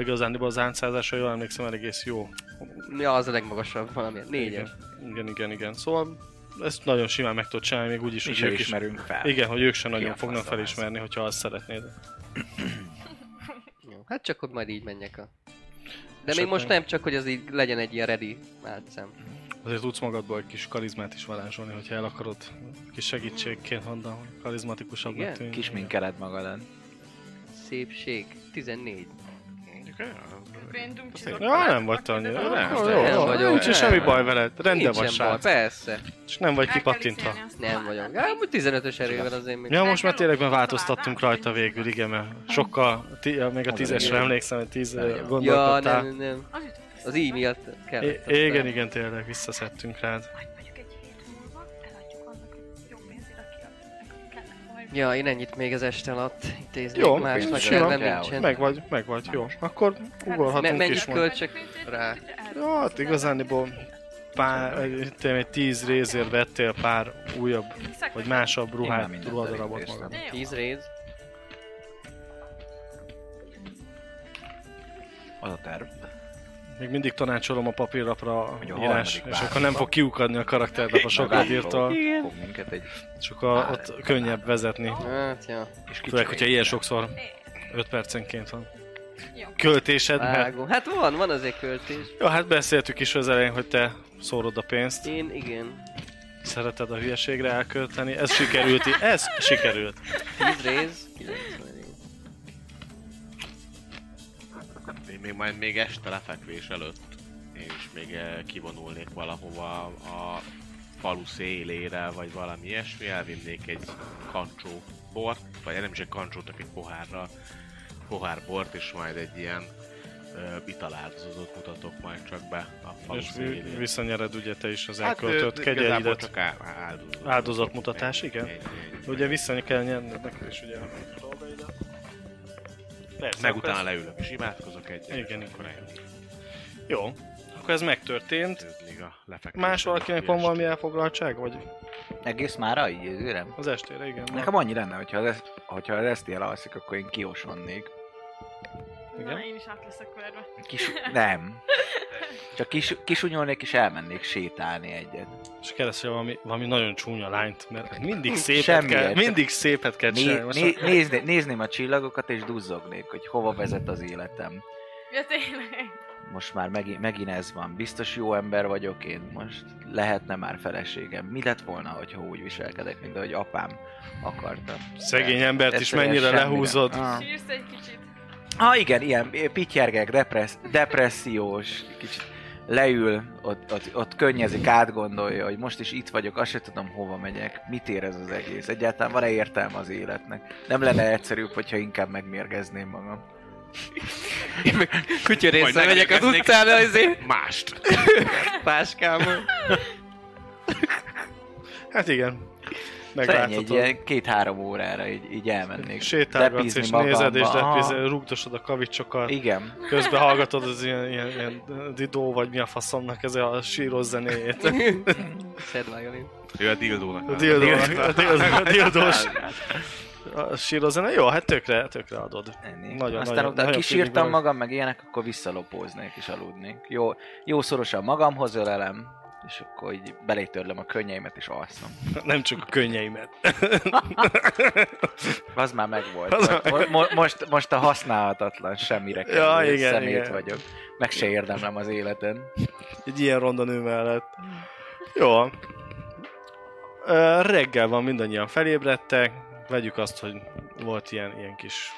[SPEAKER 2] Igazán, az áncázás, ha jól emlékszem, elég egész jó.
[SPEAKER 3] Ja, az a legmagasabb, valamilyen négyes.
[SPEAKER 2] Igen, igen, igen. Szóval ezt nagyon simán meg tudod csinálni, még úgy is,
[SPEAKER 4] Mi
[SPEAKER 2] hogy
[SPEAKER 4] sem
[SPEAKER 2] ők is,
[SPEAKER 4] ismerünk fel.
[SPEAKER 2] igen, hogy ők sem nagyon
[SPEAKER 4] Ilyen
[SPEAKER 2] fognak
[SPEAKER 4] faszom ez.
[SPEAKER 2] felismerni, hogyha azt szeretnéd.
[SPEAKER 3] Jó. Hát csak, hogy majd így menjek a... De
[SPEAKER 2] Csak
[SPEAKER 3] még most
[SPEAKER 2] nem.
[SPEAKER 3] nem, csak hogy az így legyen egy ilyen ready málcám.
[SPEAKER 2] Azért tudsz magadból egy kis karizmát is varázsolni, hogyha el akarod. Kis segítségként mondom, karizmatikusabbnak
[SPEAKER 3] Igen?
[SPEAKER 2] tűnj.
[SPEAKER 4] Kis minkeled magad.
[SPEAKER 3] Szépség, 14.
[SPEAKER 5] Random
[SPEAKER 6] Szép.
[SPEAKER 5] csizok.
[SPEAKER 2] Ja, nem vagy te annyira.
[SPEAKER 6] Nem,
[SPEAKER 2] Nem,
[SPEAKER 6] nem
[SPEAKER 2] jó, jó,
[SPEAKER 3] vagyok.
[SPEAKER 2] nincs is semmi
[SPEAKER 6] Nem.
[SPEAKER 2] baj veled. Rendben vagy,
[SPEAKER 3] Nincsen baj,
[SPEAKER 2] srác.
[SPEAKER 3] Persze,
[SPEAKER 2] És nem vagy
[SPEAKER 5] El kell
[SPEAKER 2] kipattintva.
[SPEAKER 5] viszélni azt a
[SPEAKER 3] nem vagyok.
[SPEAKER 5] vállát.
[SPEAKER 3] Hát, amúgy 15-ös erővel azért még.
[SPEAKER 2] Ja, most már
[SPEAKER 5] kell
[SPEAKER 2] tényleg már
[SPEAKER 5] ott
[SPEAKER 2] változtattunk
[SPEAKER 5] találni.
[SPEAKER 2] rajta végül, igen, mert sokkal, ti, még a tízesre
[SPEAKER 4] igen.
[SPEAKER 2] emlékszem, hogy tíz eh,
[SPEAKER 3] Ja,
[SPEAKER 2] gondolkodtál.
[SPEAKER 3] nem, nem.
[SPEAKER 5] Az jutott
[SPEAKER 3] Az
[SPEAKER 5] eszembe.
[SPEAKER 3] így miatt kellett.
[SPEAKER 2] I- igen, igen, tényleg visszaszedtünk rád.
[SPEAKER 5] Vagy mondjuk egy hét múlva eladjuk annak egy jó pénzért, aki a- kell majd-
[SPEAKER 3] Ja, én ennyit még az este alatt intéznék,
[SPEAKER 2] Jó,
[SPEAKER 3] másnak
[SPEAKER 2] simán.
[SPEAKER 3] rendben nincsen.
[SPEAKER 2] Meg vagy, meg vagy, jó. Akkor
[SPEAKER 5] Hát,
[SPEAKER 3] Me-
[SPEAKER 2] ugorhatunk
[SPEAKER 3] menjünk
[SPEAKER 2] is
[SPEAKER 3] köl-
[SPEAKER 2] most.
[SPEAKER 3] költsek
[SPEAKER 5] Pénzért,
[SPEAKER 3] rá.
[SPEAKER 5] ugye el-
[SPEAKER 2] Jó, hát igazániból pár, egy- tényleg egy tíz részért vettél pár újabb,
[SPEAKER 5] Hiszek,
[SPEAKER 2] vagy
[SPEAKER 5] hogy-
[SPEAKER 2] másabb
[SPEAKER 4] Én már
[SPEAKER 2] ruhát,
[SPEAKER 4] mindent
[SPEAKER 2] ruhadarabot
[SPEAKER 4] elértéztem.
[SPEAKER 2] magad.
[SPEAKER 5] Jó.
[SPEAKER 3] 10 rész.
[SPEAKER 4] Az a terv.
[SPEAKER 2] Még mindig tanácsolom a papírlapra
[SPEAKER 4] Hogy a
[SPEAKER 2] írás,
[SPEAKER 4] harmadik
[SPEAKER 2] és akkor
[SPEAKER 4] városban.
[SPEAKER 2] nem fog kiukadni a karakterlap a sokat írtál,
[SPEAKER 4] Igen. Fog minket egy
[SPEAKER 2] csak a, ott könnyebb vezetni.
[SPEAKER 3] Hát, ja.
[SPEAKER 4] kis
[SPEAKER 2] Főleg, hogyha ilyen sokszor
[SPEAKER 5] É,
[SPEAKER 2] 5 percenként van.
[SPEAKER 5] Jó.
[SPEAKER 2] Költésed, mert...
[SPEAKER 3] Vágom. Hát van, van azért költés.
[SPEAKER 2] Jó, hát beszéltük is az elején, hogy te szórod a pénzt,
[SPEAKER 3] Én igen.
[SPEAKER 2] szereted a hülyeségre elkölteni, ez sikerült, i- ez sikerült.
[SPEAKER 3] 10 rész, 90 rész.
[SPEAKER 6] Én még majd még este lefekvés előtt én is még eh, kivonulnék valahova a falu szélére, vagy valami ilyesmi, elvinnék egy kancsó bort, vagy nem is egy kancsót, csak egy pohárra, pohár bort, és majd egy ilyen uh, italáltozót mutatok majd csak be a falu
[SPEAKER 2] És vi-
[SPEAKER 6] szélére.
[SPEAKER 2] visszanyered ugye te is az
[SPEAKER 6] Hát, ö,
[SPEAKER 2] elköltött
[SPEAKER 6] igazából
[SPEAKER 2] kegyeidet.
[SPEAKER 6] csak á- áldozat.
[SPEAKER 2] Áldozatmutatás, igen?
[SPEAKER 6] Ennyi, ennyi.
[SPEAKER 2] Ugye vissza kell nyerned neked is ugye a dolgaidat. Persze,
[SPEAKER 6] Meg
[SPEAKER 2] akkor
[SPEAKER 6] utána
[SPEAKER 2] ez-
[SPEAKER 6] leülök és imádkozok egyet.
[SPEAKER 2] Igen,
[SPEAKER 6] és akkor
[SPEAKER 2] igen.
[SPEAKER 6] eljövök.
[SPEAKER 2] Jó. Akkor ez megtörtént.
[SPEAKER 6] Ez még a lefekvés
[SPEAKER 2] Más valakinek van
[SPEAKER 6] előtti
[SPEAKER 2] valami
[SPEAKER 6] este.
[SPEAKER 2] elfoglaltság? Vagy
[SPEAKER 4] Egész mára így jövőre?
[SPEAKER 2] az estére, igen.
[SPEAKER 4] Nekem annyi lenne, hogyha az, esz- hogyha az Esztiel alszik, akkor én kiosonnék.
[SPEAKER 2] Igen.
[SPEAKER 5] Na, én is át leszek verve.
[SPEAKER 4] Kis... Nem. Csak kis, kisunyolnék és elmennék sétálni egyet.
[SPEAKER 2] És keresel valami, valami nagyon csúnya lányt, mert
[SPEAKER 4] Hát,
[SPEAKER 2] mindig szépet
[SPEAKER 4] Semmiért,
[SPEAKER 2] kell,
[SPEAKER 4] csak-
[SPEAKER 2] mindig szépet kell
[SPEAKER 4] Né,
[SPEAKER 2] csinálni. Hát Most
[SPEAKER 4] né, nézni, nézném a csillagokat és duzzognék, hogy hova vezet az életem.
[SPEAKER 5] Ja, tényleg.
[SPEAKER 4] Most már megint, megint ez van. Biztos jó ember vagyok én most. Lehetne már feleségem. Mi lett volna, hogyha úgy viselkedek, mint ahogy apám akarta?
[SPEAKER 2] Szegény embert is
[SPEAKER 4] Egyszerűen
[SPEAKER 2] mennyire
[SPEAKER 4] semmire.
[SPEAKER 2] lehúzod.
[SPEAKER 4] Ah.
[SPEAKER 5] Sírsz egy kicsit.
[SPEAKER 4] Ah, igen, ilyen pityergek, depres- depressziós, kicsit leül, ott, ott, ott könnyezik, átgondolja, hogy most is itt vagyok, azt sem tudom, hova megyek, mit ér ez az egész, egyáltalán van-e értelme az életnek. Nem lenne egyszerűbb, hogyha inkább megmérgezném magam.
[SPEAKER 3] Én meg kutya
[SPEAKER 6] Majd
[SPEAKER 3] része megyek az
[SPEAKER 6] megérkeznék.
[SPEAKER 3] utcára, azért
[SPEAKER 6] Mást!
[SPEAKER 3] páskámmal.
[SPEAKER 2] Hát igen.
[SPEAKER 4] Szóval ennyi, egy
[SPEAKER 2] Megláthatod.
[SPEAKER 4] ilyen két-három órára így, így elmennék.
[SPEAKER 2] Sétálgatsz
[SPEAKER 4] Depízni
[SPEAKER 2] és nézed, és
[SPEAKER 4] magamba. Aha.
[SPEAKER 2] depízel, rúgdosod a kavicsokat.
[SPEAKER 4] Igen.
[SPEAKER 2] Közben hallgatod az ilyen, ilyen, ilyen didó, vagy mi a faszomnak ez a sírós zenéjét.
[SPEAKER 3] Szedd vágolin.
[SPEAKER 6] Ő a dildónak.
[SPEAKER 2] A dildó, a dildó, a dildós. A sírós zene, jó, hát tökre, tökre adod.
[SPEAKER 4] Ennyi.
[SPEAKER 2] Nagyon,
[SPEAKER 4] Aztán
[SPEAKER 2] nagyon,
[SPEAKER 4] utána
[SPEAKER 2] nagyon
[SPEAKER 4] kisírtam
[SPEAKER 2] feeling van.
[SPEAKER 4] magam, meg ilyenek, akkor visszalopóznék és aludnék. Jó, jó szorosan magamhoz ölelem, és akkor így belétörlöm a könnyeimet és alszom.
[SPEAKER 2] Nem csak a könnyeimet.
[SPEAKER 4] Az már megvolt.
[SPEAKER 2] Az
[SPEAKER 4] Mo- mo- most, most a használhatatlan semmire kell.
[SPEAKER 2] Ja, igen,
[SPEAKER 4] szemét
[SPEAKER 2] igen.
[SPEAKER 4] vagyok. Meg se érdemlem az életen.
[SPEAKER 2] Egy ilyen ronda nő mellett. Jó. Ö, Reggel van, mindannyian felébredtek. Vegyük azt, hogy volt ilyen, ilyen kis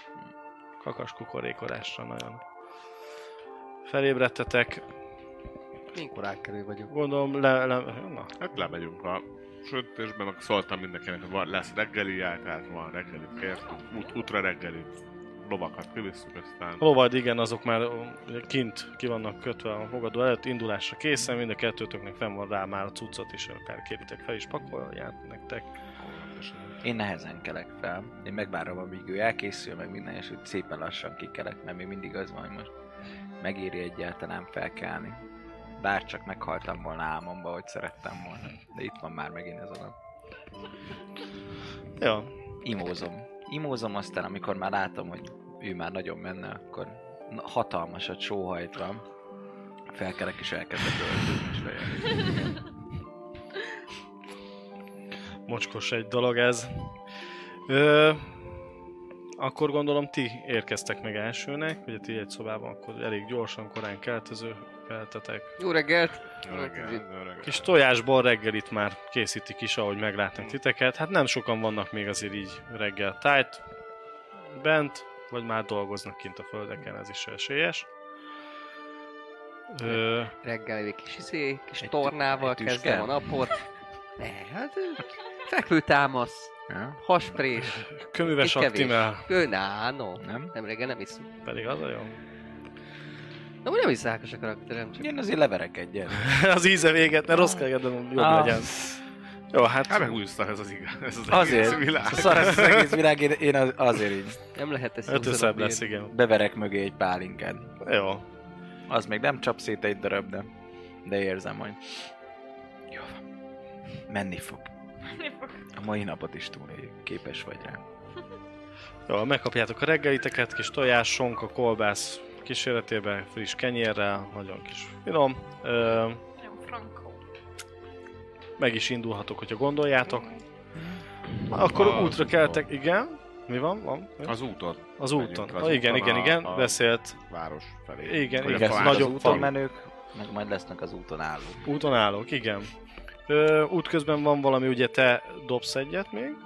[SPEAKER 2] kakas kukorékolásra nagyon. Felébredtetek,
[SPEAKER 3] Mikor átkerül vagyok?
[SPEAKER 2] gondolom le, le, na,
[SPEAKER 6] Hát lemegyünk a sötétbe, meg szóltam mindenkinek, hogy van, lesz reggeli, tehát van reggeli, kértünk, út, útra reggeli. lovakat kivisszük, aztán...
[SPEAKER 2] A lovad, igen, azok már ö, ugye kint ki vannak kötve a fogadó előtt, indulásra készen, mind a kettőtöknek fenn van rá már a cuccot, és akár kéritek fel is pakolják nektek.
[SPEAKER 4] Én nehezen kelek fel. Én megvárom, amíg ő elkészül, meg minden, és úgy szépen lassan kikelek, mert még mindig az van, hogy most megéri egyáltalán felkelni. Bár csak meghaltam volna álmomba, hogy szerettem volna. De itt van már megint ez a nap.
[SPEAKER 2] Ja,
[SPEAKER 4] Imózom. Imózom, aztán amikor már látom, hogy ő már nagyon menne, akkor na- hatalmasat sóhajtva felkelek és elkezdek öltözni és lejönni.
[SPEAKER 2] mocskos egy dolog ez. Ö, akkor gondolom ti érkeztek meg elsőnek, ugye ti egy szobában akkor elég gyorsan, korán keltöző keltetek.
[SPEAKER 3] Jó reggelt!
[SPEAKER 6] Jó reggel, jó reggel.
[SPEAKER 2] Kis tojásból reggelit már készítik is, ahogy meglátnak titeket. Hát nem sokan vannak még azért így reggel tájt bent, vagy már dolgoznak kint a földeken, ez is esélyes. Ö,
[SPEAKER 3] Reggel egy kis izé, kis
[SPEAKER 4] Egy tü-
[SPEAKER 3] tornával
[SPEAKER 4] egy tüske?
[SPEAKER 3] kezdem a napot. Ne, hát fekvő támasz,
[SPEAKER 4] Ja?
[SPEAKER 3] hasprés,
[SPEAKER 2] köműves
[SPEAKER 3] Egy kevés.
[SPEAKER 2] aktimel,
[SPEAKER 3] gőn, á, no.
[SPEAKER 4] Nem?
[SPEAKER 3] Nem reggel nem iszunk.
[SPEAKER 2] pedig az a jó.
[SPEAKER 3] Na, úgy nem is szákas a karakterem, csak
[SPEAKER 4] Én azért leverek egyet.
[SPEAKER 2] az íze véget, ne rossz kell, jobb
[SPEAKER 4] Ah.
[SPEAKER 2] legyen. Jó, hát...
[SPEAKER 6] Hát megúszta ez az igaz, ez az
[SPEAKER 4] Azért.
[SPEAKER 6] egész világ.
[SPEAKER 4] Szar ez Szóval az egész világ, én, én az, azért így
[SPEAKER 3] nem lehet ezt
[SPEAKER 2] Ötöszebb lesz,
[SPEAKER 3] bírni.
[SPEAKER 2] igen.
[SPEAKER 4] beverek mögé egy pálinkát.
[SPEAKER 2] Jó.
[SPEAKER 4] Az még nem csap szét egy darab, de, de érzem, hogy jó van. Menni fog. A mai napot is túléljük. Képes vagy rá.
[SPEAKER 2] Jó, megkapjátok a reggeliteket, kis tojás, sonka, kolbász kísérletében, friss kenyérrel, nagyon kis finom. Ö,
[SPEAKER 5] Nagyon frankó.
[SPEAKER 2] meg is indulhatok, hogyha gondoljátok. Akkor
[SPEAKER 6] Az
[SPEAKER 2] útra
[SPEAKER 6] úton.
[SPEAKER 2] keltek, igen. Mi van? van? Mi?
[SPEAKER 6] Ah, Az úton,
[SPEAKER 2] Az
[SPEAKER 6] megyünk
[SPEAKER 2] úton.
[SPEAKER 6] az
[SPEAKER 2] Ah, igen,
[SPEAKER 6] úton
[SPEAKER 2] igen,
[SPEAKER 6] a-
[SPEAKER 2] igen,
[SPEAKER 6] a-
[SPEAKER 2] beszélt.
[SPEAKER 6] város felé.
[SPEAKER 2] Igen,
[SPEAKER 6] Vagy a
[SPEAKER 2] igen,
[SPEAKER 6] város
[SPEAKER 4] Lesznek az
[SPEAKER 2] nagyobb
[SPEAKER 4] úton
[SPEAKER 2] falu.
[SPEAKER 4] menők, meg majd lesznek az úton állók.
[SPEAKER 2] Úton állok, igen. Ö, útközben van valami, ugye te dobsz egyet még?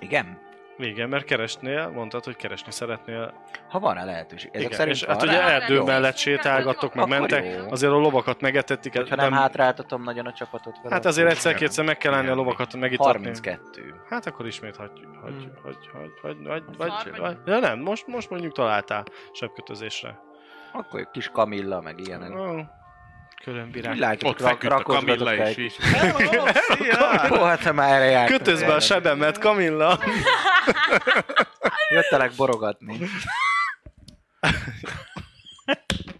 [SPEAKER 4] Igen?
[SPEAKER 2] Igen, mert keresnél, mondtad, hogy keresni szeretnél.
[SPEAKER 4] Ha van rá lehetőség. Ezek
[SPEAKER 2] Igen,
[SPEAKER 4] szerint
[SPEAKER 2] és
[SPEAKER 4] van
[SPEAKER 2] hát
[SPEAKER 4] rá?
[SPEAKER 2] ugye
[SPEAKER 5] Van
[SPEAKER 2] erdő
[SPEAKER 5] lehetőség.
[SPEAKER 2] mellett sétálgattok, meg
[SPEAKER 4] Akkor
[SPEAKER 2] mentek.
[SPEAKER 4] jó.
[SPEAKER 2] Azért a lovakat megetettik.
[SPEAKER 4] Ha nem, hátráltatom nagyon a csapatot vele.
[SPEAKER 2] Hát azért egyszer-kétszer meg kell állni a lovakat megitatni.
[SPEAKER 4] 32.
[SPEAKER 2] Hát akkor ismét hagyjuk,
[SPEAKER 4] Hmm.
[SPEAKER 2] hagyjuk, hagyjuk, hagyjuk, hagyjuk, hagyjuk,
[SPEAKER 5] Szar
[SPEAKER 2] hagyjuk,
[SPEAKER 5] vagy.
[SPEAKER 2] hagyjuk. Ja nem, most, most mondjuk találtál sebkötözésre.
[SPEAKER 4] Akkor egy kis kamilla, meg ilyenek.
[SPEAKER 2] Ó,
[SPEAKER 4] Úgy
[SPEAKER 2] Különvirág.
[SPEAKER 4] látjátok,
[SPEAKER 6] Ott
[SPEAKER 4] rak,
[SPEAKER 6] feküdt a Kamilla
[SPEAKER 4] rakozgatok
[SPEAKER 6] is,
[SPEAKER 4] is.
[SPEAKER 6] és
[SPEAKER 4] Ó, hát ha már erre jártam.
[SPEAKER 2] Kötözd be a sebemet, Kamilla!
[SPEAKER 4] Jöttelek borogatni.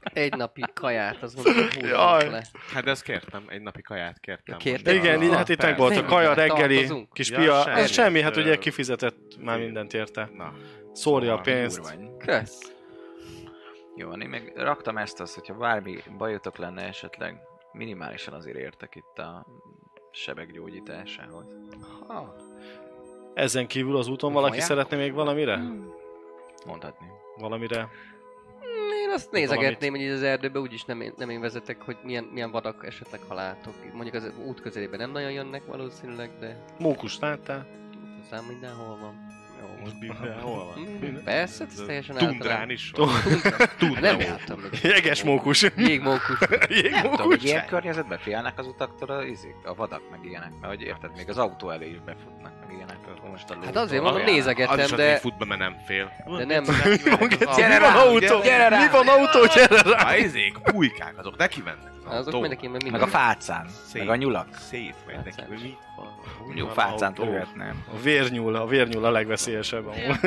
[SPEAKER 3] Egy napi kaját, az mondom, hogy
[SPEAKER 2] Jaj.
[SPEAKER 3] húzzunk le.
[SPEAKER 6] Hát ezt kértem, egy napi kaját kértem.
[SPEAKER 3] Ja, kértem.
[SPEAKER 2] De
[SPEAKER 6] Most
[SPEAKER 2] igen,
[SPEAKER 6] a-
[SPEAKER 2] így,
[SPEAKER 6] a
[SPEAKER 2] hát itt meg
[SPEAKER 6] persze.
[SPEAKER 2] volt a kaja,
[SPEAKER 3] Tartozunk.
[SPEAKER 2] reggeli, kis
[SPEAKER 6] Ja,
[SPEAKER 2] pia.
[SPEAKER 6] semmi.
[SPEAKER 2] Hát semmi, hát ugye
[SPEAKER 6] Ö,
[SPEAKER 2] kifizetett már mindent érte.
[SPEAKER 6] Na,
[SPEAKER 2] Szórja a
[SPEAKER 6] Szóval
[SPEAKER 2] pénzt.
[SPEAKER 4] Durvány.
[SPEAKER 3] Kösz.
[SPEAKER 4] Jó van, én meg raktam ezt azt, hogyha bármi bajotok lenne esetleg, minimálisan azért értek itt a sebek gyógyításához.
[SPEAKER 3] Ha,
[SPEAKER 2] Ezen kívül az úton valaki
[SPEAKER 3] Vaják?
[SPEAKER 2] szeretne még valamire?
[SPEAKER 4] Hmm. Mondhatni.
[SPEAKER 2] Valamire?
[SPEAKER 3] Én azt nézegetném, hogy így az erdőbe úgyis nem én, nem én vezetek, hogy milyen, milyen vadak esetleg, ha látok. Mondjuk az út közelében nem nagyon jönnek valószínűleg, de
[SPEAKER 2] Mókus láttál?
[SPEAKER 3] szám mindenhol van. Jó.
[SPEAKER 6] hol van?
[SPEAKER 3] Mm, Persze, ez teljesen
[SPEAKER 6] Tundrán
[SPEAKER 3] általán.
[SPEAKER 6] is van.
[SPEAKER 3] Tundrán. Nem jártam még.
[SPEAKER 2] Jeges mókus.
[SPEAKER 3] Jégmókus.
[SPEAKER 4] Nem tudom, hogy
[SPEAKER 2] Jégmókus.
[SPEAKER 4] ilyen környezetben félnek az utaktól a, izék, a vadak meg ilyenek, mert hogy érted, még az autó elé is befutnak meg ilyenek, akkor most a ló.
[SPEAKER 3] Hát azért
[SPEAKER 6] Valami
[SPEAKER 3] mondom,
[SPEAKER 6] áll.
[SPEAKER 3] nézegettem,
[SPEAKER 6] Az is,
[SPEAKER 3] de-
[SPEAKER 6] de... futba, mert nem fél.
[SPEAKER 3] De nem, nem
[SPEAKER 2] Mi van autó? Mi van autó? Gyere rá!
[SPEAKER 6] A izék, pulykák, azok neki mennek. az
[SPEAKER 3] azok
[SPEAKER 6] autók.
[SPEAKER 3] mindenki, mert
[SPEAKER 4] Meg a
[SPEAKER 3] minden.
[SPEAKER 4] fácán, meg a nyulak.
[SPEAKER 6] Szét megy neki, hogy mi
[SPEAKER 4] Hát
[SPEAKER 6] van.
[SPEAKER 4] Jó
[SPEAKER 6] Van
[SPEAKER 4] fácán
[SPEAKER 6] autó.
[SPEAKER 4] törhetném.
[SPEAKER 2] A vérnyúl, a vérnyúl a legveszélyesebb amúgy.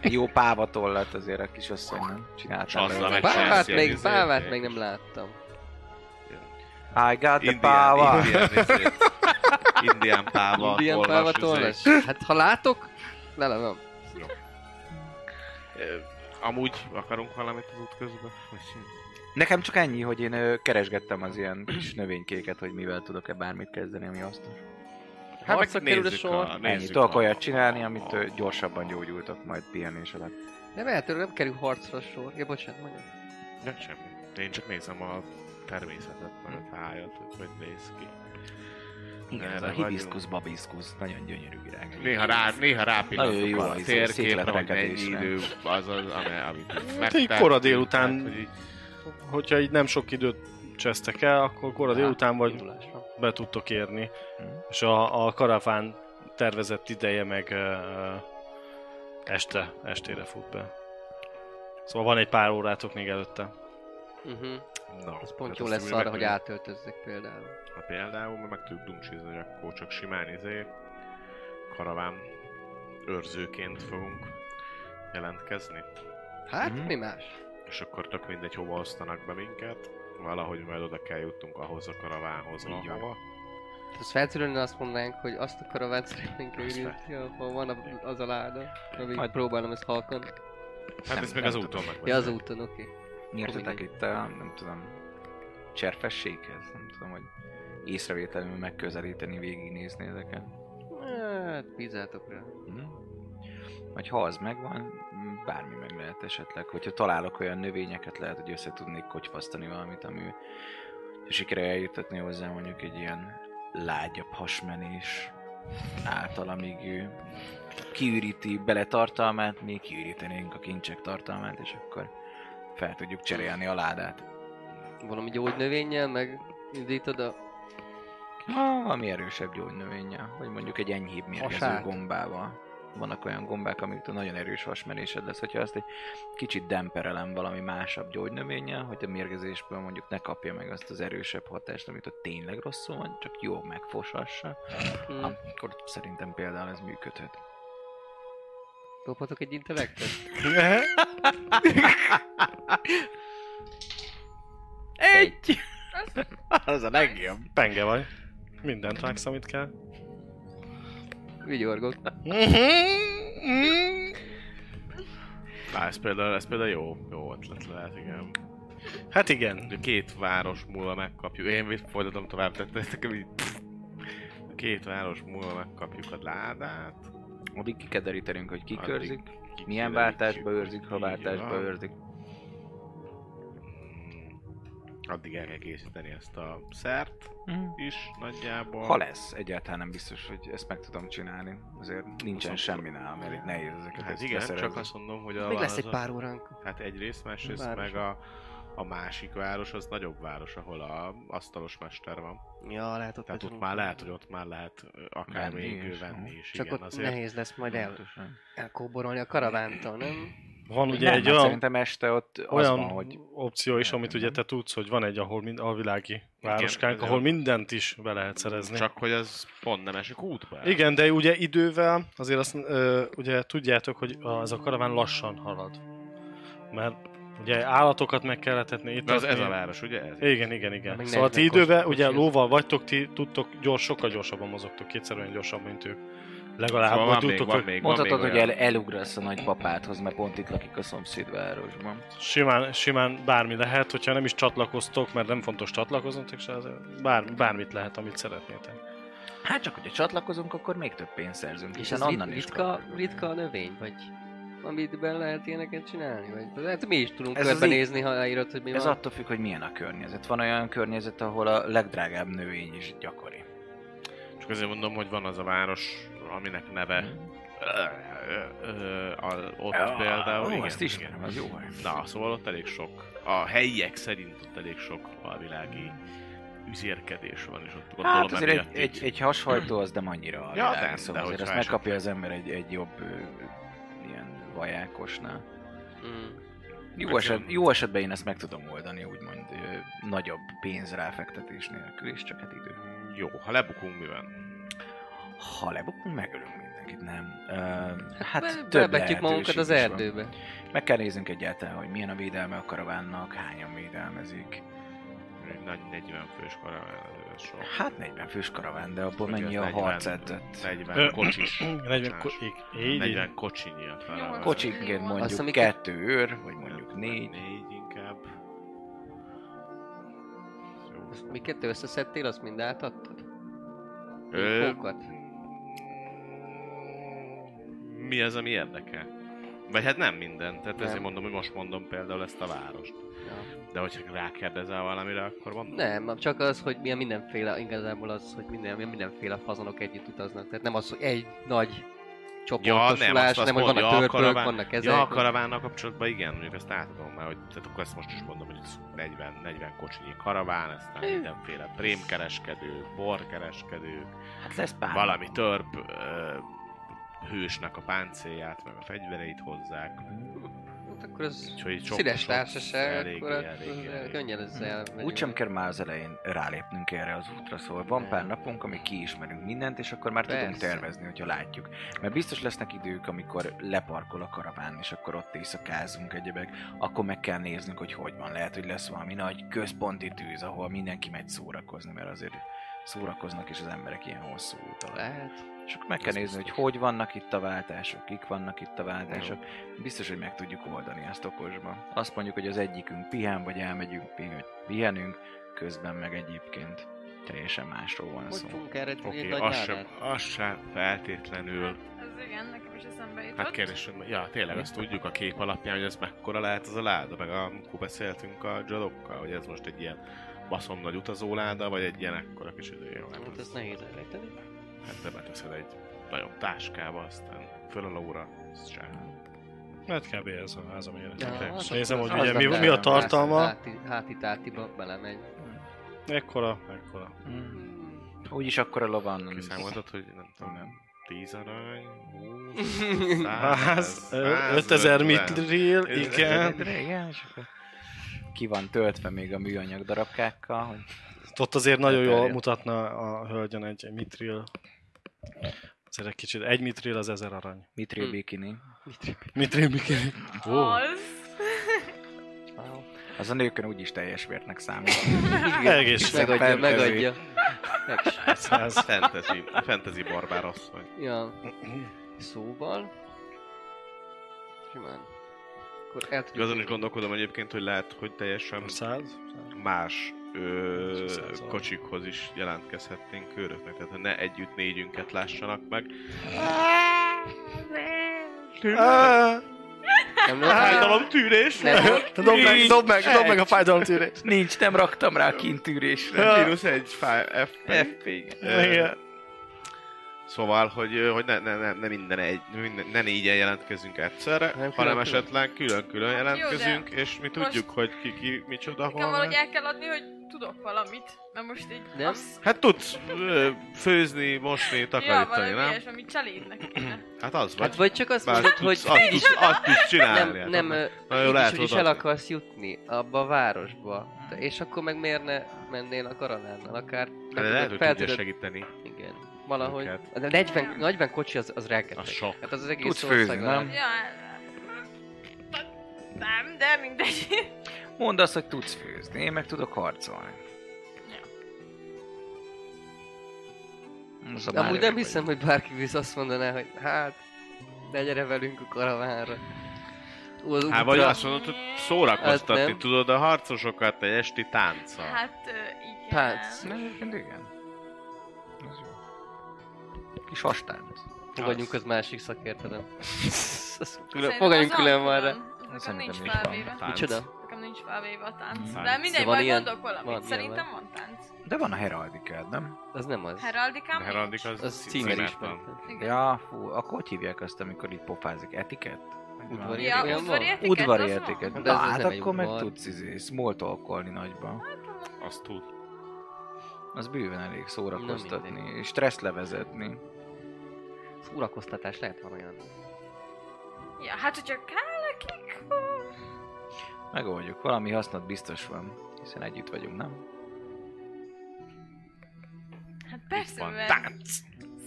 [SPEAKER 4] Egy jó pávatollat azért a kisasszony nem csináltam.
[SPEAKER 6] Azzal
[SPEAKER 4] belőle.
[SPEAKER 6] meg-
[SPEAKER 3] Pávát
[SPEAKER 6] Chelsea,
[SPEAKER 3] még,
[SPEAKER 6] izé,
[SPEAKER 3] pávát
[SPEAKER 6] izé.
[SPEAKER 3] még nem láttam.
[SPEAKER 4] I got the
[SPEAKER 6] Indián,
[SPEAKER 4] power.
[SPEAKER 6] indián, izé. indián páva.
[SPEAKER 3] Indian
[SPEAKER 6] tollas,
[SPEAKER 3] páva
[SPEAKER 6] izé.
[SPEAKER 3] tollas? Hát ha látok, lelövöm.
[SPEAKER 6] Ö, Amúgy akarunk valamit az út közben? Vagy sem?
[SPEAKER 4] Nekem csak ennyi, hogy én ö, keresgettem az ilyen kis növénykéket, hogy mivel tudok-e bármit kezdeni, ami hasznos.
[SPEAKER 6] Hát
[SPEAKER 3] Harcra
[SPEAKER 6] meg
[SPEAKER 3] kerül a
[SPEAKER 6] nézzük
[SPEAKER 3] sor.
[SPEAKER 6] a-
[SPEAKER 4] Ennyi,
[SPEAKER 6] nézzük
[SPEAKER 4] tudok
[SPEAKER 6] a-
[SPEAKER 4] olyat csinálni, amit
[SPEAKER 6] a-
[SPEAKER 4] ö, gyorsabban gyógyultok majd pihenés alatt.
[SPEAKER 3] Nem eltörő, nem kerül harcra sor. Ja, bocsánat, mondjam.
[SPEAKER 6] Nem semmi. Én csak nézem a természetet, meg a tájat, hogy hogy néz ki.
[SPEAKER 4] Igen,
[SPEAKER 6] Erre
[SPEAKER 4] ez a
[SPEAKER 6] vagyunk.
[SPEAKER 4] hibiszkusz babiszkusz, nagyon gyönyörű virág.
[SPEAKER 6] Néha rá, néha
[SPEAKER 4] Nagyon jó
[SPEAKER 6] rápillantok a
[SPEAKER 4] az
[SPEAKER 6] térképre, hogy mennyi
[SPEAKER 4] szétletrekedésre.
[SPEAKER 6] idő az az, ami- amit
[SPEAKER 2] Hát így kora délután-
[SPEAKER 6] tehát, hogy így-
[SPEAKER 2] Hogyha így nem sok időt csesztek el, akkor kora délután vagy be tudtok érni.
[SPEAKER 4] Mhm.
[SPEAKER 2] És a, a karaván tervezett ideje meg ö, ö, este, estére fut be. Szóval van egy pár órátok még előtte.
[SPEAKER 3] Uh-huh.
[SPEAKER 6] Na,
[SPEAKER 3] Ez pont
[SPEAKER 6] hát
[SPEAKER 3] jó
[SPEAKER 6] azt
[SPEAKER 3] lesz
[SPEAKER 6] úgy
[SPEAKER 3] arra, hogy
[SPEAKER 6] megmondjuk.
[SPEAKER 3] átöltözzek például.
[SPEAKER 6] Ha például, mert meg tudjuk dumcsizni, hogy akkor csak simán izé, karaván őrzőként fogunk jelentkezni.
[SPEAKER 3] Hát,
[SPEAKER 4] Mhm.
[SPEAKER 3] mi más?
[SPEAKER 6] És akkor tök mindegy, hova osztanak be minket, valahogy majd oda kell jutnunk ahhoz a karavánhoz,
[SPEAKER 4] Így van.
[SPEAKER 6] ahova.
[SPEAKER 3] Az feltűnően azt mondanánk, hogy azt a karavát szeretnénk
[SPEAKER 6] Azt
[SPEAKER 3] őrizni, ahol van a, az a láda. Amíg
[SPEAKER 4] Majd-
[SPEAKER 3] Majd próbálom ezt halkan.
[SPEAKER 6] Hát
[SPEAKER 4] Nem,
[SPEAKER 6] ez még
[SPEAKER 4] nem
[SPEAKER 6] az
[SPEAKER 4] tudom.
[SPEAKER 6] úton meg.
[SPEAKER 3] Ja, az úton, oké.
[SPEAKER 4] Nyertetek
[SPEAKER 3] Mindegy.
[SPEAKER 4] itt a, nem tudom, cserfességhez? Nem tudom, hogy észrevételenül megközelíteni, végignézni ezeket.
[SPEAKER 3] Hát, bízzátok rá.
[SPEAKER 4] Hm? Vagy ha az megvan, m, bármi meg lehet esetleg. Hogyha találok olyan növényeket, lehet, hogy össze tudnék kocsvasztani valamit, ami hogyha sikerül eljutatni hozzá mondjuk egy ilyen lágyabb hasmenés által, amíg ő kiüríti bele tartalmát, mi kiürítenénk a kincsek tartalmát, és akkor fel tudjuk cserélni a ládát.
[SPEAKER 3] Valami gyógynövényel meg indítod a...
[SPEAKER 4] Ha, valami erősebb gyógynövénye, vagy mondjuk egy enyhébb mérgező
[SPEAKER 3] Hasát.
[SPEAKER 4] gombával. Vannak olyan gombák, amiktől nagyon erős hasmerésed lesz, hogyha azt egy kicsit demperelem valami másabb gyógynövényel, hogy a mérgezésből mondjuk ne kapja meg azt az erősebb hatást, amit ott tényleg rosszul van, csak jó megfosassa,
[SPEAKER 6] Hmm.
[SPEAKER 3] Mm.
[SPEAKER 4] akkor szerintem például ez működhet.
[SPEAKER 3] Dobhatok egy intellektet?
[SPEAKER 4] Egy!
[SPEAKER 5] Az-
[SPEAKER 4] az a legjobb.
[SPEAKER 2] Penge vagy. Mindent vágsz, amit kell.
[SPEAKER 3] Vigyorgok.
[SPEAKER 6] Á, ez például, ez például jó, jó ötlet lehet, igen.
[SPEAKER 2] Hát igen.
[SPEAKER 6] De két város múlva megkapjuk, én folytatom tovább, tehát nekem így... Két város múlva megkapjuk a ládát.
[SPEAKER 4] Addig kikederítenünk, hogy kik
[SPEAKER 6] Addig
[SPEAKER 4] őrzik,
[SPEAKER 6] kikiderítjük.
[SPEAKER 4] milyen váltásba őrzik, ha
[SPEAKER 6] Így
[SPEAKER 4] váltásba
[SPEAKER 6] van.
[SPEAKER 4] őrzik.
[SPEAKER 6] Mm. Addig el kell készíteni ezt a szert
[SPEAKER 4] Mm.
[SPEAKER 6] is nagyjából.
[SPEAKER 4] Ha lesz, egyáltalán nem biztos, hogy ezt meg tudom csinálni. Azért nincsen
[SPEAKER 6] Viszont-
[SPEAKER 4] semmi nálam, elég nehéz ezeket
[SPEAKER 6] Hát
[SPEAKER 4] ezt
[SPEAKER 6] igen,
[SPEAKER 4] leszerezni.
[SPEAKER 6] csak azt mondom, hogy a
[SPEAKER 3] Még lesz
[SPEAKER 6] az
[SPEAKER 3] egy
[SPEAKER 6] a-
[SPEAKER 3] pár óránk.
[SPEAKER 6] Hát egyrészt, másrészt
[SPEAKER 3] Város.
[SPEAKER 6] meg a, a másik város az nagyobb város, ahol a asztalos mester van.
[SPEAKER 3] Ja, lehet ott
[SPEAKER 6] Tehát ott
[SPEAKER 3] vagyunk.
[SPEAKER 6] már lehet, hogy ott már lehet ö, akár
[SPEAKER 4] Venni
[SPEAKER 6] még
[SPEAKER 4] is,
[SPEAKER 6] is, venni
[SPEAKER 4] aha.
[SPEAKER 6] is.
[SPEAKER 3] Csak
[SPEAKER 6] igen,
[SPEAKER 3] ott nehéz lesz majd el,
[SPEAKER 4] Pontosan.
[SPEAKER 3] elkóborolni a karavántól, nem?
[SPEAKER 2] Van ugye
[SPEAKER 4] nem,
[SPEAKER 2] egy
[SPEAKER 4] hát
[SPEAKER 2] olyan,
[SPEAKER 4] szerintem este ott
[SPEAKER 2] olyan
[SPEAKER 4] az van, hogy
[SPEAKER 2] opció is, amit ugye te tudsz, hogy van egy ahol mind, a világi városkánk,
[SPEAKER 6] ez jó.
[SPEAKER 2] ahol mindent is be lehet szerezni.
[SPEAKER 6] Csak hogy az pont nem esik útba.
[SPEAKER 2] Igen, de ugye idővel azért azt ö, ugye tudjátok, hogy az a karaván lassan halad. Mert ugye állatokat meg kell etetni. Itt
[SPEAKER 6] De az ez
[SPEAKER 2] adni.
[SPEAKER 6] a város, ugye? Ez
[SPEAKER 2] Igen, igen, igen.
[SPEAKER 3] Na, még
[SPEAKER 2] szóval ti
[SPEAKER 3] 40
[SPEAKER 2] idővel,
[SPEAKER 3] kocsi-
[SPEAKER 2] ugye
[SPEAKER 3] kocsi.
[SPEAKER 2] lóval vagytok, ti tudtok gyors, sokkal gyorsabban mozogtok, kétszer olyan gyorsabb, mint ők. Legalább,
[SPEAKER 6] Szóval
[SPEAKER 2] vagy
[SPEAKER 6] van még,
[SPEAKER 2] tudtok,
[SPEAKER 6] van
[SPEAKER 2] hogy
[SPEAKER 6] még, van még
[SPEAKER 4] mondhatod, hogy
[SPEAKER 6] olyan.
[SPEAKER 4] el, elugrasz a nagypapádhoz, mert pont itt lakik a szomszédvárosban.
[SPEAKER 2] simán, simán bármi lehet, hogyha nem is csatlakoztok, mert nem fontos csatlakoznotok, se azért bár, bármit lehet, amit szeretnétek.
[SPEAKER 4] Hát csak, hogyha csatlakozunk, akkor még több pénzt szerzünk,
[SPEAKER 3] És
[SPEAKER 4] hiszen
[SPEAKER 3] ez
[SPEAKER 4] onnan
[SPEAKER 3] rit-
[SPEAKER 4] is
[SPEAKER 3] ritka,
[SPEAKER 4] kapjuk.
[SPEAKER 3] ritka a növény, vagy amitben lehet ilyeneket csinálni? Vagy, hát mi is tudunk
[SPEAKER 4] Ez az
[SPEAKER 3] körbenézni, ha leírod, hogy mi
[SPEAKER 4] Ez
[SPEAKER 3] van.
[SPEAKER 4] attól függ, hogy milyen a környezet. Van olyan környezet, ahol a legdrágább növény is gyakori.
[SPEAKER 6] Csak azért mondom, hogy van az a város, aminek neve...
[SPEAKER 2] Mhm.
[SPEAKER 6] Ö, ö, ö, a- Ott
[SPEAKER 4] Ah,
[SPEAKER 6] például,
[SPEAKER 4] ó,
[SPEAKER 6] igen,
[SPEAKER 4] azt ismerem, az jó hely.
[SPEAKER 6] Na, szóval ott elég sok, a helyiek szerint ott elég sok alvilági üzérkedés van, és ott gondolom
[SPEAKER 4] Hát azért egy,
[SPEAKER 6] emiatt
[SPEAKER 4] egy,
[SPEAKER 6] így-
[SPEAKER 4] egy hashajtó az nem annyira a
[SPEAKER 6] Ja,
[SPEAKER 4] világ,
[SPEAKER 6] de-
[SPEAKER 4] szóval
[SPEAKER 6] de
[SPEAKER 4] azért
[SPEAKER 6] hogy
[SPEAKER 4] azt
[SPEAKER 6] felső-
[SPEAKER 4] megkapja az ember egy, egy jobb ö, ö, ilyen vajákosnál.
[SPEAKER 3] Mm.
[SPEAKER 4] Jó,
[SPEAKER 6] Meg
[SPEAKER 4] eset,
[SPEAKER 6] kell-
[SPEAKER 4] jó esetben én ezt meg tudom oldani, úgymond ö, nagyobb pénz ráfektetés nélkül is, csak hát idő.
[SPEAKER 6] Jó, ha lebukunk, mi van?
[SPEAKER 4] Ha lebukunk, megölünk mindenkit, nem. Ö, hát
[SPEAKER 3] Be-
[SPEAKER 4] több
[SPEAKER 3] belebetjük magunkat
[SPEAKER 4] lehetőség
[SPEAKER 3] az
[SPEAKER 4] is van.
[SPEAKER 3] erdőbe.
[SPEAKER 4] Meg kell néznünk egyáltalán, hogy milyen a védelme a karavánnak, hányan védelmezik.
[SPEAKER 6] Egy nagy 40 fős karaván, ez sok.
[SPEAKER 4] Hát 40 fős karaván, de abból
[SPEAKER 6] Ugye
[SPEAKER 4] mennyi a
[SPEAKER 6] 40
[SPEAKER 4] harcedzett?
[SPEAKER 6] 40
[SPEAKER 2] Ö,
[SPEAKER 6] kocsis.
[SPEAKER 2] 40 ko-
[SPEAKER 6] bocsánat.
[SPEAKER 2] így- így, így.
[SPEAKER 6] 40 kocsinyi a karaván.
[SPEAKER 5] Nyolc.
[SPEAKER 4] Kocsiként
[SPEAKER 5] Azt
[SPEAKER 4] mondjuk
[SPEAKER 3] hiszem,
[SPEAKER 4] kettő őr, vagy mondjuk négy.
[SPEAKER 6] Négy inkább. Jó.
[SPEAKER 3] Azt miket összeszedtél, azt mind átadtad?
[SPEAKER 6] Ö,
[SPEAKER 3] Infókat?
[SPEAKER 6] Mi az, ami érdekel? Vagy hát nem minden, tehát
[SPEAKER 3] Nem.
[SPEAKER 6] ezért mondom, hogy most mondom például ezt a várost.
[SPEAKER 3] Ja.
[SPEAKER 6] De hogyha rákérdezel valamire, akkor mondom.
[SPEAKER 3] Nem, csak az, hogy milyen mindenféle, igazából az, hogy minden, milyen mindenféle fazonok együtt utaznak. Tehát nem az, hogy egy nagy
[SPEAKER 6] Ja, nem,
[SPEAKER 3] csoportosulás,
[SPEAKER 6] azt, azt
[SPEAKER 3] nem, hogy
[SPEAKER 6] mond,
[SPEAKER 3] vannak
[SPEAKER 6] ja, a
[SPEAKER 3] törpök,
[SPEAKER 6] karaván,
[SPEAKER 3] vannak ezek.
[SPEAKER 6] ja, a karavánnal kapcsolatban igen, mondjuk ezt átadom már, hogy tehát akkor ezt most is mondom, hogy ez 40, 40 kocsinyi karaván, aztán mindenféle prémkereskedő, borkereskedő,
[SPEAKER 4] Hát lesz pár.
[SPEAKER 6] valami törp, ö, hősnek a páncélját, meg a fegyvereit hozzák.
[SPEAKER 3] hát akkor az
[SPEAKER 6] Úgyhogy sok-
[SPEAKER 3] színes
[SPEAKER 6] sok-
[SPEAKER 3] társaság,
[SPEAKER 6] eléggé,
[SPEAKER 3] akkor az-
[SPEAKER 6] eléggé,
[SPEAKER 3] az
[SPEAKER 6] eléggé.
[SPEAKER 3] könnyen ezzel elmegyünk.
[SPEAKER 4] Úgy sem Szóval kell már az elején rálépnünk erre az útra, szóval van pár napunk, amíg kiismerünk mindent, és akkor már tudunk
[SPEAKER 3] Persze.
[SPEAKER 4] tervezni, hogyha látjuk. Mert biztos lesznek idők, amikor leparkol a karaván, és akkor ott éjszakázunk egyebek, akkor meg kell néznünk, hogy hogy van. Lehet, hogy lesz valami nagy központi tűz, ahol mindenki megy szórakozni, mert azért szórakoznak is az emberek ilyen hosszú út alatt.
[SPEAKER 3] Lehet.
[SPEAKER 4] És akkor meg kell nézni, hogy hogy vannak itt a váltások, kik vannak itt a váltások. Biztos, hogy meg tudjuk oldani ezt okosban. Azt mondjuk, hogy az egyikünk pihen, vagy elmegyünk, pihen, pihenünk, közben meg egyébként teljesen másról van
[SPEAKER 3] Hogy
[SPEAKER 4] szó.
[SPEAKER 3] fogunk erre tudni
[SPEAKER 6] Oké,
[SPEAKER 3] egy
[SPEAKER 6] okay,
[SPEAKER 3] nagy
[SPEAKER 6] az, sem,
[SPEAKER 3] ládát?
[SPEAKER 6] az sem feltétlenül.
[SPEAKER 5] Ez igen, nekem is eszembe jutott.
[SPEAKER 6] Hát kérdésem, ja, tényleg azt tudjuk a kép alapján, hogy ez mekkora lehet az a láda, meg amikor beszéltünk a Jadokkal, hogy ez most egy ilyen baszom nagy utazóláda, vagy egy ilyen ekkora kis idő.
[SPEAKER 3] Hát ezt nehéz elrejteni.
[SPEAKER 6] Hát te beteszed egy nagyobb táskába, aztán föl a lóra, az sem.
[SPEAKER 2] Mert Hát kb. ez a házam
[SPEAKER 3] Ja,
[SPEAKER 2] élete.
[SPEAKER 6] Tényleg.
[SPEAKER 3] hát
[SPEAKER 2] És
[SPEAKER 3] akkor
[SPEAKER 2] nézem,
[SPEAKER 3] az-
[SPEAKER 2] hogy
[SPEAKER 3] az
[SPEAKER 2] ugye mi,
[SPEAKER 3] nem
[SPEAKER 2] mi a
[SPEAKER 3] lehet.
[SPEAKER 2] tartalma.
[SPEAKER 3] Háti- Háti-tátiba belemegy.
[SPEAKER 2] Ekkora, ekkora.
[SPEAKER 4] Mm. Úgyis akkor a lovan...
[SPEAKER 6] Kiszámoltad, hogy nem tudom, nem. 10 arany, 20,
[SPEAKER 2] 100, 5000 mitril, igen.
[SPEAKER 4] Igen, és akkor ki van töltve még a műanyag darabkákkal, hogy
[SPEAKER 2] Ott azért nagyon jól
[SPEAKER 4] Elterjedt.
[SPEAKER 2] mutatna a hölgyen egy egy mitril. Azért egy kicsit, egy mitril az ezer arany.
[SPEAKER 4] mitri
[SPEAKER 3] Mm.
[SPEAKER 4] bikini.
[SPEAKER 2] Mitril bikini.
[SPEAKER 5] Az.
[SPEAKER 4] Az a nőkön úgyis teljes vértnek számít.
[SPEAKER 2] Egész.
[SPEAKER 4] Meg-
[SPEAKER 3] Megadja,
[SPEAKER 4] Fent-
[SPEAKER 3] megadja. Meg-
[SPEAKER 6] Ez fantasy, fantasy barbár asszony.
[SPEAKER 3] Ja. Szóval... Simán. Akkor el tudjuk...
[SPEAKER 6] Igazán is gondolkodom egyébként, hogy lehet, hogy teljesen
[SPEAKER 2] 100?
[SPEAKER 6] más ö,
[SPEAKER 2] Ez az
[SPEAKER 6] kocsikhoz is jelentkezhetnénk őröknek, tehát hogy ne együtt négyünket lássanak meg.
[SPEAKER 3] Nem
[SPEAKER 6] Hát,
[SPEAKER 3] lehet,
[SPEAKER 6] tűrés!
[SPEAKER 3] nem lehet.
[SPEAKER 2] Dob meg, dob meg, dob meg a fájdalomtűrés.
[SPEAKER 4] Nincs, nem raktam rá a kintűrésre.
[SPEAKER 6] Mínusz egy fáj, F, F,
[SPEAKER 2] Igen.
[SPEAKER 6] Szóval, hogy, ö, hogy ne, ne, ne, ne minden egy, minden, ne négyen jelentkezünk egyszerre,
[SPEAKER 3] külön-
[SPEAKER 6] hanem
[SPEAKER 3] külön.
[SPEAKER 6] esetleg külön-külön
[SPEAKER 5] Hát jó, de
[SPEAKER 6] jelentkezünk, és mi
[SPEAKER 5] most-
[SPEAKER 6] tudjuk, hogy ki, ki micsoda, hol
[SPEAKER 5] Nekem valahogy
[SPEAKER 6] van.
[SPEAKER 5] el kell adni, hogy tudok valamit. Mert most így...
[SPEAKER 3] Nem?
[SPEAKER 5] az-
[SPEAKER 6] Hát tudsz ö, főzni, mosni,
[SPEAKER 5] Ja,
[SPEAKER 6] takarítani,
[SPEAKER 5] valami
[SPEAKER 6] nem?
[SPEAKER 5] ilyesmi, amit cselédnek kéne.
[SPEAKER 6] Hát az vagy.
[SPEAKER 3] Hát vagy csak azt
[SPEAKER 6] Bár
[SPEAKER 3] mondod, hogy
[SPEAKER 6] tudsz, azt, tudsz, azt tudsz
[SPEAKER 3] nem,
[SPEAKER 6] csinálni. hát
[SPEAKER 3] nem,
[SPEAKER 6] annak-
[SPEAKER 3] ö,
[SPEAKER 6] Na jó,
[SPEAKER 3] így is,
[SPEAKER 6] lehet,
[SPEAKER 3] hogy is
[SPEAKER 6] oda-
[SPEAKER 3] el akarsz jutni abba a városba. Te- És akkor meg miért ne mennél a karavánnal, akár
[SPEAKER 6] De lehet, hogy
[SPEAKER 3] fel
[SPEAKER 6] tudja
[SPEAKER 3] tudod-
[SPEAKER 6] segíteni.
[SPEAKER 3] Igen. Valahogy.
[SPEAKER 6] Őket.
[SPEAKER 3] De 40, 40 kocsi az, az rengeteg.
[SPEAKER 6] Az sok.
[SPEAKER 3] Hát az, az egész
[SPEAKER 4] Tudsz főzni,
[SPEAKER 3] országon
[SPEAKER 4] nem?
[SPEAKER 3] át.
[SPEAKER 5] Ja, nem, de mindegy.
[SPEAKER 4] Mondd azt, hogy tudsz főzni, én meg tudok harcolni. Az a
[SPEAKER 3] Amúgy
[SPEAKER 4] már
[SPEAKER 3] nem hiszem, hogy bárki visz azt mondaná, hogy hát, ne gyere velünk a karavánra. Ú, Az
[SPEAKER 6] Hát
[SPEAKER 3] útra.
[SPEAKER 6] vagy azt mondod, hogy szórakoztatni
[SPEAKER 3] Hát nem.
[SPEAKER 6] tudod a harcosokat egy esti tánccal. Hát,
[SPEAKER 5] Hát, ö, igen.
[SPEAKER 3] Tánc.
[SPEAKER 4] Nem, egyébként igen. Az jó. Kis hastánc.
[SPEAKER 3] Fogadjunk az másik szakértelem. Azt külön-
[SPEAKER 5] Szerintem
[SPEAKER 3] Fogadjunk
[SPEAKER 5] az
[SPEAKER 3] külön
[SPEAKER 5] alkalom.
[SPEAKER 3] már rá.
[SPEAKER 5] Nekem
[SPEAKER 4] Szerintem
[SPEAKER 5] nincs
[SPEAKER 4] is van.
[SPEAKER 5] felvéve.
[SPEAKER 3] Micsoda?
[SPEAKER 5] Nekem nincs felvéve a tánc.
[SPEAKER 6] Tánc.
[SPEAKER 5] De mindegy,
[SPEAKER 3] Szóval
[SPEAKER 5] majd
[SPEAKER 3] ilyen-
[SPEAKER 5] mondok
[SPEAKER 3] van,
[SPEAKER 5] valamit.
[SPEAKER 3] ilyen
[SPEAKER 5] Szerintem van tánc.
[SPEAKER 4] De van a heraldikád, nem?
[SPEAKER 3] Az nem az.
[SPEAKER 5] Hát, Heraldikám?
[SPEAKER 6] Herandik az,
[SPEAKER 3] Az
[SPEAKER 6] cí-
[SPEAKER 3] címer is
[SPEAKER 6] címet van.
[SPEAKER 3] van.
[SPEAKER 5] Igen.
[SPEAKER 4] Ja, fú, akkor hogy hívják azt, amikor így pofázik? Etikett? Vagy
[SPEAKER 3] Udvari-
[SPEAKER 4] valami?
[SPEAKER 5] Ja,
[SPEAKER 3] Olyan
[SPEAKER 5] udvari
[SPEAKER 3] van?
[SPEAKER 5] etikett,
[SPEAKER 4] Udvari
[SPEAKER 5] az
[SPEAKER 4] etikett.
[SPEAKER 5] van.
[SPEAKER 3] De
[SPEAKER 4] Na,
[SPEAKER 3] ez- ez
[SPEAKER 4] hát
[SPEAKER 3] nem egy
[SPEAKER 4] akkor meg
[SPEAKER 3] udvar.
[SPEAKER 4] tudsz izé, smalltalkolni nagyban.
[SPEAKER 6] Azt tud.
[SPEAKER 4] Az bőven elég
[SPEAKER 3] Na,
[SPEAKER 4] szórakoztatni,
[SPEAKER 3] mindegy.
[SPEAKER 4] és stressz levezetni.
[SPEAKER 3] Szórakoztatás lehet van olyan.
[SPEAKER 5] Ja, hát hogyha kell nekik, hú.
[SPEAKER 4] Megoldjuk, valami hasznod biztos van, hiszen együtt vagyunk, nem?
[SPEAKER 5] Hát
[SPEAKER 6] Itt
[SPEAKER 5] persze,
[SPEAKER 6] van
[SPEAKER 5] mert
[SPEAKER 6] tánc.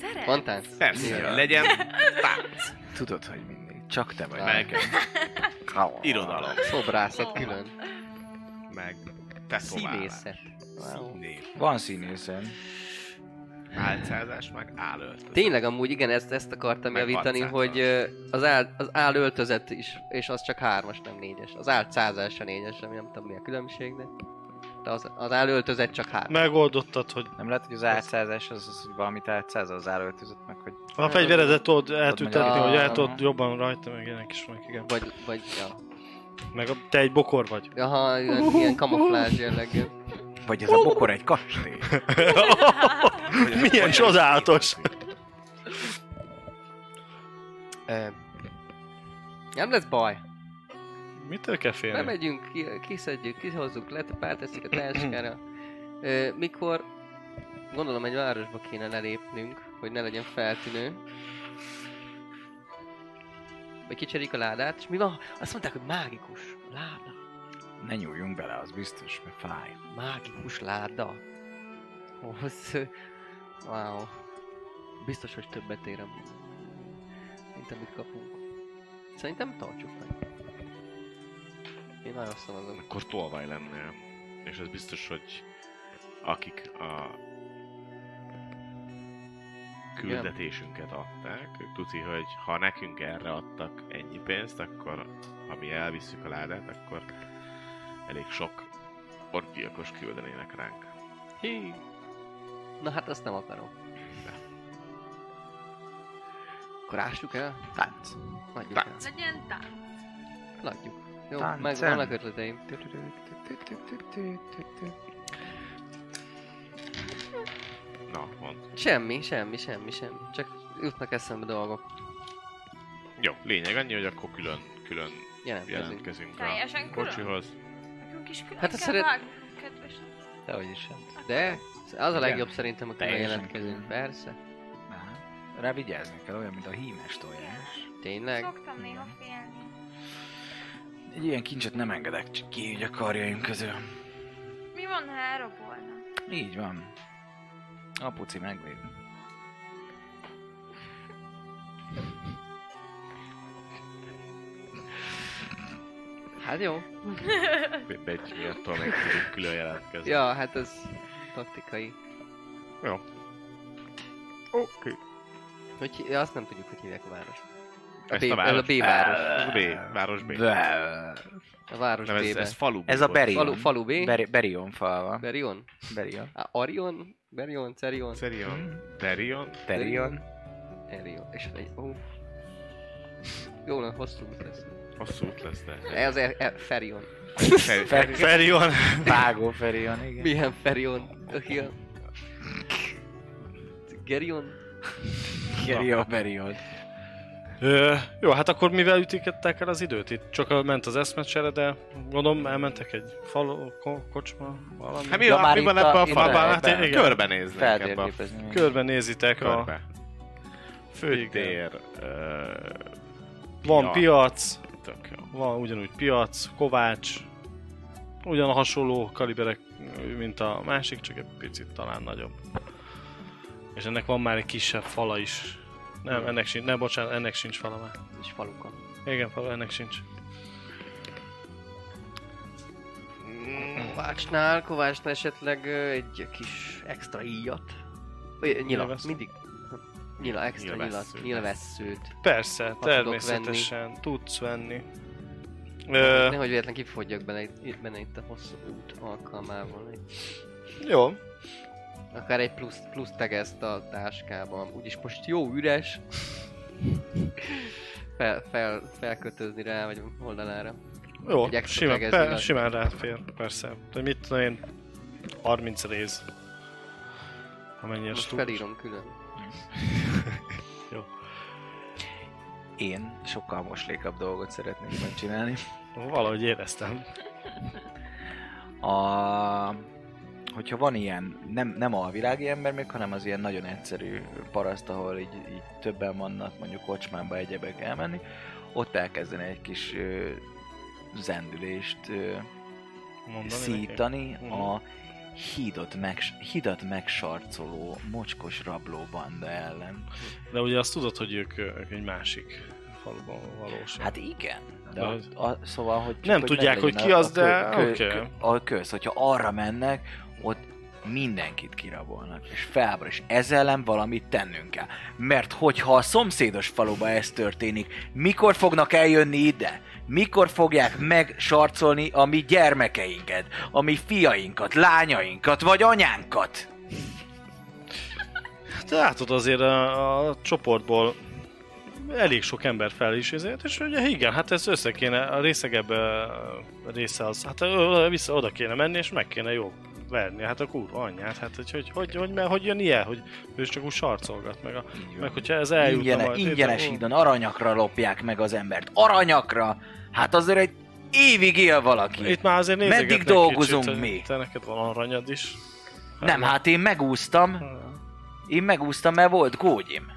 [SPEAKER 5] szeret.
[SPEAKER 3] Van tánc?
[SPEAKER 6] Persze,
[SPEAKER 4] Ja.
[SPEAKER 6] legyen tánc.
[SPEAKER 4] Tudod, hogy mindig. Csak te vagy.
[SPEAKER 3] Á.
[SPEAKER 6] Meg irodalom.
[SPEAKER 3] Szobrászat külön.
[SPEAKER 6] Meg tetoválás.
[SPEAKER 3] Színészet. Wow.
[SPEAKER 4] Van színészen.
[SPEAKER 6] Álcázás, meg állöltözés.
[SPEAKER 3] Tényleg amúgy igen, ezt, ezt akartam
[SPEAKER 6] Meg
[SPEAKER 3] javítani,
[SPEAKER 6] harcázás.
[SPEAKER 3] hogy ö, az, áll, az áll öltözet is, és az csak hármas, nem négyes. Az áll százás a négyes, ami nem tudom mi a különbség, de, de az, az áll öltözet csak hármas.
[SPEAKER 2] Megoldottad, hogy
[SPEAKER 4] Nem lehet, hogy az átszázás az, az hogy valamit átszáz az állöltözött meg, hogy
[SPEAKER 2] a fegyveredet tudod eltüntetni,
[SPEAKER 4] meg a-
[SPEAKER 2] hogy el tudod jobban rajta, meg ilyenek is vannak, igen.
[SPEAKER 3] Vagy, vagy, ja.
[SPEAKER 2] Meg a- te egy bokor vagy.
[SPEAKER 3] Aha, ilyen, ilyen kamuflázs jellegű.
[SPEAKER 4] Vagy ez a bokor egy kastély.
[SPEAKER 2] Milyen csodálatos!
[SPEAKER 3] Ö, Nem lesz baj.
[SPEAKER 2] Mitől kell félni?
[SPEAKER 3] Bemegyünk, ki- kiszedjük, kihozzuk, letepált ezt a táskára. Ö, Mikor gondolom egy városba kéne lelépnünk, hogy ne legyen feltűnő. vagy kicserélik a ládát, és mi van? Azt mondták, hogy mágikus láda.
[SPEAKER 4] Ne nyúljunk bele, az biztos, mert fáj.
[SPEAKER 3] Mágikus láda. Ahhoz... Wow. Biztos, hogy többet ér, am- mint amit kapunk. Szerintem tartsuk meg. Én nagyon szavazom.
[SPEAKER 6] Akkor tolvaj lennél. És ez biztos, hogy akik a küldetésünket adták, ők tuti, hogy ha nekünk erre adtak ennyi pénzt, akkor ha mi elviszük a ládát, akkor elég sok orgyilkos küldenének ránk.
[SPEAKER 3] Hí. Na hát azt nem akarom. Akkor ássuk el?
[SPEAKER 4] Tánc.
[SPEAKER 3] Adjuk el.
[SPEAKER 5] Legyen tán.
[SPEAKER 3] Adjuk. Jó,
[SPEAKER 4] Táncen.
[SPEAKER 3] meg vannak ötleteim.
[SPEAKER 6] Na, mond.
[SPEAKER 3] Semmi, semmi, semmi, semmi. Csak jutnak eszembe dolgok.
[SPEAKER 6] Jó, lényeg annyi, hogy akkor külön, külön
[SPEAKER 3] Jelentkezünk.
[SPEAKER 6] jelentkezünk a
[SPEAKER 5] Teljesen külön.
[SPEAKER 6] kocsihoz.
[SPEAKER 5] Nekünk is külön
[SPEAKER 3] Hát
[SPEAKER 5] hát
[SPEAKER 3] a
[SPEAKER 5] kell
[SPEAKER 3] szeret-
[SPEAKER 5] szeret... vágni, kedvesen.
[SPEAKER 4] Dehogy is sem.
[SPEAKER 3] De az a legjobb szerintem, hogy
[SPEAKER 4] Teljesen
[SPEAKER 3] jelentkezünk.
[SPEAKER 4] külön.
[SPEAKER 3] Persze.
[SPEAKER 4] Á, Rá vigyázni kell, olyan, mint a hímes tojás.
[SPEAKER 3] Tényleg?
[SPEAKER 5] Szoktam néha félni.
[SPEAKER 4] Egy ilyen kincset nem engedek csak ki így a karjaim közül.
[SPEAKER 5] Mi van, ha elrabolna?
[SPEAKER 4] Így van. Apuci megvéd.
[SPEAKER 3] Hát jó.
[SPEAKER 6] Mindegy, mi attól még tudunk külön jelentkezni.
[SPEAKER 3] Ja, hát ez taktikai.
[SPEAKER 6] Jó. Oké. Okay.
[SPEAKER 3] Hogy hi- azt nem tudjuk, hogy hívják a város.
[SPEAKER 6] Ezt
[SPEAKER 3] B-
[SPEAKER 6] a város.
[SPEAKER 3] ez a B város.
[SPEAKER 6] Ez a B. Város B.
[SPEAKER 3] A város
[SPEAKER 6] Nem, ez,
[SPEAKER 3] B-ben.
[SPEAKER 6] ez falu B
[SPEAKER 4] Ez a
[SPEAKER 6] volt.
[SPEAKER 4] Berion.
[SPEAKER 3] Falu, falu B?
[SPEAKER 4] Beri- Berion falva.
[SPEAKER 3] Berion?
[SPEAKER 4] Berion.
[SPEAKER 3] Á, Arion? Berion, Cerion?
[SPEAKER 6] Serion.
[SPEAKER 2] Hmm.
[SPEAKER 6] Berion.
[SPEAKER 4] Berion.
[SPEAKER 3] Erion. És egy... Ó. Jó, hosszú út lesz.
[SPEAKER 6] Hosszú út lesz, de...
[SPEAKER 3] Ez e, e, Ferion.
[SPEAKER 6] Feri-
[SPEAKER 4] Feri-
[SPEAKER 2] Ferion!
[SPEAKER 4] Vágó Ferion, igen.
[SPEAKER 3] Milyen Ferion? Aki a... Gerion?
[SPEAKER 4] Berion, Berion.
[SPEAKER 2] Ö, jó, hát akkor mivel ütikettek el az időt? Itt csak a- ment az eszmecsere, de gondolom elmentek egy falu, ko- kocsma, valami.
[SPEAKER 6] Hát mi,
[SPEAKER 4] Ja,
[SPEAKER 6] ja,
[SPEAKER 4] már
[SPEAKER 6] mi van
[SPEAKER 4] itt a-
[SPEAKER 6] ebben a
[SPEAKER 4] itt
[SPEAKER 6] falban?
[SPEAKER 4] a-
[SPEAKER 6] Hát
[SPEAKER 2] ebben.
[SPEAKER 6] én- igen. Körbenéznek ebbe a
[SPEAKER 4] Feltérképezni.
[SPEAKER 2] Körben nézitek a...
[SPEAKER 6] körbe.
[SPEAKER 2] Igen.
[SPEAKER 6] Főtér. ö,
[SPEAKER 2] Van
[SPEAKER 6] Ja.
[SPEAKER 2] piac,
[SPEAKER 6] Tök jó.
[SPEAKER 2] van ugyanúgy piac, kovács, ugyan a hasonló kaliberek, mint a másik, csak egy picit talán nagyobb. És ennek van már egy kisebb fala is. Nem, ennek sincs, nem, bocsánat, ennek sincs fala már.
[SPEAKER 3] És faluka.
[SPEAKER 2] Igen, fala, ennek sincs.
[SPEAKER 3] Mm, Kovácsnál, Kovácsnál esetleg ö, egy kis extra íjat. Ö, Nyila,
[SPEAKER 2] Nyilvessző.
[SPEAKER 3] mindig. Nyila, extra nyilat,
[SPEAKER 6] Nyilvessző.
[SPEAKER 3] nyilvesszőt.
[SPEAKER 2] Persze,
[SPEAKER 3] tudok
[SPEAKER 2] természetesen. Tudsz venni.
[SPEAKER 3] Ö...
[SPEAKER 2] Ö,
[SPEAKER 3] Nehogy véletlen kifogyjak benne, itt- benne itt a hosszú út alkalmával. Egy-
[SPEAKER 2] jó.
[SPEAKER 3] Akár egy plusz, plusz tegezt a táskában. Úgyis most jó üres. Fel, fel, felkötözni rá, vagy oldalára.
[SPEAKER 2] Jó,
[SPEAKER 3] Egy extra
[SPEAKER 2] simán,
[SPEAKER 3] tegezni
[SPEAKER 2] pe,
[SPEAKER 3] lehet.
[SPEAKER 2] simán rád fér, persze. De mit tudom én, 30 rész. Amennyire
[SPEAKER 3] Most
[SPEAKER 2] stúl-
[SPEAKER 3] felírom külön.
[SPEAKER 4] Én sokkal moslékabb dolgot szeretnék megcsinálni.
[SPEAKER 2] Valahogy éreztem.
[SPEAKER 4] A... Hogyha van ilyen, nem, nem a világi ember még, hanem az ilyen nagyon egyszerű paraszt, ahol így, így többen vannak, mondjuk kocsmába egyebek elmenni, ott elkezdeni egy kis ö, zendülést ö,
[SPEAKER 2] Mondani neki.
[SPEAKER 4] szítani
[SPEAKER 2] Mhm.
[SPEAKER 4] a hídot meg, hídat megsarcoló, mocskos rabló banda ellen.
[SPEAKER 2] De ugye azt tudod, hogy ők, ők egy másik faluban valóság.
[SPEAKER 4] Hát igen. De
[SPEAKER 2] De-
[SPEAKER 4] ott, a, szóval, hogy
[SPEAKER 2] Nem tudják, hogy
[SPEAKER 4] meglegyen
[SPEAKER 2] ki
[SPEAKER 4] a-
[SPEAKER 2] az,
[SPEAKER 4] a
[SPEAKER 2] de
[SPEAKER 4] kö-
[SPEAKER 2] oké.
[SPEAKER 4] kö- A köz, hogyha arra mennek, ott mindenkit kirabolnak, és felbra, és ez ellen valamit tennünk kell. Mert hogyha a szomszédos faluba ez történik, mikor fognak eljönni ide? Mikor fogják megsarcolni a mi gyermekeinket, a mi fiainkat, lányainkat, vagy anyánkat?
[SPEAKER 2] Te látod azért a, a csoportból elég sok ember fel is ezért, és ugye igen, hát ez össze kéne, a részegebb ö, része az, hát ö, vissza oda kéne menni, és meg kéne jó verni, hát a kurva anyját, hát hogy, hogy, hogy, hogy, mert hogy jön ilyen, hogy ő is csak úgy sarcolgat, meg, a, meg hogyha ez eljutna
[SPEAKER 4] Ingyene,
[SPEAKER 2] majd...
[SPEAKER 4] ingyenes
[SPEAKER 2] Ó,
[SPEAKER 4] hídon aranyakra lopják meg az embert. Aranyakra! Hát azért egy évig él valaki.
[SPEAKER 2] Itt már azért
[SPEAKER 4] Meddig
[SPEAKER 2] nézegetnek
[SPEAKER 4] dolgozunk
[SPEAKER 2] kicsit, hogy
[SPEAKER 4] mi?
[SPEAKER 2] Te neked van aranyad is.
[SPEAKER 4] Nem, hát én megúsztam. Én megúsztam, mert volt gógyim.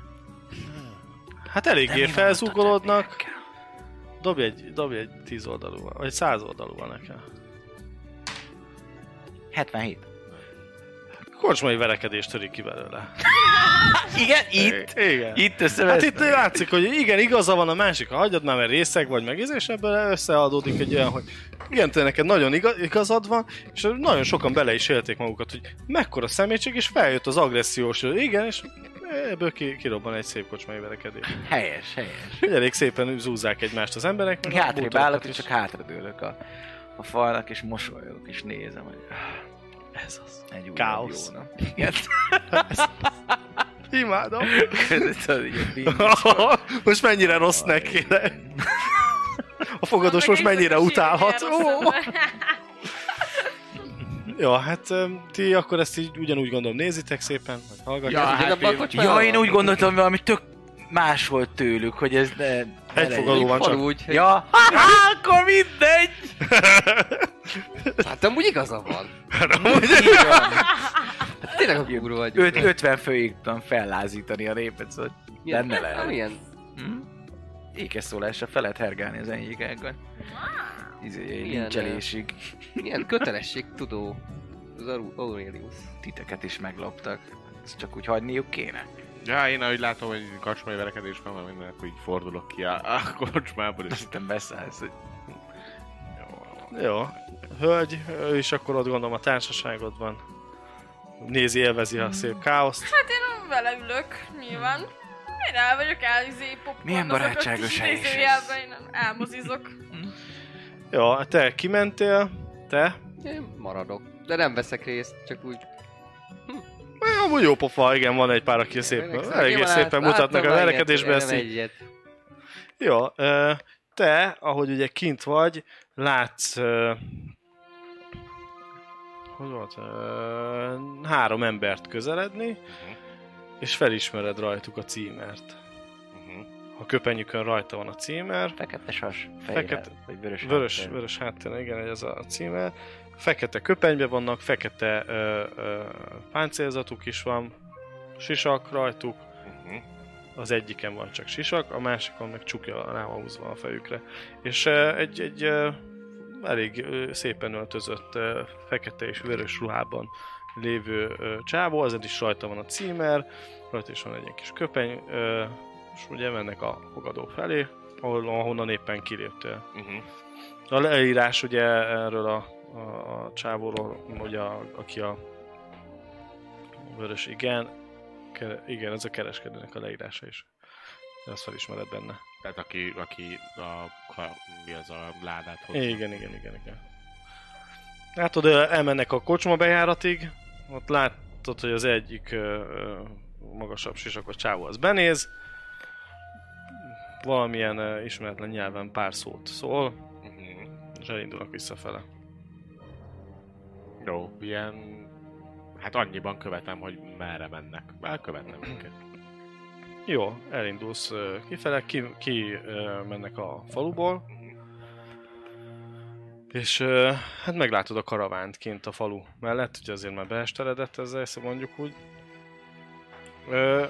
[SPEAKER 2] Hát
[SPEAKER 4] De mi
[SPEAKER 2] eléggé
[SPEAKER 4] van ott a
[SPEAKER 2] felzúgolódnak.
[SPEAKER 4] többiekkel?
[SPEAKER 2] Dobj egy, dobj egy 10 oldalúval, vagy 100 oldalúval nekem.
[SPEAKER 4] 77.
[SPEAKER 2] Kocsmai verekedés törik ki belőle.
[SPEAKER 4] Igen, itt?
[SPEAKER 2] Igen.
[SPEAKER 4] Itt
[SPEAKER 2] Hát
[SPEAKER 4] összevesz?
[SPEAKER 2] itt látszik, hogy igen, igaza van a másik, ha hagyod már, mert részeg vagy, meg íz, és ebből összeadódik egy olyan, hogy igen, te neked nagyon iga- igazad van, és nagyon sokan bele is élték magukat, hogy mekkora szemétség, és feljött az agressziós, hogy igen, és ebből ki, kirobban egy szép kocsmai verekedés.
[SPEAKER 4] Helyes, helyes.
[SPEAKER 2] Hogy elég szépen zúzzák egymást az emberek. meg a
[SPEAKER 4] Hátrébb
[SPEAKER 2] bútorokat
[SPEAKER 4] állok, és
[SPEAKER 2] is.
[SPEAKER 4] csak hátradőlök a, a falnak, és mosolyogok, és nézem, hogy
[SPEAKER 2] Ez az.
[SPEAKER 4] egy újabb
[SPEAKER 2] Káosz.
[SPEAKER 4] jó nap. Igen.
[SPEAKER 2] Imádom.
[SPEAKER 4] Között az így a bing-
[SPEAKER 2] most mennyire rossz neki, de... A fogadós
[SPEAKER 5] Szóval Hát
[SPEAKER 2] most mennyire utálhat. Ó, Ja, hát öm, ti akkor ezt így ugyanúgy gondolom nézitek szépen, vagy hallgatjátok.
[SPEAKER 3] Ez
[SPEAKER 2] Ja,
[SPEAKER 3] ugyanabban a kocsmában
[SPEAKER 4] Ja, hát én
[SPEAKER 3] van?
[SPEAKER 4] úgy gondoltam, hogy valami tök más volt tőlük, hogy ez ne... ne
[SPEAKER 2] Egy
[SPEAKER 4] legyen.
[SPEAKER 2] fogalom. van csak.
[SPEAKER 3] Falu Úgy, hogy...
[SPEAKER 4] Ja, ha, ha, akkor mindegy!
[SPEAKER 3] Hát amúgy igaza van.
[SPEAKER 2] Hát,
[SPEAKER 4] Így van.
[SPEAKER 3] Hát tényleg a kurva vagyunk.
[SPEAKER 4] Öt, 50 főig tudtam fellázítani a népet, szóval
[SPEAKER 3] Milyen-
[SPEAKER 4] benne lehet.
[SPEAKER 3] Milyen?
[SPEAKER 4] Hm? Ékeszólásra fel lehet hergálni az enyégákon. Izé,
[SPEAKER 3] Milyen,
[SPEAKER 4] lincselésig.
[SPEAKER 3] Milyen kötelesség tudó az Aur- Aurelius.
[SPEAKER 4] Titeket is megloptak. Ezt csak úgy hagyniuk kéne.
[SPEAKER 6] Ja, én ahogy látom, hogy kacsmai verekedés van, mert minden, akkor így fordulok ki a, a kocsmából, és
[SPEAKER 4] Aztán beszállsz, hogy
[SPEAKER 2] Jó. Hölgy, ő is akkor ott gondolom a társaságodban. Nézi, élvezi a szép káoszt.
[SPEAKER 5] Hát én vele ülök, nyilván. Én el vagyok, elizé, popcornozok.
[SPEAKER 4] Milyen barátságos hely is ez.
[SPEAKER 5] Idézőjelben én nem elmozizok.
[SPEAKER 2] Jó, te kimentél, te.
[SPEAKER 3] Én maradok. De nem veszek részt, csak úgy.
[SPEAKER 2] Ja, Amúgy jó pofa, igen, van egy pár, aki szép,
[SPEAKER 3] Én
[SPEAKER 2] eléggé
[SPEAKER 3] lát-
[SPEAKER 2] szépen mutatnak
[SPEAKER 3] láttam
[SPEAKER 2] a
[SPEAKER 3] egyet,
[SPEAKER 2] verekedésbe,
[SPEAKER 3] nem
[SPEAKER 2] ezt így
[SPEAKER 3] egyet.
[SPEAKER 2] Jó, ö, te, ahogy ugye kint vagy, látsz... ö, Hogy volt? Ö, Három embert közeledni, és felismered rajtuk a címert. A köpenyükön rajta van a címer,
[SPEAKER 4] fekete sas,
[SPEAKER 2] Fekete-
[SPEAKER 4] fehér, vagy vörös.
[SPEAKER 2] vörös,
[SPEAKER 4] háttér.
[SPEAKER 2] vörös háttér, igen, ez a címer. Fekete köpenybe vannak, fekete ö, ö, páncélzatuk is van, sisak rajtuk,
[SPEAKER 6] Mhm,
[SPEAKER 2] az egyiken van csak sisak, a másikon meg csukja rá van húzva a fejükre. És eh, egy, egy eh, elég eh, szépen öltözött eh, fekete és vörös ruhában lévő eh, csávó, ezen is rajta van a címer, rajta is van egy ilyen kis köpeny, eh, és ugye mennek a fogadó felé, ahol, ahonnan éppen kiléptél.
[SPEAKER 6] mhm.
[SPEAKER 2] A leírás ugye erről a, a, a csávóról, ugye a, aki a vörös, igen, kere, igen, ez a kereskedőnek a leírása is. Ezt felismered benne.
[SPEAKER 6] Tehát aki, aki a, ka- mi az a ládát hozza.
[SPEAKER 2] Igen, igen, igen, igen. Látod, ö, elmennek a kocsma bejáratig, ott látod, hogy az egyik ö, ö, magasabb sisakos csávó az benéz, valamilyen ö, ismeretlen nyelven pár szót szól,
[SPEAKER 6] Mhm.
[SPEAKER 2] és elindulnak visszafele.
[SPEAKER 6] Jó, ilyen... Hát annyiban követem, hogy merre mennek. Már követem őket.
[SPEAKER 2] Jó, elindulsz ö, kifele, ki, ki ö, mennek a faluból, és ö, hát meglátod a karavánt kint a falu mellett, ugye azért már beesteredett ezzel, ezt mondjuk úgy. Ö,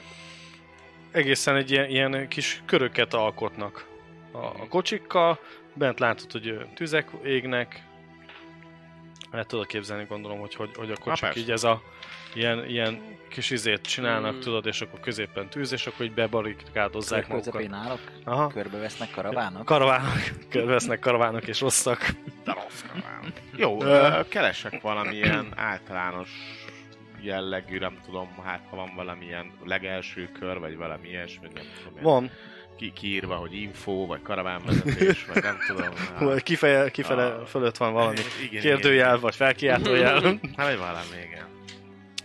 [SPEAKER 2] egészen egy ilyen, ilyen kis köröket alkotnak a, a kocsikkal, bent látod, hogy ö, tüzek égnek, el tudod képzelni gondolom, hogy hogy, hogy a kocsik
[SPEAKER 6] persze.
[SPEAKER 2] így ez a ilyen, ilyen kis izét csinálnak,
[SPEAKER 3] Mm.
[SPEAKER 2] tudod, és akkor középen tűz, és akkor így bebarikádozzák magukat.
[SPEAKER 4] Közepén állok,
[SPEAKER 2] Aha.
[SPEAKER 4] körbevesznek karavánok.
[SPEAKER 2] Karavánok, vesznek karavánok és rosszak.
[SPEAKER 6] De rossz karaván. Jó,
[SPEAKER 2] Ö,
[SPEAKER 6] ö, keresek valamilyen általános jellegű, nem tudom, hát ha van valamilyen legelső kör, vagy valami ilyesmi, nem tudom. Van.
[SPEAKER 2] Van,
[SPEAKER 6] Ki, kiírva, hogy info, vagy karavánvezetés, vagy nem tudom.
[SPEAKER 2] Hú, kifeje, kifele
[SPEAKER 6] Ah.
[SPEAKER 2] fölött van valami
[SPEAKER 6] igen,
[SPEAKER 2] kérdőjel, vagy felkiáltójel.
[SPEAKER 6] igen. Hát vagy valami, igen.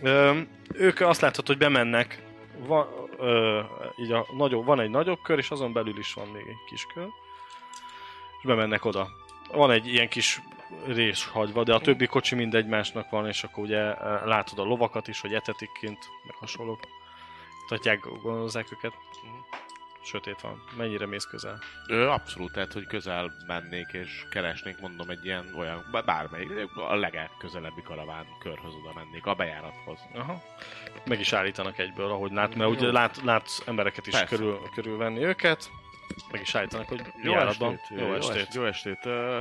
[SPEAKER 2] Öm, ők azt látod, hogy bemennek. Van, ö, így a nagyobb, van egy nagyobb kör, és azon belül is van még egy kis kör. És bemennek oda. Van egy ilyen kis rés hagyva, de a többi kocsi mind egymásnak van, és akkor ugye ö, látod a lovakat is, hogy etetik kint, meg hasonlók. Tatják, gondozzák őket. Sötét van. Mennyire mész közel?
[SPEAKER 6] Ő abszolút, tehát, hogy közel mennék és keresnék, mondom, egy ilyen olyan, bár- bármelyik, a legközelebbi karaván körhöz oda mennék, a bejárathoz.
[SPEAKER 2] Aha. Meg is állítanak egyből, ahogy lát, mert ugye lát, látsz embereket is
[SPEAKER 6] Persze.
[SPEAKER 2] körül, körülvenni őket. Meg is állítanak, hogy járatban. Jó estét.
[SPEAKER 6] Jó estét. Ö,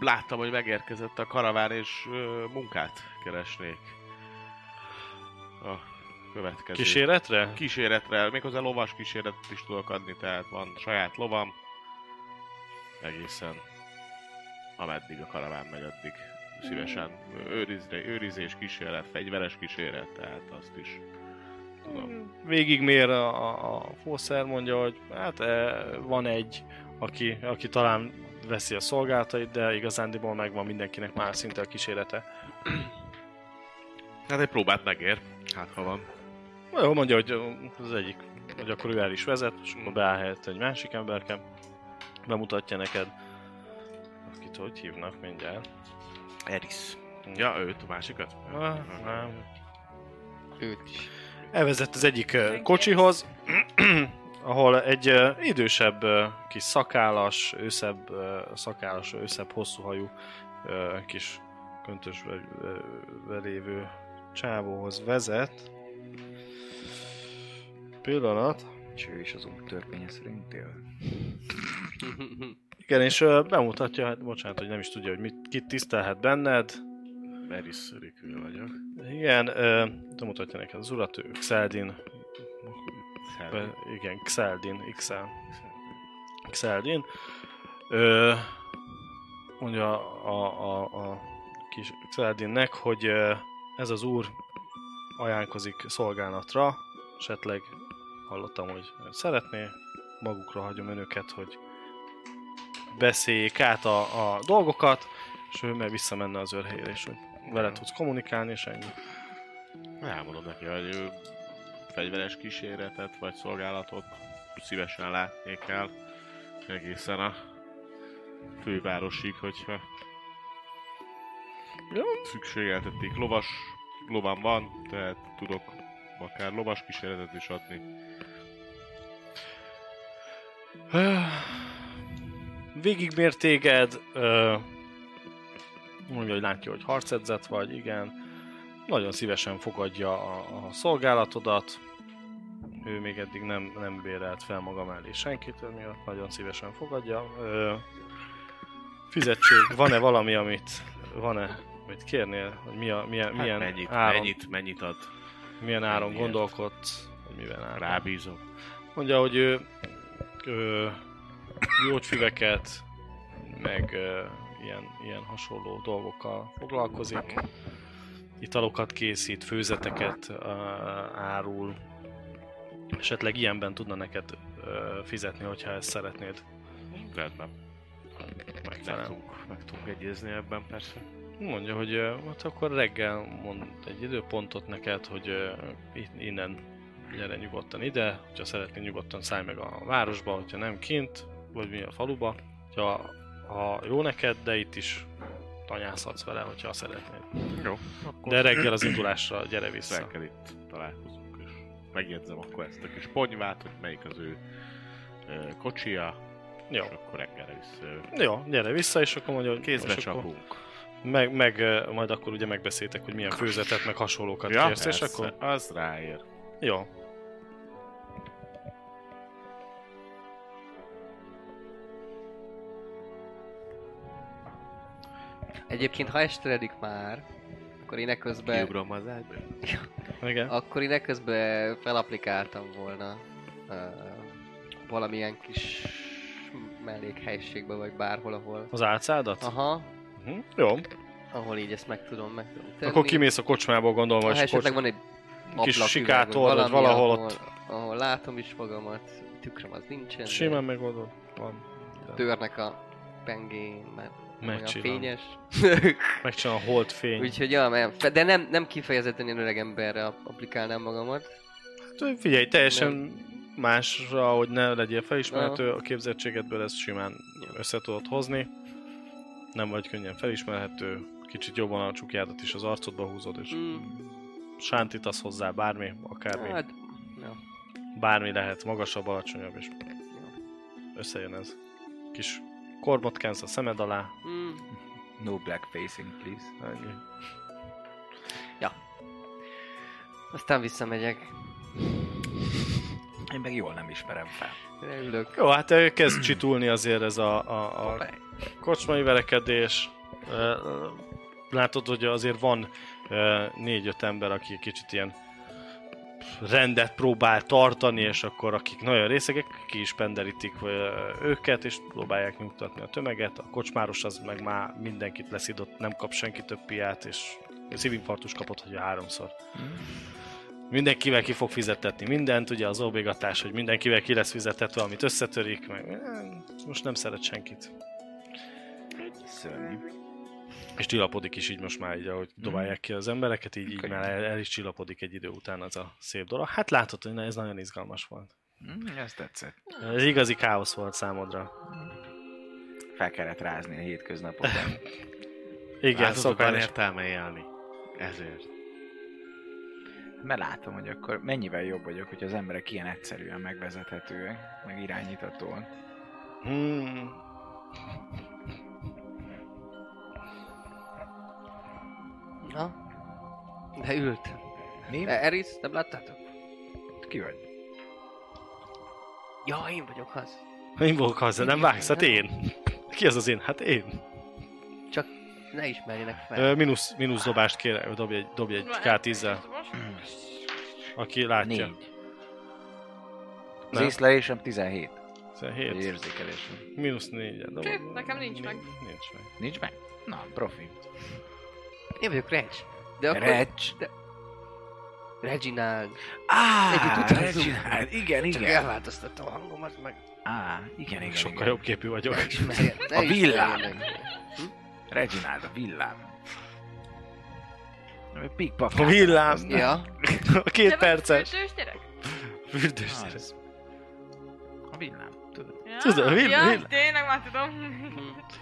[SPEAKER 6] Láttam, hogy megérkezett a karaván, és ö, munkát keresnék. A következő.
[SPEAKER 2] Kíséretre?
[SPEAKER 6] Kíséretre, méghozzá lovas kíséretet is tudok adni, tehát van saját lovam. Egészen ameddig a karaván megy, addig szívesen őrizre, őrizés kísérlet, fegyveres kísérlet, tehát azt is tudom.
[SPEAKER 2] végigmér a, a, a fószer, mondja, hogy hát e, van egy, aki, aki talán veszi a szolgálatait, de igazándiból megvan mindenkinek már szinte a kísérlete.
[SPEAKER 6] Hát egy próbát megér, hát ha van.
[SPEAKER 2] Na Jó, mondja, hogy ö, az egyik, hogy akkor ő el is vezet, és akkor beáll helyett egy másik emberke, bemutatja neked, akit hogy hívnak mindjárt.
[SPEAKER 6] Eris. Ja, őt, a másikat?
[SPEAKER 2] Ah, nem.
[SPEAKER 3] Őt is.
[SPEAKER 2] Elvezett az egyik ö, kocsihoz, ahol egy ö, idősebb, ö, kis szakállas, őszebb, ö, szakállas, őszebb, hosszú hajú, ö, kis köntösbe ö, belévő csávóhoz vezet. Pillanat.
[SPEAKER 4] És ő is az út törvénye szerint él.
[SPEAKER 2] Igen, és ö, bemutatja, hát bocsánat, hogy nem is tudja, hogy mit, kit tisztelhet benned.
[SPEAKER 6] Eris Rikül vagyok.
[SPEAKER 2] Igen, ö, bemutatja neked az urat, ő Xeldin, Be, igen, Xeldin, Xel. Xeldin. Ö, mondja a, a, a kis Xeldinnek, hogy ö, ez az úr ajánlkozik szolgálatra, esetleg hallottam, hogy szeretné, magukra hagyom önöket, hogy beszéljék át a, a dolgokat, és ő meg visszamenne az őrhelyére, és hogy vele tudsz kommunikálni, és ennyi.
[SPEAKER 6] Elmondom neki, hogy ő fegyveres kíséretet vagy szolgálatot szívesen látnék el egészen a fővárosig, hogyha
[SPEAKER 2] Jó.
[SPEAKER 6] szükségeltették. Lovas, lovam van, tehát tudok akár lovas kíséretet is adni.
[SPEAKER 2] Végigmér téged, ö, mondja, hogy látja, hogy harcedzett vagy, igen. Nagyon szívesen fogadja a, a szolgálatodat. Ő még eddig nem, nem bérelt fel maga mellé senkit, miatt nagyon szívesen fogadja. Ö, fizetség, van-e valami, amit, van-e, amit kérnél, hogy mi a, milyen,
[SPEAKER 6] Hát
[SPEAKER 2] milyen
[SPEAKER 6] mennyit,
[SPEAKER 2] áron,
[SPEAKER 6] mennyit, mennyit ad?
[SPEAKER 2] milyen áron
[SPEAKER 6] mennyiért?
[SPEAKER 2] gondolkodsz, hogy mivel áron.
[SPEAKER 6] Rábízom.
[SPEAKER 2] Mondja, hogy ő, ő gyógyfüveket, meg ö, ilyen, ilyen hasonló dolgokkal foglalkozik. Italokat készít, főzeteket ö, árul. Esetleg ilyenben tudna neked ö, fizetni, hogyha ezt szeretnéd.
[SPEAKER 6] Rendben. Meg
[SPEAKER 2] Megfelel.
[SPEAKER 6] tudunk, meg tudunk egyezni ebben persze.
[SPEAKER 2] Mondja, hogy ö, hát akkor reggel mond egy időpontot neked, hogy ö, itt- innen gyere nyugodtan ide, hogyha szeretnél nyugodtan szállj meg a városba, hogyha nem kint, vagy mi a faluba, hogyha, ha jó neked, de itt is tanyászhatsz vele, hogyha szeretnéd.
[SPEAKER 6] Jó. Akkor
[SPEAKER 2] De reggel az indulásra gyere vissza.
[SPEAKER 6] reggel itt találkozunk, és megjegyzem akkor ezt a kis ponyvát, hogy melyik az ő ö, kocsia,
[SPEAKER 2] Jó,
[SPEAKER 6] és akkor reggelre visszajövök.
[SPEAKER 2] jó, gyere vissza, és akkor mondja, hogy
[SPEAKER 6] Kézbe
[SPEAKER 2] és akkor
[SPEAKER 6] csapunk.
[SPEAKER 2] meg, meg, ö, majd akkor ugye megbeszéltek, hogy milyen főzetet, meg hasonlókat ja, kérsz, és
[SPEAKER 6] persze,
[SPEAKER 2] akkor
[SPEAKER 6] Az ráér.
[SPEAKER 2] jó,
[SPEAKER 3] Egyébként, ha esteredik már, akkor én eközben...
[SPEAKER 6] Kiugrom az ágyba.
[SPEAKER 2] igen.
[SPEAKER 3] Akkor én ekközben felaplikáltam volna ö, valamilyen kis mellékhelységbe, vagy bárhol, ahol.
[SPEAKER 2] Az álcádat?
[SPEAKER 3] Aha,
[SPEAKER 2] Uh-huh. Jó,
[SPEAKER 3] ahol így ezt meg tudom, meg tudom tenni.
[SPEAKER 2] Akkor kimész a kocsmából, gondolom,
[SPEAKER 3] Ha
[SPEAKER 2] hogy
[SPEAKER 3] esetleg
[SPEAKER 2] kocs...
[SPEAKER 3] van egy
[SPEAKER 2] kis
[SPEAKER 3] ablaküveg,
[SPEAKER 2] sikátor, vagy
[SPEAKER 3] valami,
[SPEAKER 2] valahol
[SPEAKER 3] ahol,
[SPEAKER 2] ott.
[SPEAKER 3] Ahol látom is magamat, tükröm az nincsen. de
[SPEAKER 2] simán megoldod. Van.
[SPEAKER 3] Törnek a pengén, mert olyan
[SPEAKER 2] Megcsinálom.
[SPEAKER 3] fényes.
[SPEAKER 2] Megcsinál a holdfény.
[SPEAKER 3] Úgyhogy ja, nem. de nem, nem kifejezetten ilyen öreg emberre applikálnám magamat.
[SPEAKER 2] Hát, Figyelj, teljesen másra, hogy ne legyél felismerhető, a képzettségedből ezt simán
[SPEAKER 3] Jó.
[SPEAKER 2] össze tudod hozni. Nem vagy könnyen felismerhető, kicsit jobban a csukjádat is az arcodba húzod, és
[SPEAKER 3] Mm.
[SPEAKER 2] sántítasz hozzá bármi, akármi.
[SPEAKER 3] Hát, ja.
[SPEAKER 2] Bármi lehet, magasabb, alacsonyabb, és összejön ez. Kis korbot kensz a szemed alá,
[SPEAKER 3] Mm.
[SPEAKER 4] No black facing, please.
[SPEAKER 2] ennyi.
[SPEAKER 3] Aztán visszamegyek.
[SPEAKER 4] Én meg jól nem ismerem fel.
[SPEAKER 3] Mire ülök?
[SPEAKER 2] Jó, hát ő kezd csitulni azért ez a, a, a kocsmai verekedés. Ö, ö, Látod, hogy azért van ö, négy-öt ember, aki kicsit ilyen rendet próbál tartani, és akkor akik nagyon részegek, ki is penderítik ö, őket, és próbálják nyugtatni a tömeget. A kocsmáros az meg már mindenkit leszidott, nem kap senki több piát, és szívinfarktus kapott, hogy háromszor. Mindenkivel ki fog fizetetni mindent, ugye az óbégatás, hogy mindenkivel ki lesz fizetetve, amit összetörik, meg eh, most nem szeret senkit.
[SPEAKER 4] Szörnyű.
[SPEAKER 2] És csillapodik is így most már, így, ahogy dobálják ki az embereket, így, így már el, el is csillapodik egy idő után az a szép dolog. Hát látod, hogy na, ez nagyon izgalmas volt.
[SPEAKER 4] Mm, ez tetszett.
[SPEAKER 2] Ez igazi káosz volt számodra.
[SPEAKER 4] Fel kellett rázni a hétköznapokban.
[SPEAKER 2] Igen,
[SPEAKER 6] Látod, van
[SPEAKER 2] szokás.
[SPEAKER 6] értelme élni. Ezért.
[SPEAKER 4] Mert látom, hogy akkor mennyivel jobb vagyok, hogy az emberek ilyen egyszerűen megvezethetőek, meg irányíthatóak.
[SPEAKER 2] Hmm.
[SPEAKER 3] Na? De ült.
[SPEAKER 4] Mi?
[SPEAKER 3] E, Eris, nem láttátok?
[SPEAKER 4] Ki vagy?
[SPEAKER 3] Ja, én vagyok az.
[SPEAKER 2] Én fogok haza, nem vágsz? Hát én. Ki az az én? Hát én.
[SPEAKER 3] Csak ne ismerjenek fel.
[SPEAKER 2] Ö, Minusz, minusz dobást kérek, dobj egy, dobj egy K10-zel, aki látja.
[SPEAKER 4] Négy. Az
[SPEAKER 2] Nem?
[SPEAKER 4] észlelésem 17. Vagy
[SPEAKER 2] 17.
[SPEAKER 4] érzékelésem.
[SPEAKER 2] Mínusz 4
[SPEAKER 5] Hm, nekem nincs meg.
[SPEAKER 2] Nincs meg.
[SPEAKER 4] Nincs meg? Na, profi.
[SPEAKER 3] Én vagyok Reg. De akkor...
[SPEAKER 4] Recs.
[SPEAKER 3] Reginald. Együtt
[SPEAKER 4] Á,
[SPEAKER 3] utazunk.
[SPEAKER 4] Reginald. Igen,
[SPEAKER 3] Csak
[SPEAKER 4] igen.
[SPEAKER 3] elváltoztatta a hangomat, meg
[SPEAKER 4] Á, igen, igen.
[SPEAKER 2] Sokkal
[SPEAKER 4] igen.
[SPEAKER 2] jobb képű vagyok.
[SPEAKER 3] ne ismerjenek. ne
[SPEAKER 4] A villám.
[SPEAKER 3] ismerjenek.
[SPEAKER 4] Reginald, a villám. Pikpak.
[SPEAKER 2] A villám.
[SPEAKER 3] Ja,
[SPEAKER 2] A két perces.
[SPEAKER 5] gyerek?
[SPEAKER 2] Fürdős.
[SPEAKER 4] Az. A villám. Tudod.
[SPEAKER 5] Ja,
[SPEAKER 2] Tudom, vill-
[SPEAKER 5] ja,
[SPEAKER 2] vill-
[SPEAKER 5] tényleg már tudom.
[SPEAKER 3] Hm.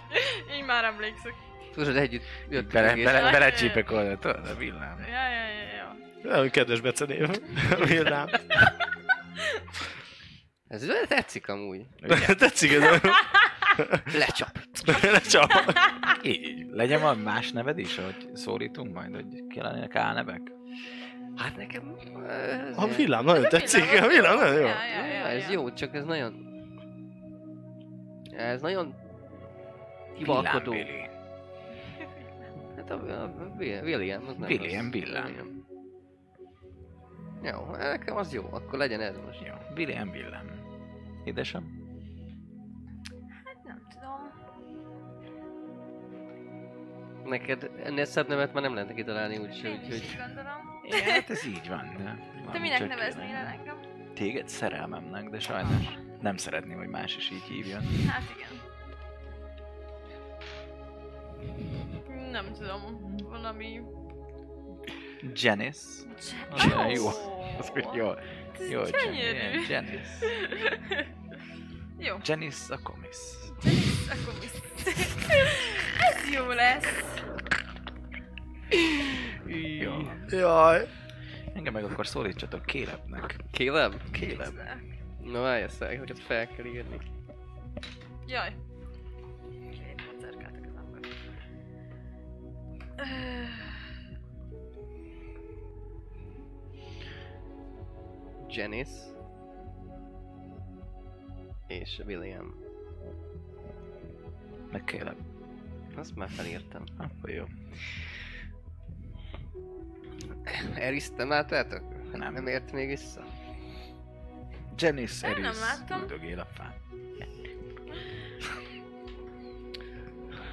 [SPEAKER 5] Így már emlékszek.
[SPEAKER 3] tudod, együtt
[SPEAKER 4] Bele,
[SPEAKER 3] jöttünk
[SPEAKER 4] bele,
[SPEAKER 3] és-
[SPEAKER 4] bele, belecsípek oda, tudod, a villám.
[SPEAKER 5] Ja, ja, ja, ja.
[SPEAKER 2] Nagyon kedves becenév. A Villám.
[SPEAKER 3] Ez ez tetszik amúgy.
[SPEAKER 2] Tetszik ez a...
[SPEAKER 3] Lecsap.
[SPEAKER 2] Lecsap.
[SPEAKER 4] Így, így. Legyen van más neved is, hogy szólítunk majd, hogy ki lennének álnevek?
[SPEAKER 3] Hát nekem...
[SPEAKER 2] A villám nagyon tetszik. A villám nagyon jó.
[SPEAKER 5] Ja, ja, ja,
[SPEAKER 3] Ez
[SPEAKER 5] ja.
[SPEAKER 3] jó, csak ez nagyon... Ez nagyon... Hivalkodó.
[SPEAKER 4] Villámbili.
[SPEAKER 3] Hát a, a, a William, az nem rossz.
[SPEAKER 4] William, William.
[SPEAKER 3] William. Jó, hát nekem az jó, akkor legyen ez most.
[SPEAKER 4] Jó, William Villám. Édesem?
[SPEAKER 5] Hát Nem tudom.
[SPEAKER 3] Neked ennél szebb nevet már nem lehet neki találni, úgyhogy...
[SPEAKER 5] Én is
[SPEAKER 3] Úgyhogy...
[SPEAKER 5] így gondolom.
[SPEAKER 4] Ja, hát ez így van, de...
[SPEAKER 5] Te
[SPEAKER 4] valami
[SPEAKER 5] minek
[SPEAKER 4] csak
[SPEAKER 5] neveznél el
[SPEAKER 4] kéne.
[SPEAKER 5] engem?
[SPEAKER 4] Téged szerelmemnek, de sajnos nem szeretném, hogy más is így hívjon.
[SPEAKER 5] Hát igen. Nem tudom, valami...
[SPEAKER 4] Janice. Az
[SPEAKER 5] Ó!
[SPEAKER 4] olyan jó. Az úgy jó.
[SPEAKER 5] Ez
[SPEAKER 4] Jó,
[SPEAKER 5] gyönyörű.
[SPEAKER 4] Jan- Janice.
[SPEAKER 5] Jó,
[SPEAKER 4] Janice a komisz.
[SPEAKER 5] akkor mi? Ez jó lesz.
[SPEAKER 4] Jó.
[SPEAKER 2] Jaj.
[SPEAKER 4] Engem meg akkor szólítsatok Kélebnek.
[SPEAKER 3] Caleb?
[SPEAKER 4] Kéleb.
[SPEAKER 3] Na várj, ezt el, hogy fel kell írni.
[SPEAKER 5] Jaj. Két koncertkát a kezembe. Öh,
[SPEAKER 3] Janice. És William.
[SPEAKER 4] Meg Kéleb.
[SPEAKER 3] Azt már felírtam.
[SPEAKER 4] Akkor jó.
[SPEAKER 3] Eriszt láttátok?
[SPEAKER 4] Nem.
[SPEAKER 3] Nem ért még vissza?
[SPEAKER 4] Janice
[SPEAKER 5] Nem, nem
[SPEAKER 4] Eris.
[SPEAKER 5] láttam.
[SPEAKER 4] Üldögél a fán.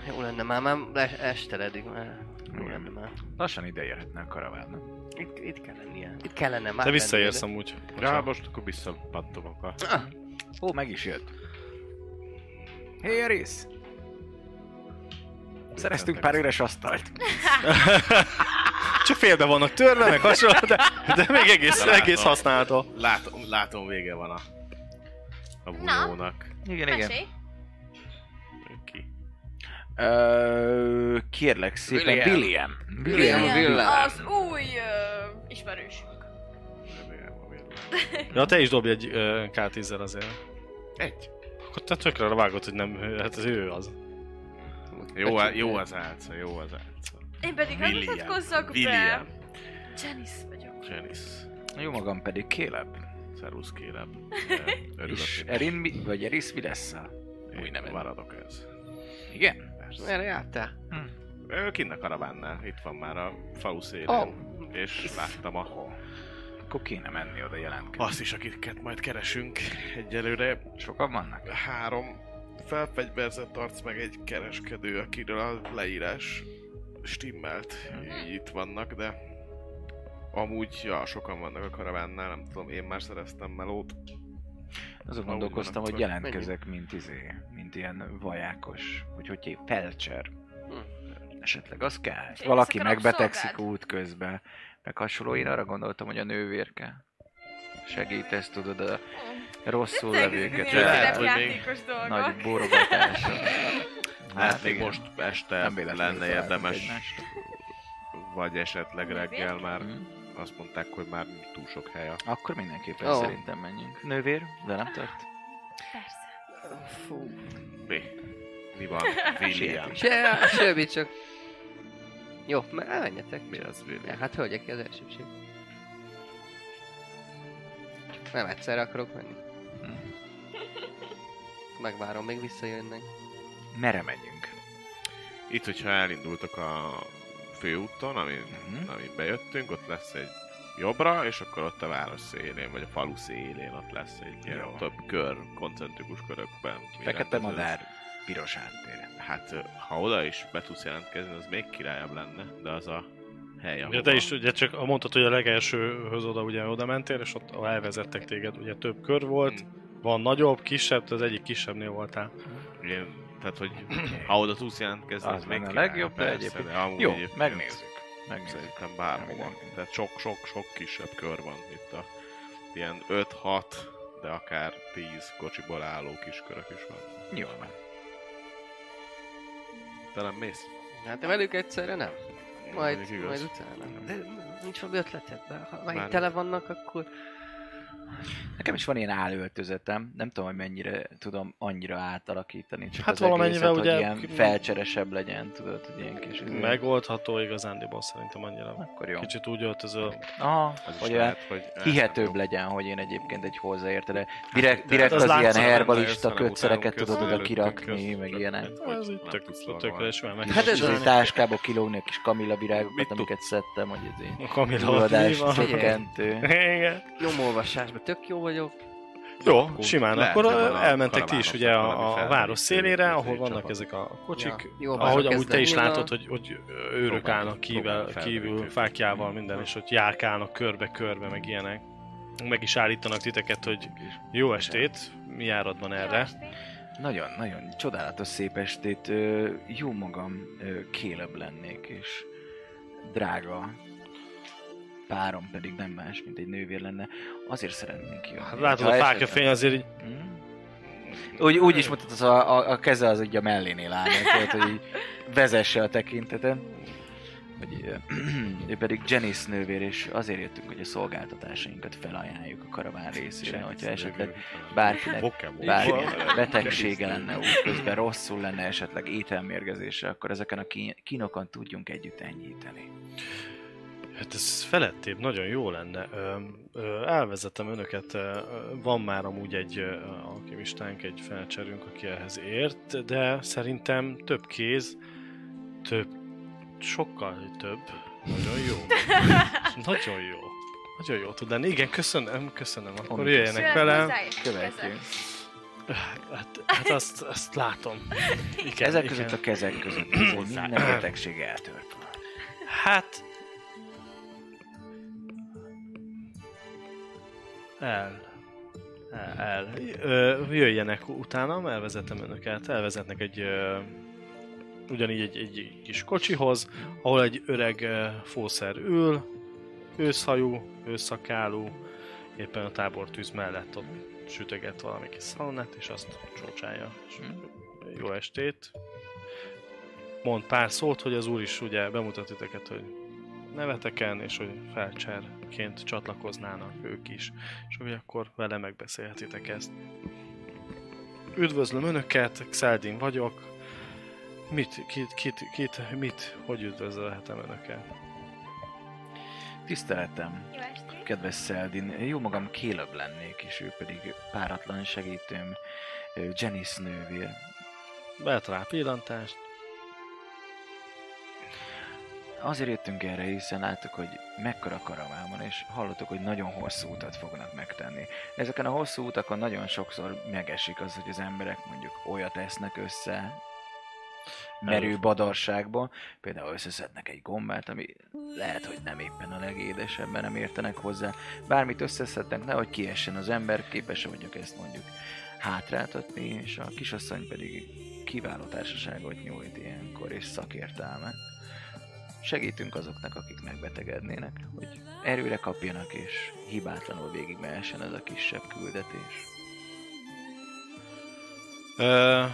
[SPEAKER 3] Jó lenne már, már le- esteledik már. Jó
[SPEAKER 4] Igen.
[SPEAKER 3] lenne már.
[SPEAKER 4] Lassan ide jöhetne a karaván, nem?
[SPEAKER 3] Itt, itt kell lennie. Itt kellene már
[SPEAKER 2] Te
[SPEAKER 3] lennie,
[SPEAKER 2] visszaérsz
[SPEAKER 3] de-
[SPEAKER 2] amúgy.
[SPEAKER 6] Ja, most akkor visszapattomok a...
[SPEAKER 4] Ó, meg is jött. Hé, hey, Eris! Szereztünk pár üres asztalt.
[SPEAKER 2] Csak félbe vannak törve, meg hasonló, de, de még egész,
[SPEAKER 6] Találtam.
[SPEAKER 2] egész használható.
[SPEAKER 6] Látom, látom vége van a... A bunyónak.
[SPEAKER 4] Igen, igen.
[SPEAKER 5] Mesélj.
[SPEAKER 6] Ki?
[SPEAKER 4] Ö, kérlek szépen,
[SPEAKER 6] William.
[SPEAKER 4] William.
[SPEAKER 3] William Villám.
[SPEAKER 5] Az új ö, ismerősünk.
[SPEAKER 6] Remélem, a vége.
[SPEAKER 2] Ja, te is dobj egy ö, K10-zel azért.
[SPEAKER 6] Egy.
[SPEAKER 2] Akkor te tökre vágod, hogy nem, hát az ő az.
[SPEAKER 6] Jó, a- jó az álca, jó az álca.
[SPEAKER 5] Én pedig nem
[SPEAKER 6] William.
[SPEAKER 5] mutatkozzak be.
[SPEAKER 6] William.
[SPEAKER 5] Janice vagyok.
[SPEAKER 6] Janice.
[SPEAKER 4] Jó magam pedig Caleb.
[SPEAKER 6] Szerusz kérem. Örülök,
[SPEAKER 4] És
[SPEAKER 6] hogy
[SPEAKER 4] Erin, mi, vagy Eris, mi lesz a...
[SPEAKER 6] én
[SPEAKER 4] új neved.
[SPEAKER 6] Maradok ez.
[SPEAKER 4] Igen?
[SPEAKER 6] Persze.
[SPEAKER 3] Merre jártál?
[SPEAKER 6] Ő kint a karavánnál, itt van már a falu szélén.
[SPEAKER 3] Ó.
[SPEAKER 6] És láttam a...
[SPEAKER 4] Akkor kéne menni oda jelentkezni.
[SPEAKER 6] Azt is, akiket majd keresünk egyelőre.
[SPEAKER 4] Sokan vannak?
[SPEAKER 6] három felfegyverzett arc, meg egy kereskedő, akiről a leírás stimmelt. Így itt vannak, de amúgy, ja, sokan vannak a karavánnál, nem tudom, én már szereztem melót.
[SPEAKER 4] Azon
[SPEAKER 6] Ha úgy
[SPEAKER 4] gondolkoztam,
[SPEAKER 6] van,
[SPEAKER 4] hogy
[SPEAKER 6] akkor
[SPEAKER 4] jelentkezek, mint izé, mint ilyen vajákos, vagy hogy hív, felcser.
[SPEAKER 3] Hmm.
[SPEAKER 4] Esetleg az kell.
[SPEAKER 5] És
[SPEAKER 4] Valaki
[SPEAKER 5] éjszaka
[SPEAKER 4] megbetegszik
[SPEAKER 5] rabszolgád?
[SPEAKER 4] út közben, meg hasonló. Én arra gondoltam, hogy a nővér kell. Segítesz, tudod, a rosszul levőket.
[SPEAKER 6] ilyen
[SPEAKER 4] rá-
[SPEAKER 5] Lehet,
[SPEAKER 6] lehet, hogy még
[SPEAKER 5] játékos dolgok.
[SPEAKER 4] Nagy borogatásra.
[SPEAKER 6] Hát még
[SPEAKER 4] igen.
[SPEAKER 6] most este
[SPEAKER 4] Nem véletlenül
[SPEAKER 6] lenne
[SPEAKER 4] találtuk
[SPEAKER 6] érdemes,
[SPEAKER 4] egymást.
[SPEAKER 6] vagy esetleg reggel már.
[SPEAKER 4] Mhm.
[SPEAKER 6] Azt mondták, hogy már túl sok hely a
[SPEAKER 4] Akkor mindenképpen
[SPEAKER 3] Ó.
[SPEAKER 4] szerintem menjünk. Nővér, velem tart.
[SPEAKER 5] Persze.
[SPEAKER 3] Fú.
[SPEAKER 6] mi? Mi van?
[SPEAKER 4] Hát
[SPEAKER 6] William.
[SPEAKER 3] Se, semmi csak. Jó, me- menjetek.
[SPEAKER 6] Mi az
[SPEAKER 3] Ja,
[SPEAKER 6] William?
[SPEAKER 3] hát hölgyek, ez elsőbség. Nem egyszerre akarok menni.
[SPEAKER 4] Hm.
[SPEAKER 3] Megvárom, még visszajönnek.
[SPEAKER 4] Merre megyünk?
[SPEAKER 6] Itt, hogyha elindultok a főúton, amin,
[SPEAKER 4] Mhm.
[SPEAKER 6] amin bejöttünk, ott lesz egy jobbra, és akkor ott a város szélén, vagy a falu szélén ott lesz egy ilyen
[SPEAKER 4] Jó.
[SPEAKER 6] több kör, koncentrikus körökben. Mi
[SPEAKER 4] Fekete
[SPEAKER 6] rendeződsz?
[SPEAKER 4] madár, piros háttér.
[SPEAKER 6] Hát, ha oda is be tudsz jelentkezni, az még királyabb lenne, de az a hely,
[SPEAKER 2] Ugye te is ugye csak mondtad, hogy a legelsőhöz oda ugye oda mentél, és ott ahol elvezettek téged, ugye több kör volt, van nagyobb, kisebb, te az egyik kisebbnél voltál.
[SPEAKER 6] Én, tehát, hogy ha oda tudsz jelentkezni,
[SPEAKER 4] Az
[SPEAKER 6] az még
[SPEAKER 4] lenne a
[SPEAKER 6] királyabb,
[SPEAKER 4] legjobb, de
[SPEAKER 6] persze,
[SPEAKER 4] egyébként-
[SPEAKER 6] de amúgy
[SPEAKER 4] Jó,
[SPEAKER 6] egyébként
[SPEAKER 4] megnézzük. Megnézzük.
[SPEAKER 6] Szerintem bárhova.
[SPEAKER 4] Mindenki.
[SPEAKER 6] Tehát sok-sok-sok kisebb kör van itt a ilyen 5-6, de akár 10 kocsiból álló kis körök is van.
[SPEAKER 4] Jól van.
[SPEAKER 6] Te nem mész?
[SPEAKER 3] Hát nem velük egyszerre nem. Majd,
[SPEAKER 6] Mondjuk igaz.
[SPEAKER 3] majd utána. De nincs valami ötleted, de ha már
[SPEAKER 6] Már-
[SPEAKER 3] itt tele vannak, akkor...
[SPEAKER 4] Nekem is van ilyen állöltözetem, nem tudom, hogy mennyire tudom annyira átalakítani, csak
[SPEAKER 2] Hát
[SPEAKER 4] az egészet,
[SPEAKER 2] valamennyivel
[SPEAKER 4] hogy
[SPEAKER 2] ugye-
[SPEAKER 4] ilyen felcseresebb legyen, tudod, hogy ilyen kis... izé.
[SPEAKER 2] Megoldható igazándiból szerintem annyira.
[SPEAKER 4] Akkor jó.
[SPEAKER 2] Kicsit úgy öltözöl.
[SPEAKER 4] Aha,
[SPEAKER 6] Az is
[SPEAKER 4] hogy olyan
[SPEAKER 6] lehet, hogy... Hát,
[SPEAKER 4] hihetőbb legyen, hogy én egyébként egy hozzáérte, Hát de direkt, direkt
[SPEAKER 2] az
[SPEAKER 4] az, ilyen
[SPEAKER 2] látszana lenne
[SPEAKER 4] herbalista
[SPEAKER 6] össze, nem
[SPEAKER 4] kötszereket
[SPEAKER 6] utánunk
[SPEAKER 4] tudod oda
[SPEAKER 6] közben,
[SPEAKER 4] kirakni,
[SPEAKER 6] előttünk
[SPEAKER 4] meg
[SPEAKER 6] közben.
[SPEAKER 4] ilyenek.
[SPEAKER 6] Hogy
[SPEAKER 2] Ez így
[SPEAKER 6] nem
[SPEAKER 2] tök,
[SPEAKER 6] tudsz valahol.
[SPEAKER 2] tökre simán meg
[SPEAKER 4] Hát ez az
[SPEAKER 2] csinálni.
[SPEAKER 4] táskába kilógni a kis kamilla virágokat,
[SPEAKER 6] Mit tud-
[SPEAKER 4] amiket szedtem, hogy ez így
[SPEAKER 2] A Kamilla ott mi
[SPEAKER 4] gyulladás
[SPEAKER 2] van. Hát,
[SPEAKER 3] Figyelj.
[SPEAKER 4] csökkentő.
[SPEAKER 2] Igen.
[SPEAKER 3] Nyomolvasásban tök jó vagyok.
[SPEAKER 2] Jó, simán.
[SPEAKER 6] lehet,
[SPEAKER 2] Akkor
[SPEAKER 6] hogy van
[SPEAKER 2] ö,
[SPEAKER 6] a
[SPEAKER 2] elmentek ti is
[SPEAKER 6] karavánoknak
[SPEAKER 2] ugye
[SPEAKER 6] valami
[SPEAKER 2] a, a
[SPEAKER 6] felderítő
[SPEAKER 2] város szélére, ahol
[SPEAKER 6] közeli
[SPEAKER 2] vannak
[SPEAKER 6] csapat.
[SPEAKER 2] ezek a kocsik.
[SPEAKER 3] Ja, jó,
[SPEAKER 2] Ahogy
[SPEAKER 3] várok,
[SPEAKER 2] amúgy te
[SPEAKER 3] kezdem
[SPEAKER 2] is
[SPEAKER 3] nyilván.
[SPEAKER 2] látod, hogy, hogy őrök
[SPEAKER 6] Próbáljuk-
[SPEAKER 2] állnak kível,
[SPEAKER 6] próbáljuk
[SPEAKER 2] kívül
[SPEAKER 6] felderítőt.
[SPEAKER 2] fákjával minden, és ott járkálnak körbe-körbe, meg ilyenek. Meg is állítanak titeket, hogy jó estét, mi járatban erre.
[SPEAKER 4] Nagyon-nagyon csodálatos szép estét. Ö, Jó magam ö, kélebb lennék, és drága párom pedig nem más, mint egy nővér lenne. Azért szeretnénk jönni.
[SPEAKER 2] Hát látod a
[SPEAKER 4] Ha
[SPEAKER 2] fákja
[SPEAKER 4] esetleg-
[SPEAKER 2] fény azért így,
[SPEAKER 4] Hm? Úgy, úgy is mutat, az a, a, a keze az így a mellénél áll, meg tudod, hogy így vezesse a tekinteten. Hogy, ö, ő pedig Janice nővér, és azért jöttünk, hogy a szolgáltatásainkat felajánljuk a karaván részére, hogyha esetleg bárkinek
[SPEAKER 6] Pokemon.
[SPEAKER 4] bármilyen betegsége lenne útközben, rosszul lenne esetleg ételmérgezése, akkor ezeken a kín- kínokon tudjunk együtt enyhíteni.
[SPEAKER 2] Hát ez felettébb nagyon jó lenne. Ö, ö, elvezetem önöket, ö, ö, van már amúgy egy ö, alkimistánk, egy felcserünk, aki ehhez ért, de szerintem több kéz, több, sokkal több, nagyon jó. nagyon jó. Nagyon jó tud lenni. Igen, köszönöm, köszönöm. Akkor
[SPEAKER 4] Amit
[SPEAKER 2] jöjjenek velem.
[SPEAKER 4] Követjük.
[SPEAKER 2] Hát, hát azt, azt látom. Igen,
[SPEAKER 4] Ezek
[SPEAKER 2] igen.
[SPEAKER 4] között a kezek között ez egy minden betegség eltört.
[SPEAKER 2] Hát... El. El. el. Ö, jöjjenek utána, elvezetem önöket. Elvezetnek egy... Ö, ugyanígy egy, egy kis kocsihoz, ahol egy öreg ö, fószer ül, őszhajú, őszakálú, éppen a tábortűz mellett ott sütöget valami kis szalonát, és azt csócsálja. És Jó estét! mond pár szót, hogy az úr is ugye bemutat titeket, hogy neveteken, és hogy felcserként csatlakoznának ők is, és hogy akkor vele megbeszélhetitek ezt. Üdvözlöm Önöket, Xeldin vagyok. Mit, kit, kit, kit, mit, hogy üdvözölhetem Önöket?
[SPEAKER 4] Tiszteletem,
[SPEAKER 5] Jó estét.
[SPEAKER 4] Kedves Szeldin, jó magam Caleb lennék, és ő pedig páratlan segítőm, ö, Janice nővér.
[SPEAKER 2] Vett rá pillantást.
[SPEAKER 4] Azért jöttünk erre, hiszen láttuk, hogy mekkora karaván van, és hallottuk, hogy nagyon hosszú utat fognak megtenni. Ezeken a hosszú utakon nagyon sokszor megesik az, hogy az emberek mondjuk olyat esznek össze, merő badarságba, például összeszednek egy gombát, ami lehet, hogy nem éppen a legédesebben nem értenek hozzá. Bármit összeszednek, nehogy kiessen az ember, képes vagyok ezt mondjuk hátráltatni, és a kisasszony pedig kiváló társaságot nyújt ilyenkor, és szakértelmet segítünk azoknak, akik megbetegednének, hogy erőre kapjanak és hibátlanul végigmehessen ez a kisebb küldetés.
[SPEAKER 2] Ö,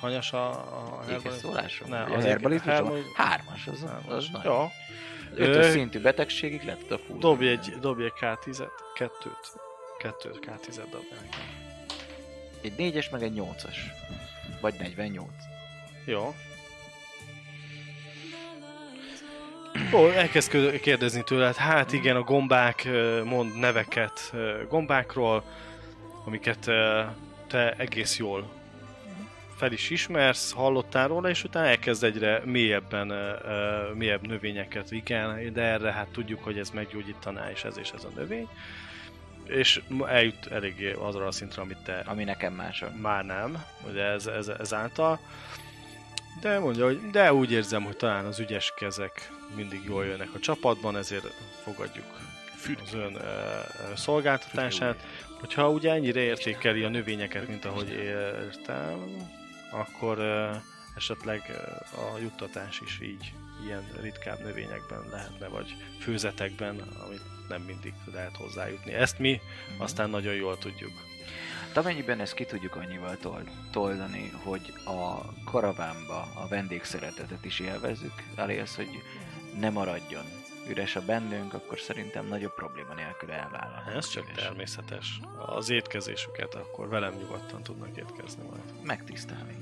[SPEAKER 2] hanyas a, Hát a hát
[SPEAKER 4] Ékes szólásom?
[SPEAKER 2] Ne,
[SPEAKER 4] Ugye,
[SPEAKER 2] az
[SPEAKER 4] herbalizmusom?
[SPEAKER 2] herbal-
[SPEAKER 4] Hármas, az, az nagy.
[SPEAKER 2] Jó.
[SPEAKER 4] Ötös
[SPEAKER 2] Ö,
[SPEAKER 4] szintű betegségig lett a fúr.
[SPEAKER 2] Dobj egy, dobj egy K10-et, kettőt. Kettőt K10-et dobj nekem.
[SPEAKER 4] Egy négyes, meg egy nyolcas. Vagy 48.
[SPEAKER 2] Jó. Ó, elkezd kö- kérdezni tőled, hát igen, a gombák ö, mond neveket ö, gombákról, amiket ö, te egész jól fel is ismersz, hallottál róla, és utána elkezd egyre mélyebben, ö, ö, mélyebb növényeket, igen, de erre hát tudjuk, hogy ez meggyógyítaná, és ez és ez a növény. És ma eljut eléggé azra a szintre, amit te
[SPEAKER 4] Ami nekem más a...
[SPEAKER 2] már nem, ugye ez, ez, ez által. De mondja, hogy de úgy érzem, hogy talán az ügyes kezek mindig jól jönnek a csapatban, ezért fogadjuk az ön ö, ö, szolgáltatását. Hogyha ugye ennyire értékeli a növényeket, mint ahogy értem, akkor ö, esetleg ö, a juttatás is így ilyen ritkább növényekben lehetne, vagy főzetekben, amit nem mindig lehet hozzájutni. Ezt mi aztán nagyon jól tudjuk.
[SPEAKER 4] Hát amennyiben ezt ki tudjuk annyival tol- toldani, hogy a karavánba a vendégszeretetet is élvezzük, alias, hogy ne maradjon üres a bennünk, akkor szerintem nagyobb probléma nélkül elvállalunk.
[SPEAKER 2] Ez csak természetes. Az étkezésüket akkor velem nyugodtan tudnak étkezni majd.
[SPEAKER 4] Megtisztelni.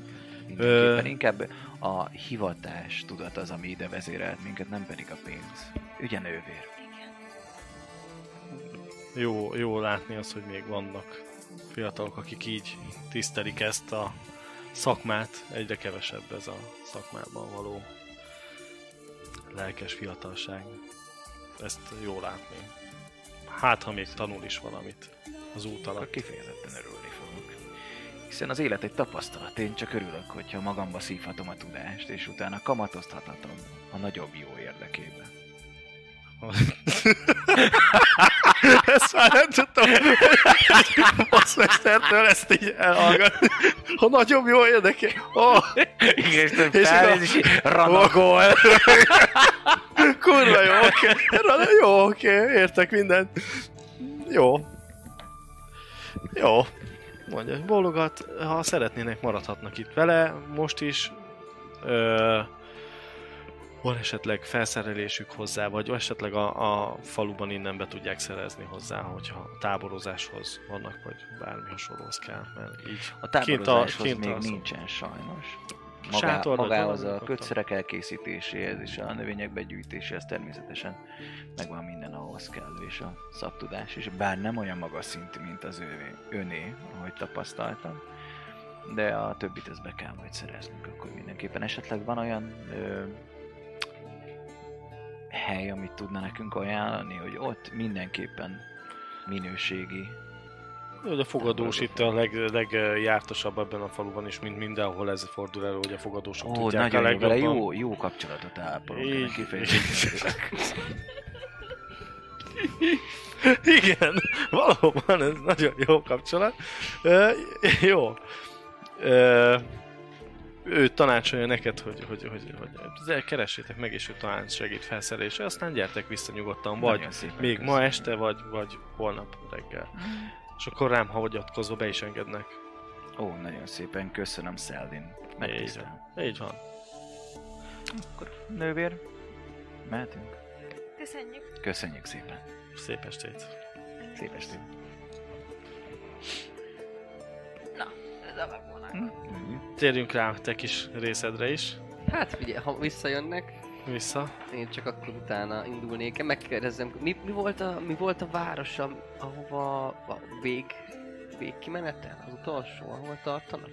[SPEAKER 4] Mindenképpen
[SPEAKER 2] Ö-
[SPEAKER 4] inkább a hivatás tudat az, ami ide vezérelt minket, nem pedig a pénz. Ügyen ővér.
[SPEAKER 2] Jó, jó látni azt, hogy még vannak fiatalok, akik így tisztelik ezt a szakmát. Egyre kevesebb ez a szakmában való lelkes fiatalság. Ezt jó látni. Hát, ha még tanul is valamit az út
[SPEAKER 4] Akkor
[SPEAKER 2] alatt.
[SPEAKER 4] kifejezetten örülni fogok. Hiszen az élet egy tapasztalat, én csak örülök, hogyha magamba szívhatom a tudást, és utána kamatoztathatom a nagyobb jó érdekében.
[SPEAKER 2] Ezt már nem tudtam, hogy bosszmestertől ezt így elhallgatni. Ha nagyobb, jó érdekel. Oh.
[SPEAKER 4] Igen, és több
[SPEAKER 2] És
[SPEAKER 4] felnéz,
[SPEAKER 2] ez
[SPEAKER 4] és ranagol.
[SPEAKER 2] Kurva jó, oké. Erről Jó, oké, értek mindent. Jó. Jó. Mondja, bólogat, ha szeretnének, maradhatnak itt vele, most is. Ö, van esetleg felszerelésük hozzá, vagy esetleg a, a faluban innen be tudják szerezni hozzá, hogyha táborozáshoz vannak, vagy bármi hasonlóhoz kell, mert így
[SPEAKER 4] A
[SPEAKER 2] Kint a-
[SPEAKER 4] táborozáshoz
[SPEAKER 2] kint
[SPEAKER 4] még
[SPEAKER 2] alszom.
[SPEAKER 4] nincsen sajnos.
[SPEAKER 2] A
[SPEAKER 4] Magá,
[SPEAKER 2] sátornak
[SPEAKER 4] magához
[SPEAKER 2] valamit
[SPEAKER 4] a
[SPEAKER 2] kaptam.
[SPEAKER 4] kötszerek elkészítéséhez és a növények begyűjtéséhez természetesen megvan minden ahhoz kell, és a szaktudás is, bár nem olyan magas szintű, mint az ővé, öné, ahogy tapasztaltam, de a többit ezt be kell majd szereznünk akkor mindenképpen. Esetleg van olyan ö, hely, amit tudna nekünk ajánlani, hogy ott mindenképpen minőségi
[SPEAKER 2] Jó, Hogy a fogadós itt a leg, legjártasabb ebben a faluban is, mint mindenhol ez fordul elő, hogy a fogadósok
[SPEAKER 4] Ó,
[SPEAKER 2] tudják
[SPEAKER 4] nagyon
[SPEAKER 2] a
[SPEAKER 4] jó, vele
[SPEAKER 2] legjobban.
[SPEAKER 4] jó, jó kapcsolatot ápolunk,
[SPEAKER 2] Így.
[SPEAKER 4] ennek kifejezetten örülök.
[SPEAKER 2] Igen, valóban ez nagyon jó kapcsolat. Ö, jó. Ö, ő tanácsolja neked, hogy, hogy, hogy, hogy, hogy keressétek meg, és ő talán segít felszerelésre, aztán gyertek vissza nyugodtan, vagy
[SPEAKER 4] Nagyon szépen
[SPEAKER 2] még
[SPEAKER 4] köszönöm.
[SPEAKER 2] ma este, vagy, vagy holnap reggel. És akkor rám hagyatkozva be is engednek.
[SPEAKER 4] Ó, nagyon szépen köszönöm, Szeldin.
[SPEAKER 2] Így
[SPEAKER 4] Megtisztelem.
[SPEAKER 2] van. Így van.
[SPEAKER 4] Nővér, mehetünk?
[SPEAKER 5] Köszönjük.
[SPEAKER 4] Köszönjük szépen.
[SPEAKER 2] Szép estét.
[SPEAKER 4] Szép estét.
[SPEAKER 5] Na, ez a megvonás.
[SPEAKER 2] Térjünk rá a te kis részedre is.
[SPEAKER 3] Hát figyelj, ha visszajönnek,
[SPEAKER 2] Vissza.
[SPEAKER 3] Én csak akkor utána indulnék. Én Megkérdezem, mi, mi, volt a, mi volt a város, am- ahova a vég, végkimenetel? Az utolsó, ahol tartanak?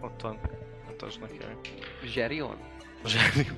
[SPEAKER 2] Ottan. Mutasd Hát neki.
[SPEAKER 3] Zserion?
[SPEAKER 2] Zseni.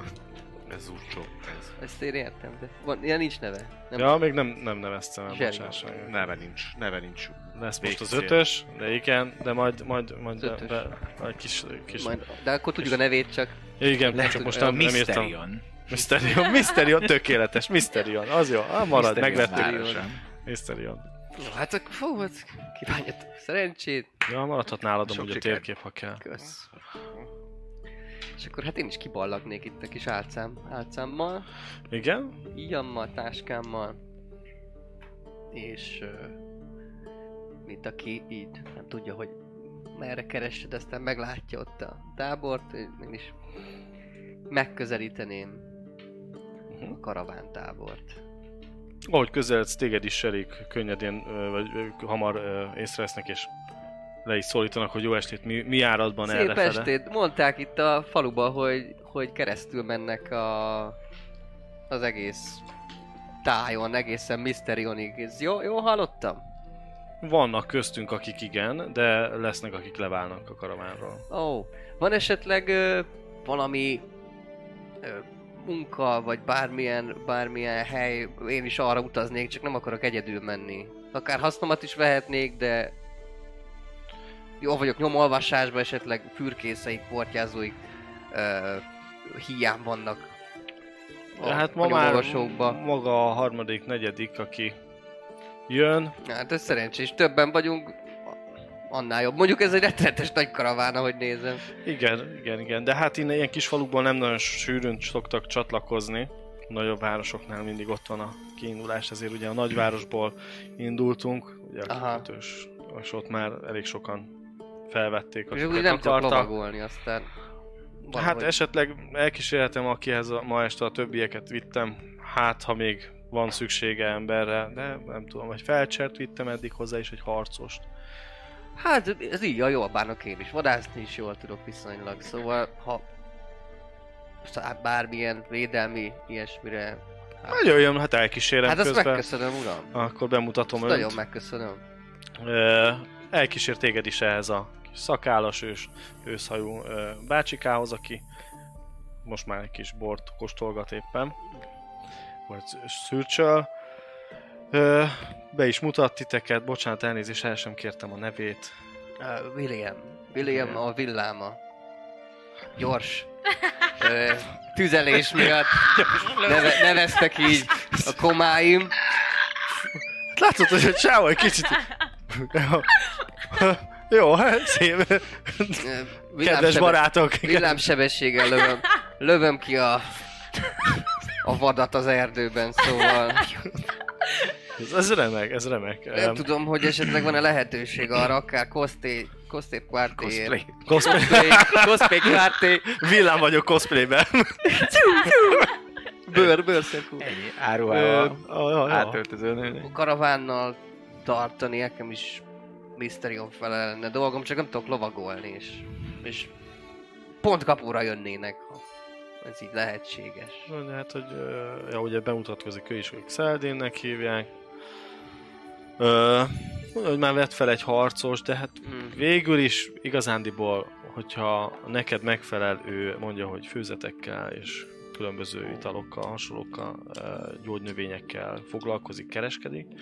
[SPEAKER 6] Ez urcsó, ez.
[SPEAKER 3] Ezt én értem, de van, ja, nincs neve. Nem,
[SPEAKER 2] Ja, még nem, nem neveztem el,
[SPEAKER 3] Zseni.
[SPEAKER 2] bocsáss meg.
[SPEAKER 6] Neve nincs, neve nincs.
[SPEAKER 2] Lesz most az
[SPEAKER 6] Végcél.
[SPEAKER 2] ötös, de igen, de majd, majd, majd,
[SPEAKER 3] Az
[SPEAKER 2] be,
[SPEAKER 3] ötös.
[SPEAKER 2] be, egy kis, kis
[SPEAKER 3] majd, de akkor tudjuk a nevét csak.
[SPEAKER 2] igen,
[SPEAKER 3] lehet,
[SPEAKER 2] csak most
[SPEAKER 3] hogy
[SPEAKER 2] nem,
[SPEAKER 4] A
[SPEAKER 2] nem írtam.
[SPEAKER 4] Mysterion.
[SPEAKER 2] Mysterion, Mysterion, tökéletes, Mysterion, az jó, ah, marad,
[SPEAKER 4] Mysterion
[SPEAKER 2] megvettük.
[SPEAKER 4] városa.
[SPEAKER 2] Mysterion.
[SPEAKER 3] Jó, hát akkor fú, hát kívánjatok szerencsét,
[SPEAKER 2] Ja, maradhat nálad
[SPEAKER 4] Sok
[SPEAKER 2] amúgy a
[SPEAKER 4] sikert.
[SPEAKER 2] térkép, ha kell.
[SPEAKER 3] kösz. És akkor hát én is kiballagnék itt a kis álcám, álcámmal.
[SPEAKER 2] Igen?
[SPEAKER 3] íjammal, táskámmal, és ö, mint aki így nem tudja, hogy merre keresed, aztán meglátja ott a tábort, én is megközelíteném a karavántábort.
[SPEAKER 2] Ahogy közeledsz, téged is serik, könnyedén, ö, vagy ö, hamar ö, észrevesznek, és le is szólítanak, hogy jó estét, mi, mi áradban
[SPEAKER 3] Szép
[SPEAKER 2] errefele.
[SPEAKER 3] estét! Mondták itt a faluba, hogy, hogy keresztül mennek a, az egész tájon, egészen Mysterionig. Ez Jó, jó hallottam?
[SPEAKER 2] Vannak köztünk, akik igen, de lesznek, akik leválnak a karavánról.
[SPEAKER 3] Ó, oh, van esetleg ö, valami ö, munka, vagy bármilyen, bármilyen hely, én is arra utaznék, csak nem akarok egyedül menni. Akár hasznomat is vehetnék, de jó vagyok nyomolvasásban, esetleg fürkészeik, portyázóik, ö, hiány vannak a,
[SPEAKER 2] hát
[SPEAKER 3] a
[SPEAKER 2] ma már
[SPEAKER 3] nyomolvasókba.
[SPEAKER 2] maga a harmadik, negyedik, aki jön,
[SPEAKER 3] Hát ez szerencsés, többen vagyunk, annál jobb. Mondjuk ez egy rettenetes nagy karaván, ahogy nézem.
[SPEAKER 2] Igen, igen, igen. De hát innen ilyen kis falukban nem nagyon sűrűn szoktak csatlakozni. Nagyobb városoknál mindig ott van a kiindulás, ezért ugye a nagyvárosból indultunk, ugye a
[SPEAKER 3] Aha.
[SPEAKER 2] kikötős, és ott már elég sokan felvették,
[SPEAKER 3] És
[SPEAKER 2] akiket
[SPEAKER 3] úgy nem tudok
[SPEAKER 2] akartak.
[SPEAKER 3] lovagolni, aztán
[SPEAKER 2] Hát esetleg elkísérhetem, akihez a, ma este a többieket vittem, hát ha még van szüksége emberre, de nem tudom, vagy felcsert vittem eddig hozzá is egy harcost.
[SPEAKER 3] Hát ez így, a jól bánok én is. Vadászni is jól tudok viszonylag, szóval ha szá- bármilyen védelmi ilyesmire... Hát,
[SPEAKER 2] Hát jöjjön, hát elkísérem
[SPEAKER 3] hát azt
[SPEAKER 2] közben.
[SPEAKER 3] megköszönöm, uram.
[SPEAKER 2] Akkor bemutatom
[SPEAKER 3] Azt
[SPEAKER 2] őt.
[SPEAKER 3] nagyon megköszönöm.
[SPEAKER 2] Ö, elkísér téged is ehhez a kis szakállas ős, őszhajú ö, bácsikához, aki most már egy kis bort kóstolgat éppen, vagy szürcsöl. Ö, be is mutat titeket, bocsánat, elnézést, el sem kértem a nevét.
[SPEAKER 3] Uh, William. William a villáma. Gyors. Ö, tüzelés miatt neve, neveztek így a komáim.
[SPEAKER 2] Hát Látod, hogy a csáva egy kicsit... Jó, hát szép.
[SPEAKER 3] Ö,
[SPEAKER 2] Kedves
[SPEAKER 3] villámsebe-
[SPEAKER 2] barátok. igen.
[SPEAKER 3] Villámsebességgel lövöm, lövöm ki a, a vadat az erdőben, szóval...
[SPEAKER 2] Ez, ez remek, ez remek.
[SPEAKER 3] Nem
[SPEAKER 2] Em,
[SPEAKER 3] tudom, hogy esetleg van-e lehetőség arra, akár Kosté, Kosté Quarté,
[SPEAKER 4] Cosplay.
[SPEAKER 2] Cosplay.
[SPEAKER 3] Kosté Quarté,
[SPEAKER 2] Villám vagyok cosplayben.
[SPEAKER 3] bőr, bőrszekú.
[SPEAKER 4] Ennyi
[SPEAKER 2] Ö,
[SPEAKER 4] áruhával.
[SPEAKER 2] a- a- a-
[SPEAKER 4] Átöltöző nőnek.
[SPEAKER 3] A karavánnal tartani nekem is Mysterion fele lenne dolgom, csak nem tudok lovagolni, és, és pont kapóra jönnének, ha ez így lehetséges.
[SPEAKER 2] Na, de hát, hogy ö, ja, ugye bemutatkozik ő is, hogy Szeldénnek hívják. Ö, mondja, hogy már vett fel egy harcos, de hát
[SPEAKER 3] Mm.
[SPEAKER 2] végül is igazándiból, hogyha neked megfelel, ő mondja, hogy főzetekkel és különböző italokkal, hasonlókkal, ö, gyógynövényekkel foglalkozik, kereskedik.
[SPEAKER 3] Mhm.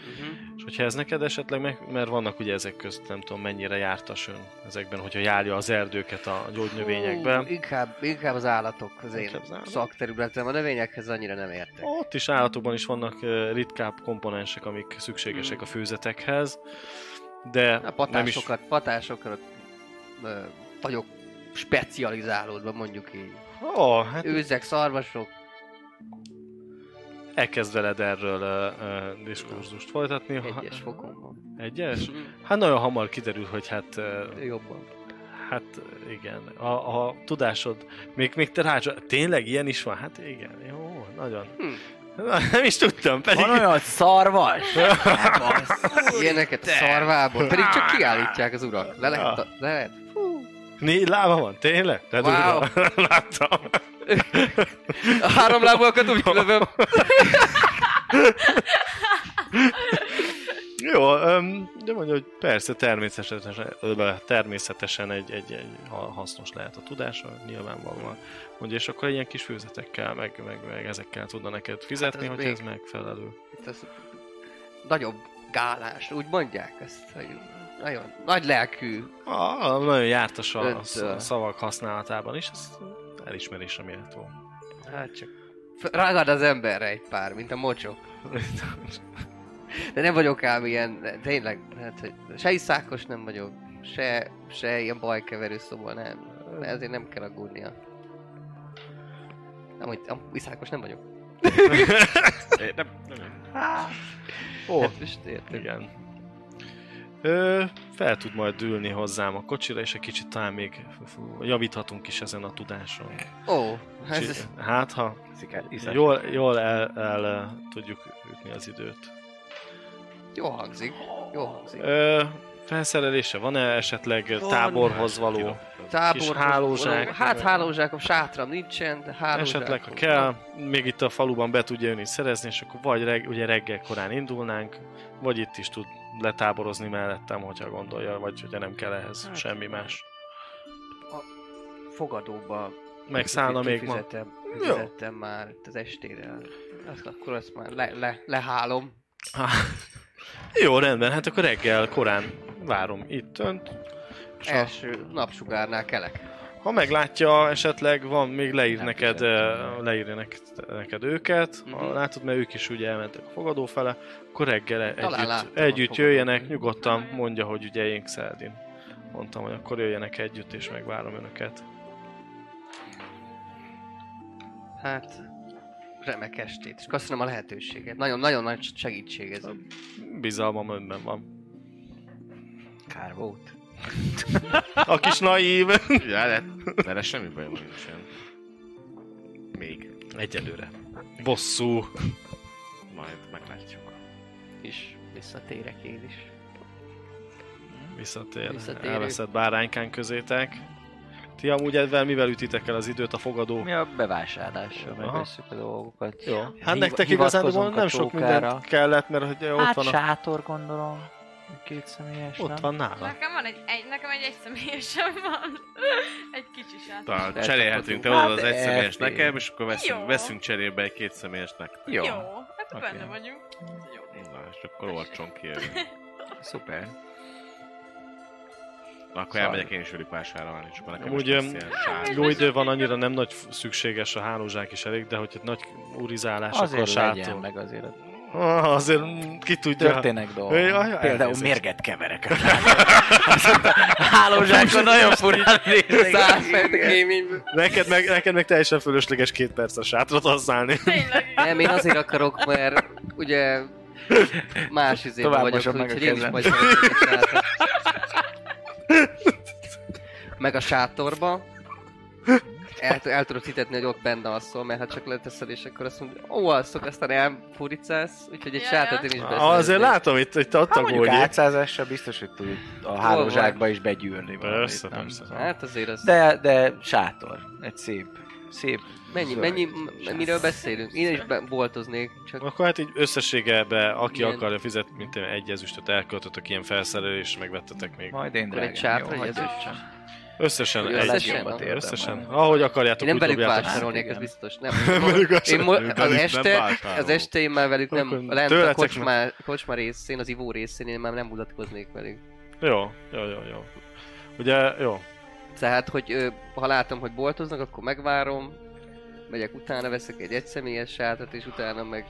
[SPEAKER 2] És hogyha ez neked esetleg meg, mert vannak ugye ezek közt, nem tudom mennyire jártas ön ezekben, hogyha járja az erdőket a
[SPEAKER 3] Hú,
[SPEAKER 2] gyógynövényekben.
[SPEAKER 3] Inkább, inkább az állatok az én
[SPEAKER 2] Inkább az Oh. állatok.
[SPEAKER 3] szakterületem, a növényekhez annyira nem értek.
[SPEAKER 2] Ott is állatokban is vannak ö, ritkább komponensek, amik szükségesek
[SPEAKER 3] Mm.
[SPEAKER 2] a főzetekhez, de
[SPEAKER 3] A
[SPEAKER 2] nem is...
[SPEAKER 3] patásokat, patásokat ö, vagyok specializálódva, mondjuk így.
[SPEAKER 2] Ó, hát
[SPEAKER 3] Őzek, szarvasok,
[SPEAKER 2] elkezd veled erről ö, ö, diskurzust folytatni. ha-
[SPEAKER 3] egyes fokomban.
[SPEAKER 2] Egyes? Hát nagyon hamar kiderül, hogy hát, ö,
[SPEAKER 3] Jobban.
[SPEAKER 2] hát igen, a, a tudásod, még, még te rács, tényleg ilyen is van? Hát igen, jó, nagyon.
[SPEAKER 3] Hm.
[SPEAKER 2] Na, nem is tudtam, pedig...
[SPEAKER 4] Van olyan szarvas? Hát basz.
[SPEAKER 3] Ilyeneket a szarvából, pedig csak kiállítják az urak. Le lehet, le lehet.
[SPEAKER 2] Négy lába van, tényleg? Tehát
[SPEAKER 3] Wow.
[SPEAKER 2] Láttam.
[SPEAKER 3] A három lábúakat úgy lövöm.
[SPEAKER 2] Jó, öm, de mondja, hogy persze természetesen, ö, természetesen egy, egy, egy ha- hasznos lehet a tudása, nyilvánvalóan. Mondja, és akkor ilyen kis főzetekkel, meg, meg, meg ezekkel tudna neked fizetni,
[SPEAKER 3] ez
[SPEAKER 2] hát hogy
[SPEAKER 3] még-
[SPEAKER 2] ez megfelelő.
[SPEAKER 3] Itt az nagyobb gálás, úgy mondják ezt, hogy nagyon nagy lelkű.
[SPEAKER 2] A, a- nagyon jártas a, a
[SPEAKER 3] Öt,
[SPEAKER 2] sz- a
[SPEAKER 3] ö.
[SPEAKER 2] szavak használatában is, ez elismerésre méltó.
[SPEAKER 3] Hát csak f- ragad az emberre egy pár, mint a mocsok. De nem vagyok ám ilyen, de tényleg, hát, hogy se iszákos nem vagyok, se, se ilyen bajkeverő szóval nem. De ezért nem kell aggódnia. Nem, hogy am- iszákos nem vagyok.
[SPEAKER 6] É, Nem, nem.
[SPEAKER 2] Ó,
[SPEAKER 3] Hát most érted.
[SPEAKER 2] Igen. Ö, fel tud majd ülni hozzám a kocsira, és egy kicsit talán még fú, javíthatunk is ezen a tudáson.
[SPEAKER 3] Ó, hát
[SPEAKER 2] Csi-
[SPEAKER 3] ez,
[SPEAKER 2] Hát, ha
[SPEAKER 4] Szikert, iszak.
[SPEAKER 2] jól, jól el, el eh, tudjuk ütni az időt.
[SPEAKER 3] jó hangzik. Jó hangzik.
[SPEAKER 2] Ö, felszerelése van-e esetleg van. táborhoz való?
[SPEAKER 3] Tábor,
[SPEAKER 2] hálózsák.
[SPEAKER 3] Hát hálózsákom, sátram nincsen, de hálózsákom.
[SPEAKER 2] Esetleg, ha kell, még itt a faluban be tudja jönni szerezni, és akkor vagy reg, ugye reggel korán indulnánk, vagy itt is tud letáborozni mellettem, hogyha gondolja, vagy hogyha nem kell ehhez
[SPEAKER 3] Hát.
[SPEAKER 2] semmi más.
[SPEAKER 3] Fogadóba
[SPEAKER 2] Megszállna még ma.
[SPEAKER 3] fizetem,
[SPEAKER 2] Jó.
[SPEAKER 3] fizetem már itt az estére. Azt, akkor azt már le, le, lehálom.
[SPEAKER 2] Há, Jó, rendben, hát akkor reggel korán várom itt önt. És ha,
[SPEAKER 3] Első napsugárnál kelek.
[SPEAKER 2] ha meglátja, esetleg van, még leír
[SPEAKER 4] Nem
[SPEAKER 2] neked,
[SPEAKER 4] tudom.
[SPEAKER 2] eh, leírja nek- neked őket, ha
[SPEAKER 3] Mhm.
[SPEAKER 2] látod, mert ők is ugye elmentek a fogadó fele, akkor reggel
[SPEAKER 3] Talán
[SPEAKER 2] együtt,
[SPEAKER 3] láttam a
[SPEAKER 2] együtt
[SPEAKER 3] fogadót.
[SPEAKER 2] jöjjenek, nyugodtan mondja, hogy ugye én Xeldin. Mondtam, hogy akkor jöjjenek együtt, és megvárom önöket.
[SPEAKER 3] Hát, remek estét. És köszönöm a lehetőséget. Nagyon-nagyon nagy segítség ez.
[SPEAKER 2] Bizalmam önben van.
[SPEAKER 4] Kár volt.
[SPEAKER 2] A kis naív!
[SPEAKER 6] Ja, de vele semmi bajom nincsen. Még.
[SPEAKER 2] Egyelőre. Bosszú.
[SPEAKER 6] Majd meglátjuk.
[SPEAKER 3] És visszatérek én is.
[SPEAKER 2] Visszatér.
[SPEAKER 3] Visszatérő.
[SPEAKER 2] Elveszett báránykán közétek. Ti amúgy ezzel mivel ütitek el az időt a fogadó?
[SPEAKER 4] Mi a bevásárlással
[SPEAKER 2] Aha.
[SPEAKER 4] megveszünk a dolgokat.
[SPEAKER 2] Jó. Hát
[SPEAKER 4] Hiv-
[SPEAKER 2] nektek
[SPEAKER 4] hivatkozunk
[SPEAKER 2] igazán
[SPEAKER 4] a
[SPEAKER 2] nem sok minden
[SPEAKER 4] csókára.
[SPEAKER 2] kellett, mert hogy ott
[SPEAKER 4] Hát
[SPEAKER 2] van a...
[SPEAKER 4] sátor gondolom. Két személyes,
[SPEAKER 2] Ott van nála.
[SPEAKER 5] Nekem van egy, egy nekem egy egyszemélyesem van. Egy kicsi sátram.
[SPEAKER 6] Talán
[SPEAKER 3] Lehet,
[SPEAKER 6] cserélhetünk, te
[SPEAKER 3] kaphatunk.
[SPEAKER 6] odaad az
[SPEAKER 4] Hát,
[SPEAKER 6] egy személyes
[SPEAKER 4] elfér.
[SPEAKER 6] nekem, és akkor veszünk,
[SPEAKER 5] Jó.
[SPEAKER 6] veszünk cserébe egy két személyes nektek.
[SPEAKER 4] Jó.
[SPEAKER 5] Jó, hát
[SPEAKER 4] Oké.
[SPEAKER 5] benne vagyunk. Ez Jó.
[SPEAKER 6] Na, és akkor olcsón ki.
[SPEAKER 4] Szuper.
[SPEAKER 6] Na, akkor elmegyek én is velük vásárolni, csak akkor nekem
[SPEAKER 2] Amúgy,
[SPEAKER 6] Úgy, is
[SPEAKER 2] öm,
[SPEAKER 6] lesz ilyen sárga.
[SPEAKER 2] Jó idő van, annyira nem nagy f- szükséges, a hálózsák is elég, de hogy egy nagy urizálás, akkor
[SPEAKER 4] Azért legyen
[SPEAKER 2] sátor.
[SPEAKER 4] meg azért.
[SPEAKER 2] Ah, azért mm, ki tudja.
[SPEAKER 4] Történnek
[SPEAKER 2] Jaj, jaj,
[SPEAKER 4] dolgok. Például
[SPEAKER 2] elnézést.
[SPEAKER 4] mérget keverek. Hálózsákon nagyon furán
[SPEAKER 3] Száz perc gaming.
[SPEAKER 2] Neked meg, neked meg teljesen fölösleges két perces sátrat használni.
[SPEAKER 5] Tényleg. igen.
[SPEAKER 3] Nem, én azért akarok, mert ugye más izében
[SPEAKER 4] Tovább
[SPEAKER 3] vagyok,
[SPEAKER 4] mosom meg a
[SPEAKER 3] úgyhogy én is
[SPEAKER 4] kezem.
[SPEAKER 3] majd Meg a sátorba. El, el tudok hitetni, hogy ott benne alszol, mert ha csak leteszed, és akkor azt mondod, ó, alszok, aztán elfuricálsz, úgyhogy egy
[SPEAKER 5] Ja,
[SPEAKER 3] sátort
[SPEAKER 5] ja.
[SPEAKER 3] én is beszélek.
[SPEAKER 2] Ah, azért látom, itt, itt
[SPEAKER 4] Hát
[SPEAKER 2] adtak
[SPEAKER 4] mondjuk
[SPEAKER 2] hogy
[SPEAKER 4] átszázással biztos, hogy tud a hálózsákba is begyűrni valamit.
[SPEAKER 2] Persze,
[SPEAKER 4] nem?
[SPEAKER 2] persze.
[SPEAKER 3] Hát azért az... De
[SPEAKER 4] De, de sátor. Egy szép, szép
[SPEAKER 3] mennyi,
[SPEAKER 4] zöld
[SPEAKER 3] mennyi, m-
[SPEAKER 4] sátor.
[SPEAKER 3] miről beszélünk? Én is be- boltoznék, csak
[SPEAKER 2] Akkor hát így összességebe, aki
[SPEAKER 3] Igen.
[SPEAKER 2] akarja fizetni, mint én egy ezüstöt elköltötök ilyen felszerelésre, megvettetek még.
[SPEAKER 4] Majd én
[SPEAKER 3] akkor egy
[SPEAKER 4] drágám,
[SPEAKER 3] sátor,
[SPEAKER 4] jó,
[SPEAKER 3] egy
[SPEAKER 4] hagyjuk.
[SPEAKER 3] ezüst.
[SPEAKER 2] Összesen
[SPEAKER 3] Hogy
[SPEAKER 2] egy.
[SPEAKER 3] összesen?
[SPEAKER 2] Összesen.
[SPEAKER 3] Aha.
[SPEAKER 2] összesen. Ahogy akarjátok,
[SPEAKER 3] Én nem
[SPEAKER 2] úgy
[SPEAKER 3] velük
[SPEAKER 2] dobjátok.
[SPEAKER 3] vásárolnék,
[SPEAKER 4] Igen.
[SPEAKER 3] ez biztos. Nem.
[SPEAKER 2] Velük
[SPEAKER 3] Én mo-
[SPEAKER 6] Velük
[SPEAKER 3] az
[SPEAKER 6] nem
[SPEAKER 3] este,
[SPEAKER 6] vásárolok.
[SPEAKER 3] az este én már velük nem,
[SPEAKER 2] Akkor
[SPEAKER 3] lent a
[SPEAKER 2] tőletek
[SPEAKER 3] kocsma, kocsma részén, az ivó részén én már nem mutatkoznék velük.
[SPEAKER 2] Jó, jó, jó, jó. Ugye, jó.
[SPEAKER 3] Tehát, hogy ö, ha látom, hogy boltoznak, akkor megvárom, megyek utána, veszek egy egyszemélyes sátrat, és utána meg...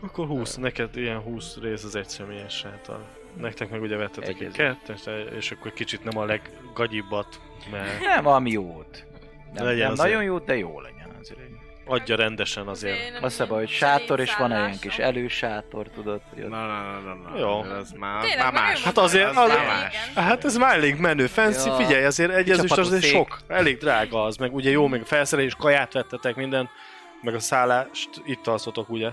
[SPEAKER 2] Akkor 20, neked ilyen 20 rész az egyszemélyes sátor. Nektek meg ugye vettetek
[SPEAKER 4] Egy
[SPEAKER 2] egy
[SPEAKER 4] ezüst.
[SPEAKER 2] kettest, és akkor kicsit nem a leggagyibbat, mert
[SPEAKER 4] Nem, valami jót. Nem,
[SPEAKER 2] Legyen
[SPEAKER 4] nem
[SPEAKER 2] azért.
[SPEAKER 4] nagyon jót, de jó legyen azért.
[SPEAKER 2] adja rendesen azért.
[SPEAKER 5] Én nem-
[SPEAKER 4] Az a baj, hogy
[SPEAKER 5] nem
[SPEAKER 4] sátor, és van egy ilyen
[SPEAKER 5] szállásom.
[SPEAKER 4] kis elősátor, tudod? Hogy ott...
[SPEAKER 6] Na, na, na, na, na.
[SPEAKER 2] Jó.
[SPEAKER 6] Ez már,
[SPEAKER 5] Tényleg,
[SPEAKER 6] már
[SPEAKER 5] meg
[SPEAKER 6] más.
[SPEAKER 5] ő
[SPEAKER 2] Hát azért-
[SPEAKER 6] az,
[SPEAKER 2] az-
[SPEAKER 6] már más.
[SPEAKER 2] Hát ez már elég menő, fancy,
[SPEAKER 3] Ja.
[SPEAKER 2] figyelj, azért egy ezüst az azért
[SPEAKER 3] Csapatos
[SPEAKER 2] sok, elég drága az, meg ugye jó, még a felszerelés, kaját vettetek minden, meg a szállást itt alszotok, ugye?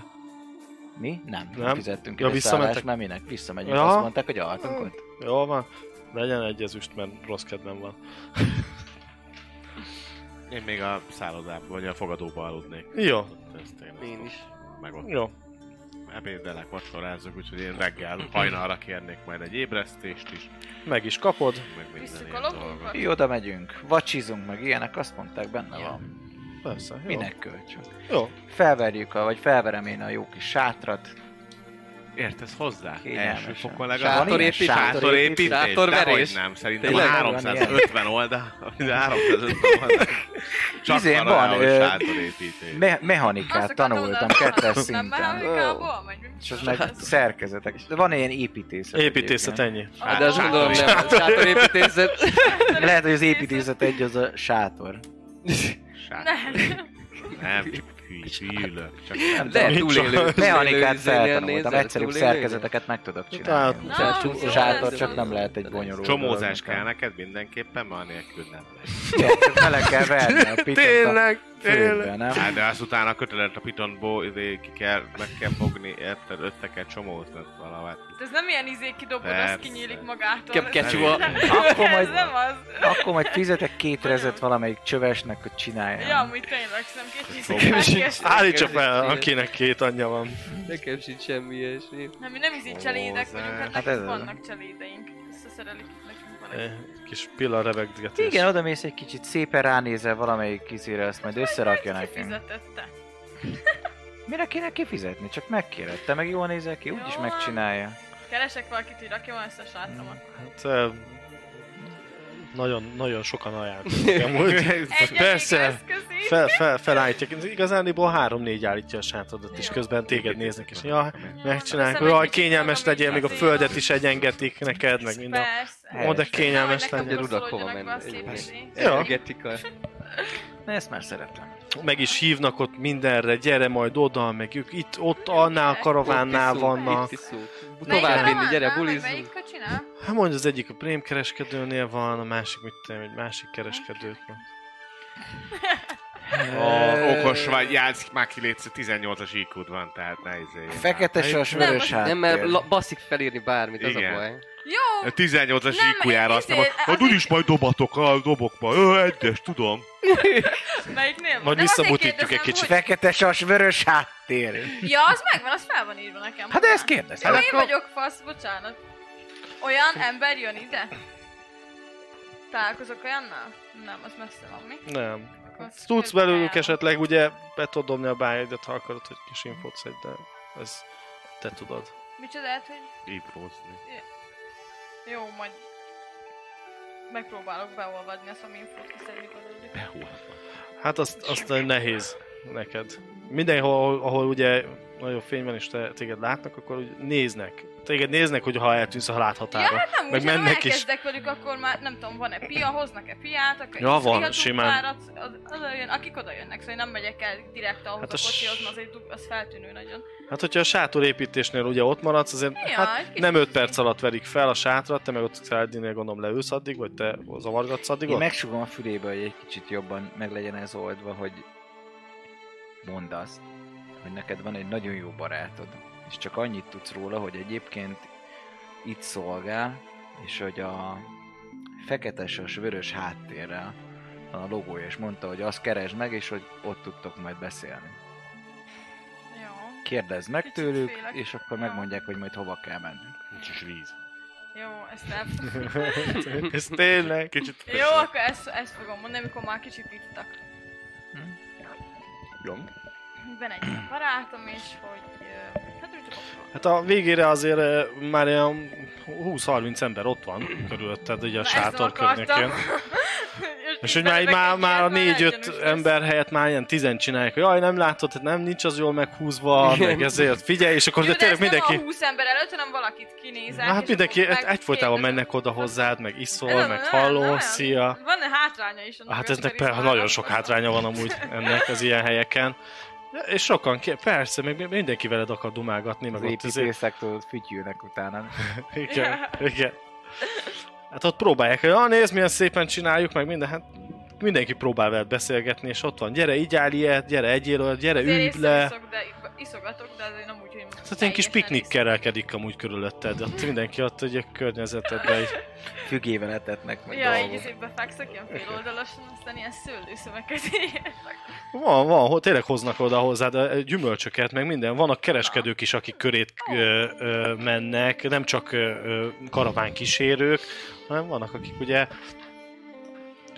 [SPEAKER 4] Mi? Nem,
[SPEAKER 2] Nem.
[SPEAKER 4] nem. fizettünk
[SPEAKER 2] Ja,
[SPEAKER 4] ja,
[SPEAKER 2] visszamentek?
[SPEAKER 4] szállást, mert minek? Visszamegyünk,
[SPEAKER 2] Ja.
[SPEAKER 4] azt mondták, hogy altunk ott.
[SPEAKER 2] Jól van? Legyen egy ezüst, mert rossz kedvem van.
[SPEAKER 6] Én még a szállodában, vagy a fogadóba aludnék.
[SPEAKER 2] Jó,
[SPEAKER 6] Ezt én,
[SPEAKER 3] Én is.
[SPEAKER 6] Meg ott
[SPEAKER 2] jó.
[SPEAKER 6] ebédelek, vacsorázok, úgyhogy én reggel hajnalra kérnék majd egy ébresztést is,
[SPEAKER 2] Meg is kapod.
[SPEAKER 6] meg minden
[SPEAKER 5] Visszük
[SPEAKER 6] ilyen
[SPEAKER 5] a
[SPEAKER 6] dolgot.
[SPEAKER 5] logunkat?
[SPEAKER 4] Mi oda megyünk, vacsizunk meg ilyenek, azt mondták, benne van.
[SPEAKER 2] Persze, jó.
[SPEAKER 4] Minek kölcsön?
[SPEAKER 2] Jó.
[SPEAKER 4] Felverjük, a, vagy felverem én a jó kis sátrat.
[SPEAKER 6] Értesz hozzá?
[SPEAKER 4] Kényelmesen.
[SPEAKER 6] Első fokon legalább.
[SPEAKER 3] Sátorépítés.
[SPEAKER 6] Sátorépítés?
[SPEAKER 3] Sátorverés.
[SPEAKER 6] Dehogy nem, szerintem
[SPEAKER 4] Tényleg?
[SPEAKER 6] 350 oldal. 350 oldal. Csak
[SPEAKER 4] Izén
[SPEAKER 6] arra
[SPEAKER 4] van,
[SPEAKER 6] van, hogy
[SPEAKER 4] ö,
[SPEAKER 6] sátorépítés.
[SPEAKER 4] Me- mechanikát hát tanultam kettes
[SPEAKER 5] Nem
[SPEAKER 4] szinten.
[SPEAKER 5] mechanikából megy? mi?
[SPEAKER 4] És az meg szerkezetek. De van ilyen építészet.
[SPEAKER 2] Építészet ennyi.
[SPEAKER 5] Ah,
[SPEAKER 3] De azt
[SPEAKER 5] sátor-
[SPEAKER 3] gondolom nem, a sátorépítészet.
[SPEAKER 4] egyébként. Lehet, hogy az építészet egy az a sátor.
[SPEAKER 6] Sátor.
[SPEAKER 5] Nem.
[SPEAKER 6] Nem, csak hülyülök. Csak
[SPEAKER 3] De
[SPEAKER 2] Mit
[SPEAKER 3] túlélő.
[SPEAKER 4] Mechanikát
[SPEAKER 3] túlélő
[SPEAKER 4] feltanultam,
[SPEAKER 3] nézel,
[SPEAKER 4] egyszerűbb
[SPEAKER 3] túlélő.
[SPEAKER 4] szerkezeteket meg
[SPEAKER 2] Hát,
[SPEAKER 4] tudok csinálni.
[SPEAKER 2] Na,
[SPEAKER 4] Tehát
[SPEAKER 5] az jó,
[SPEAKER 4] sátor
[SPEAKER 5] az
[SPEAKER 2] hát,
[SPEAKER 4] csak
[SPEAKER 5] jó.
[SPEAKER 4] nem lehet egy bonyolult.
[SPEAKER 6] Csomózás kell
[SPEAKER 4] dolog.
[SPEAKER 6] neked mindenképpen, mert anélkül nem megy.
[SPEAKER 4] Igen, csak Bele kell verni a pitot a
[SPEAKER 2] Tényleg,
[SPEAKER 4] fülbe, nem?
[SPEAKER 6] Hát de azt utána kötelet a pitonból izé, ki kell, meg kell fogni, érted, össze kell csomóznod valahogy.
[SPEAKER 5] De ez nem ilyen izé kidobod,
[SPEAKER 6] Persze.
[SPEAKER 5] az kinyílik magától.
[SPEAKER 3] Kep- kecsua.
[SPEAKER 4] Akkor majd-
[SPEAKER 5] Ez nem az.
[SPEAKER 4] Akkor majd fizetek két rezet valamelyik csövesnek, hogy
[SPEAKER 5] Ja,
[SPEAKER 4] csinálja.
[SPEAKER 5] amúgy tényleg szerintem két
[SPEAKER 3] Nekem
[SPEAKER 5] tízig
[SPEAKER 3] sincs.
[SPEAKER 2] Állítsa fel, akinek két anyja van.
[SPEAKER 3] Nekem sincs semmi ilyesmi.
[SPEAKER 5] Nem, mi nem izé cselédek vagyunk, hát
[SPEAKER 4] Hát
[SPEAKER 5] nekünk
[SPEAKER 4] ez az.
[SPEAKER 5] vannak cselédeink. Összeszerelik nekünk valaki.
[SPEAKER 2] Egy Kis pillan reveggetés.
[SPEAKER 4] Igen, oda mész egy kicsit, szépen ránézel valamelyik kizére, azt majd összerakja nekünk.
[SPEAKER 5] Kifizetette.
[SPEAKER 4] Mire kéne kifizetni? Csak megkéred. Te meg jól nézel ki, úgyis
[SPEAKER 5] Jó.
[SPEAKER 4] megcsinálja.
[SPEAKER 5] Keresek valakit, hogy rakjam össze a sátramat.
[SPEAKER 2] Hát, ö, nagyon, nagyon sokan ajánlják. Amúgy.
[SPEAKER 5] Egy
[SPEAKER 2] Persze.
[SPEAKER 5] eszközi.
[SPEAKER 2] Fel, fel, felállítják. Igazániból három-négy állítja a sátradat, és
[SPEAKER 5] Jó.
[SPEAKER 2] közben téged néznek, és ja, megcsinálják,
[SPEAKER 5] Köszönöm,
[SPEAKER 2] jaj,
[SPEAKER 5] egy kicsit
[SPEAKER 2] kényelmes
[SPEAKER 5] magam is
[SPEAKER 2] legyél, még a
[SPEAKER 5] azért.
[SPEAKER 2] földet is egyengetik neked, meg minden.
[SPEAKER 5] Persze.
[SPEAKER 2] Ó, de kényelmes
[SPEAKER 5] Nehogy
[SPEAKER 2] lenne.
[SPEAKER 5] nekem
[SPEAKER 3] Ugye rudakova
[SPEAKER 5] rosszulódjanak be
[SPEAKER 3] menni.
[SPEAKER 5] a szép
[SPEAKER 3] Persze.
[SPEAKER 5] izék.
[SPEAKER 2] Jó.
[SPEAKER 3] Energetika.
[SPEAKER 4] Na ezt már szeretem.
[SPEAKER 2] Meg is hívnak ott mindenre, gyere majd oda, meg ők itt, ott, annál a karavánnál
[SPEAKER 3] Ott iszunk,
[SPEAKER 2] vannak.
[SPEAKER 3] Itt iszunk.
[SPEAKER 5] Melyik
[SPEAKER 3] Tovább
[SPEAKER 5] a
[SPEAKER 3] vinni, gyere
[SPEAKER 5] Románál, vagy
[SPEAKER 3] bulizunk.
[SPEAKER 5] Melyik kocsinál?
[SPEAKER 2] Hát mondja, az egyik a prémkereskedőnél van, a másik, mit tudom, egy másik kereskedőt.
[SPEAKER 6] Ó, okos vagy, játsz, már ki létsz, 18-as iq van, tehát ne izé.
[SPEAKER 4] Fekete sas,
[SPEAKER 5] Nem,
[SPEAKER 4] vörös háttér.
[SPEAKER 3] Nem, mert la- basszik felírni bármit, az
[SPEAKER 6] Igen.
[SPEAKER 3] a baj.
[SPEAKER 5] Jó,
[SPEAKER 6] A 18-as
[SPEAKER 5] Nem,
[SPEAKER 6] IQ-jára azt
[SPEAKER 5] izé,
[SPEAKER 6] mondom,
[SPEAKER 5] azért-
[SPEAKER 6] hogy úgyis majd dobatok, ah, dobok ma, Ö, egyes, tudom.
[SPEAKER 5] melyiknél?
[SPEAKER 2] Majd
[SPEAKER 5] Nem, azért
[SPEAKER 2] visszabutítjuk egy
[SPEAKER 5] kérdezem,
[SPEAKER 2] kicsit.
[SPEAKER 5] hogy-
[SPEAKER 4] Fekete sas, vörös háttér.
[SPEAKER 5] Ja, az megvan, az fel van írva nekem.
[SPEAKER 4] Hát de ezt kérdez.
[SPEAKER 5] Jó, én vagyok fasz, bocsánat. Olyan ember jön ide? Találkozok olyannal? Nem, az messze van, mi?
[SPEAKER 2] Nem.
[SPEAKER 5] Akkor azt
[SPEAKER 2] Tudsz
[SPEAKER 5] közben
[SPEAKER 2] belőlük
[SPEAKER 5] el-
[SPEAKER 2] esetleg, ugye, be tudod dobni a bájaidat, ha akarod, hogy kis infót szedj, de ez te tudod.
[SPEAKER 5] Micsoda, hát, hogy
[SPEAKER 6] Infózni.
[SPEAKER 5] jó, majd megpróbálok beolvadni azt, ami infót kiszedni belőlük.
[SPEAKER 2] Hát azt, azt nehéz neked. Mindenhol, ahol, ahol ugye nagyon fény van és te, téged látnak, akkor úgy néznek. Téged néznek, hogy ha eltűnsz a
[SPEAKER 5] Ja,
[SPEAKER 2] láthatára.
[SPEAKER 5] hát nem
[SPEAKER 2] Meg
[SPEAKER 5] úgy, hanem
[SPEAKER 2] mennek is.
[SPEAKER 5] elkezdek velük, akkor már nem tudom, van-e pia, hoznak-e piát, akkor
[SPEAKER 2] Ja,
[SPEAKER 5] egy
[SPEAKER 2] van,
[SPEAKER 5] ihatunk
[SPEAKER 2] simán.
[SPEAKER 5] párat, az, az jön, akik oda jönnek, szóval én nem megyek el direkt ahhoz
[SPEAKER 2] Hát
[SPEAKER 5] hát
[SPEAKER 2] a
[SPEAKER 5] a
[SPEAKER 2] s-
[SPEAKER 5] kocsihoz, mert az, egy, du- az feltűnő nagyon.
[SPEAKER 2] Hát, hogyha a sátorépítésnél ugye ott maradsz, azért
[SPEAKER 5] Ja, egy
[SPEAKER 2] hát
[SPEAKER 5] kicsit
[SPEAKER 2] nem 5
[SPEAKER 5] izé.
[SPEAKER 2] perc alatt verik fel a sátrat, te meg ott Száldinél gondolom leülsz addig, vagy te zavargatsz addig
[SPEAKER 4] Én
[SPEAKER 2] ott?
[SPEAKER 4] megsugom a fülébe, hogy egy kicsit jobban meg legyen ez oldva, hogy mondd azt, hogy neked van egy nagyon jó barátod, és csak annyit tudsz róla, hogy egyébként itt szolgál, és hogy a fekete sas vörös háttérrel van a logója, és mondta, hogy azt keresd meg, és hogy ott tudtok majd beszélni.
[SPEAKER 5] Jó,
[SPEAKER 4] Kérdezd meg
[SPEAKER 5] Kicsit
[SPEAKER 4] tőlük,
[SPEAKER 5] félek.
[SPEAKER 4] és akkor megmondják, hogy majd hova kell mennünk.
[SPEAKER 6] Nincs is víz.
[SPEAKER 5] jó, ezt el...
[SPEAKER 2] Ez tényleg.
[SPEAKER 6] Kicsit
[SPEAKER 5] jó, akkor ezt, ezt fogom mondani, amikor már kicsit ittak.
[SPEAKER 4] Jó.
[SPEAKER 5] Van egy ilyen barátom is, hogy... ö, Hát úgy csak
[SPEAKER 2] Hát a végére azért eh, már ilyen 20-30 ember ott van körülötted, ugye a sátor környékén. És hogy már, már, már a négy-öt ember helyett már ilyen tizen csinálják, hogy jaj, nem látod, hát nem, nincs az jól meghúzva,
[SPEAKER 3] Igen.
[SPEAKER 2] meg ezért figyelj, és akkor
[SPEAKER 5] Jó,
[SPEAKER 2] de
[SPEAKER 5] de
[SPEAKER 2] tényleg
[SPEAKER 5] ez mindenki... nem
[SPEAKER 2] mindenki...
[SPEAKER 5] a 20 ember előtt, hanem valakit kinézek.
[SPEAKER 2] Hát
[SPEAKER 5] és
[SPEAKER 2] mindenki
[SPEAKER 5] akkor
[SPEAKER 2] hát
[SPEAKER 5] meg
[SPEAKER 2] egyfolytában
[SPEAKER 5] kérdezem.
[SPEAKER 2] mennek oda hozzád, meg
[SPEAKER 5] Nem,
[SPEAKER 2] iszol,
[SPEAKER 5] nem,
[SPEAKER 2] meg
[SPEAKER 5] nem,
[SPEAKER 2] halló,
[SPEAKER 5] nem.
[SPEAKER 2] szia.
[SPEAKER 5] Van-e hátránya is? annak,
[SPEAKER 2] Hát
[SPEAKER 5] hogy
[SPEAKER 2] eznek
[SPEAKER 5] ember is
[SPEAKER 2] per,
[SPEAKER 5] találnak?
[SPEAKER 2] nagyon sok hátránya van amúgy ennek az ilyen helyeken. És sokan, ké- persze, meg mindenki veled akar dumálgatni,
[SPEAKER 4] Az
[SPEAKER 2] meg ott azért
[SPEAKER 4] építészek tudod, fütyülnek utána.
[SPEAKER 2] Igen, igen. Hát ott próbálják, hogy ah, nézd, milyen szépen csináljuk, meg minden, hát mindenki próbál veled beszélgetni, és ott van, gyere, így áll ilyet, gyere, egyél olyat, gyere,
[SPEAKER 5] Azért
[SPEAKER 2] ülj
[SPEAKER 5] észre
[SPEAKER 2] le.
[SPEAKER 5] Iszok, de iszogatok, de azért nem úgy, hogy...
[SPEAKER 2] Tehát ilyen kis
[SPEAKER 5] Teljesen
[SPEAKER 2] piknik
[SPEAKER 5] visz-
[SPEAKER 2] kerekedik amúgy körülötted, ott mindenki ott egy a környezetedben egy
[SPEAKER 4] Fügével etetnek meg
[SPEAKER 5] Ja, izé- így
[SPEAKER 4] dolgok.
[SPEAKER 5] azért befekszek ilyen féloldalasan, aztán ilyen szőlőszöveket írtak.
[SPEAKER 2] Van, van, ho- tényleg hoznak oda hozzád ö, gyümölcsöket, meg minden. Vannak kereskedők is, akik körét ö, ö, mennek, nem csak ö, ö, karavánkísérők, hanem vannak, akik ugye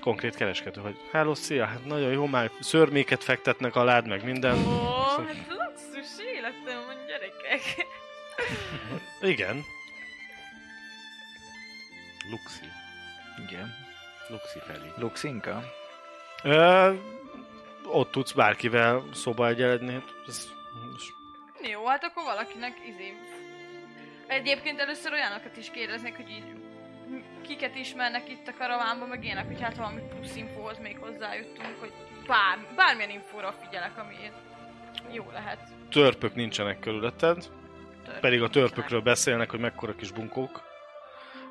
[SPEAKER 2] konkrét kereskedő, hogy hello, szia, hát nagyon jó, már szörméket fektetnek alád, meg minden.
[SPEAKER 5] Ó, hát luxus életem van gyerekek.
[SPEAKER 2] Igen,
[SPEAKER 6] Luxi.
[SPEAKER 4] Igen.
[SPEAKER 6] Luxi felé.
[SPEAKER 4] Luxinka?
[SPEAKER 2] Ö, ott tudsz bárkivel szoba egyenledni. Ez,
[SPEAKER 5] Jó, hát akkor valakinek izé... Egyébként először olyanokat is kérdeznék, hogy így kiket ismernek itt a karavánban, meg ilyenek, hogy hát valami plusz infóhoz még hozzájutunk, hogy bár, bármilyen infóra figyelek, ami jó lehet.
[SPEAKER 2] törpök nincsenek körülötted, pedig a törpökről beszélnek, hogy mekkora kis bunkók.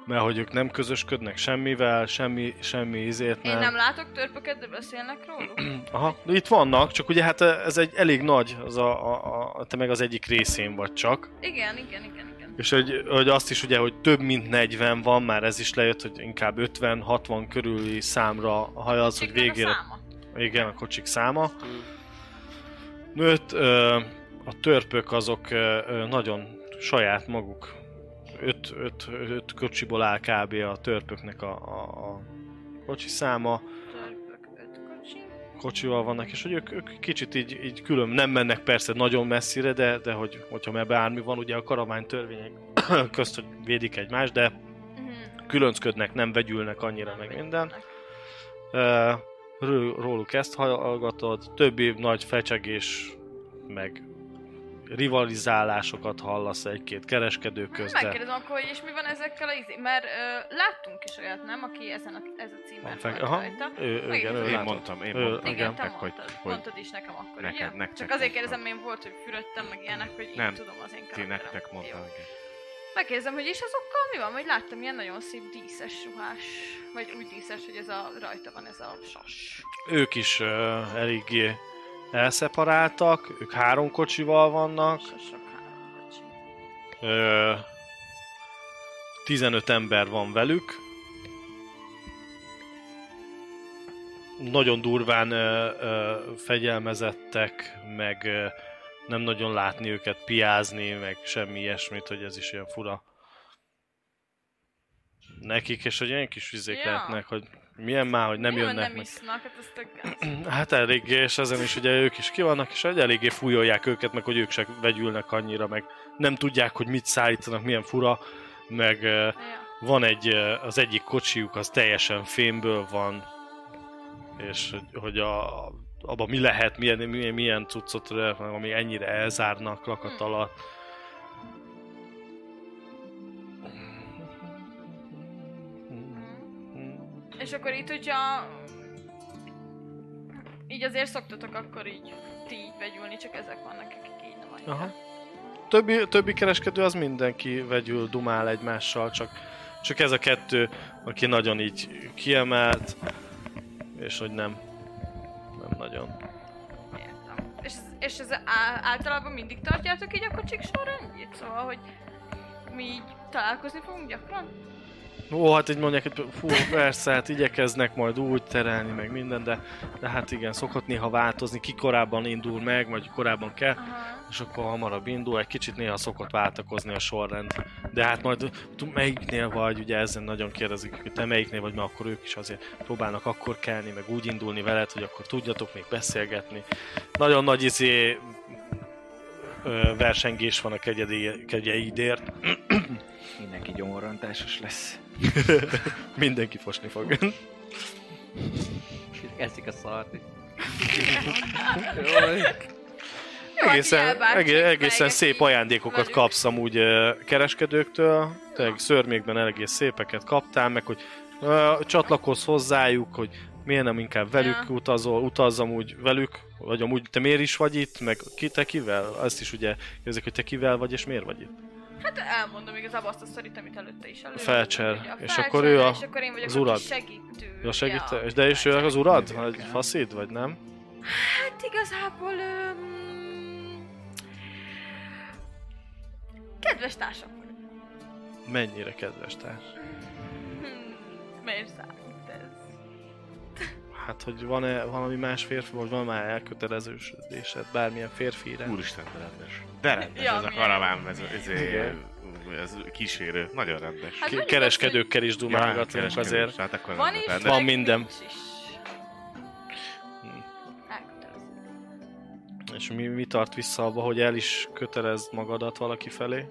[SPEAKER 2] Mert hogy ők nem közösködnek semmivel, semmi, semmi izért
[SPEAKER 5] Én
[SPEAKER 2] nem.
[SPEAKER 5] nem látok törpöket, de beszélnek róluk.
[SPEAKER 2] Aha, de itt vannak, csak ugye hát ez egy elég nagy, az a, a, a, te meg az egyik részén vagy csak.
[SPEAKER 5] Igen, igen, igen, igen.
[SPEAKER 2] És hogy, hogy azt is ugye, hogy több mint 40 van, már ez is lejött, hogy inkább 50-60 körüli számra hajaz, hogy
[SPEAKER 5] Kicsiknek a
[SPEAKER 2] végére
[SPEAKER 5] száma.
[SPEAKER 2] Igen, a kocsik száma. Nőtt, ö, a törpök azok ö, ö, nagyon saját maguk. Öt, öt, öt kocsiból áll kb. a törpöknek a, a, a kocsi száma.
[SPEAKER 5] Törpök, öt kocsi.
[SPEAKER 2] Kocsival vannak, és hogy ők, ők kicsit így, így külön, nem mennek persze nagyon messzire, de, de hogy, hogyha már bármi van, ugye a karavány törvények közt, hogy védik egymást, de
[SPEAKER 5] Mhm.
[SPEAKER 2] különcködnek, nem vegyülnek annyira, meg minden. Ö, rő- róluk ezt hallgatod, többi nagy fecsegés, meg rivalizálásokat hallasz egy-két kereskedő közben.
[SPEAKER 5] Hát Megkérdezem akkor, hogy és mi van ezekkel a izé, mert ö, láttunk is olyat, nem, aki ezen a, ez a
[SPEAKER 2] Van
[SPEAKER 5] címen
[SPEAKER 2] fek-
[SPEAKER 5] volt
[SPEAKER 2] Aha,
[SPEAKER 5] rajta.
[SPEAKER 2] ő, igen, ő
[SPEAKER 5] Megint-
[SPEAKER 6] Én
[SPEAKER 2] látod.
[SPEAKER 6] mondtam, én
[SPEAKER 2] Ö,
[SPEAKER 6] mondtam.
[SPEAKER 5] Igen,
[SPEAKER 2] igen,
[SPEAKER 5] te
[SPEAKER 6] nektek,
[SPEAKER 5] mondtad,
[SPEAKER 6] hogy- hogy
[SPEAKER 5] mondtad is nekem akkor,
[SPEAKER 6] neked-
[SPEAKER 5] ugye?
[SPEAKER 6] nektek
[SPEAKER 5] Csak azért
[SPEAKER 6] mondtam.
[SPEAKER 5] kérdezem, én volt, hogy fürödtem, meg ilyenek, hogy
[SPEAKER 6] Nem,
[SPEAKER 5] így tudom az én
[SPEAKER 6] Ti
[SPEAKER 5] karakterem.
[SPEAKER 6] nektek mondtam.
[SPEAKER 5] Jó.
[SPEAKER 6] igen.
[SPEAKER 5] Megkérdezem, hogy és azokkal mi van, hogy láttam ilyen nagyon szép díszes ruhás, vagy úgy díszes, hogy ez a, rajta van ez a sas.
[SPEAKER 2] Ők is ö, eléggé elszeparáltak, ők három kocsival vannak,
[SPEAKER 5] Sasok, három kocsi.
[SPEAKER 2] ö, 15 ember van velük. Nagyon durván ö, ö, fegyelmezettek, meg ö, nem nagyon látni őket piázni, meg semmi ilyesmit, hogy ez is ilyen fura nekik, és hogy ilyen kis vizék
[SPEAKER 5] Ja.
[SPEAKER 2] lehetnek, hogy milyen már, hogy nem
[SPEAKER 5] Mi van,
[SPEAKER 2] jönnek
[SPEAKER 5] nem
[SPEAKER 2] meg.
[SPEAKER 5] isznak, hát ez tök gáz.
[SPEAKER 2] Hát eléggé, és ezen is ugye ők is ki vannak, és egy eléggé fújolják őket, meg hogy ők se vegyülnek annyira, meg nem tudják, hogy mit szállítanak, milyen fura, meg ö,
[SPEAKER 5] Ja.
[SPEAKER 2] van egy, ö, az egyik kocsijuk, az teljesen fémből van, és hogy- hogy a, abban mi lehet, milyen, milyen, milyen cuccot, ö, ami ennyire elzárnak lakat
[SPEAKER 5] Hmm.
[SPEAKER 2] alatt.
[SPEAKER 5] Mm. És akkor itt, hogyha... Így azért szoktatok akkor így ti így vegyülni, csak ezek vannak, akik így nem annyira.
[SPEAKER 2] Aha. Többi, többi kereskedő az mindenki vegyül, dumál egymással, csak, csak ez a kettő, aki nagyon így kiemelt, és hogy nem, nem nagyon.
[SPEAKER 5] Értem. És, ez- és ez á, általában mindig tartjátok így a kocsik sorrendjét? Szóval, hogy mi így találkozni fogunk gyakran?
[SPEAKER 2] Ó, hát így mondják, hogy fú, persze, hát igyekeznek majd úgy terelni, meg minden, de, de hát igen, szokott néha változni, ki korábban indul meg, vagy korábban kell,
[SPEAKER 5] Aha.
[SPEAKER 2] és akkor hamarabb indul, egy kicsit néha szokott váltakozni a sorrend. De hát majd t- melyiknél vagy, ugye ezen nagyon kérdezik, hogy te melyiknél vagy, mert akkor ők is azért próbálnak akkor kelni, meg úgy indulni veled, hogy akkor tudjatok még beszélgetni. Nagyon nagy izé ö, versengés van a kegyedi, kegyeidért,
[SPEAKER 4] Mindenki gyomorrontásos lesz.
[SPEAKER 2] mindenki fosni fog.
[SPEAKER 3] Eszik a szart.
[SPEAKER 5] Jó, hát így
[SPEAKER 2] egészen,
[SPEAKER 5] elbántjuk,
[SPEAKER 2] egészen, egészen
[SPEAKER 5] fejgetjük.
[SPEAKER 2] szép ajándékokat
[SPEAKER 5] velük.
[SPEAKER 2] kapsz amúgy ö, kereskedőktől, tényleg szörmékben egész szépeket kaptál, meg hogy ö, csatlakozz hozzájuk, hogy miért nem inkább velük
[SPEAKER 5] Ja.
[SPEAKER 2] utazol, utaz amúgy velük, vagy amúgy te miért is vagy itt, meg ki, te kivel? Azt is ugye érzek, hogy te kivel vagy, és miért vagy itt.
[SPEAKER 5] Hát elmondom igazából azt a szorít, amit előtte is elő.
[SPEAKER 2] Felcser.
[SPEAKER 5] Ugye a
[SPEAKER 2] És akkor ő a-
[SPEAKER 5] és akkor én vagyok
[SPEAKER 2] az
[SPEAKER 5] a kis
[SPEAKER 2] urad.
[SPEAKER 5] segítő.
[SPEAKER 2] Ja, segít, és de és ő az urad? Vagy faszid, vagy nem?
[SPEAKER 5] Hát igazából... Öm... Kedves társak vagyunk.
[SPEAKER 2] Mennyire kedves társ.
[SPEAKER 5] Hmm, Miért számít ez?
[SPEAKER 2] Hát, hogy van-e valami más férfi, vagy van már elköteleződésed bármilyen férfi iránt?
[SPEAKER 6] Úristen, de rendes. De rendes
[SPEAKER 5] Ja,
[SPEAKER 6] ez a
[SPEAKER 5] milyen-
[SPEAKER 6] karaván, ez, ez,
[SPEAKER 2] Igen.
[SPEAKER 6] ez kísérő. Nagyon rendes.
[SPEAKER 5] Hát
[SPEAKER 2] Ki-
[SPEAKER 5] mondjuk
[SPEAKER 2] Kereskedőkkel is
[SPEAKER 6] Ja,
[SPEAKER 2] dumálgatunk
[SPEAKER 6] kereskedős,
[SPEAKER 2] azért.
[SPEAKER 6] Hát akkor
[SPEAKER 5] Van
[SPEAKER 6] nem
[SPEAKER 5] is,
[SPEAKER 6] rendes.
[SPEAKER 5] meg
[SPEAKER 2] Van minden.
[SPEAKER 5] nincs is.
[SPEAKER 2] Hmm.
[SPEAKER 5] Elkötelező.
[SPEAKER 2] És mi, mi tart vissza abba, hogy el is kötelezd magadat valaki felé?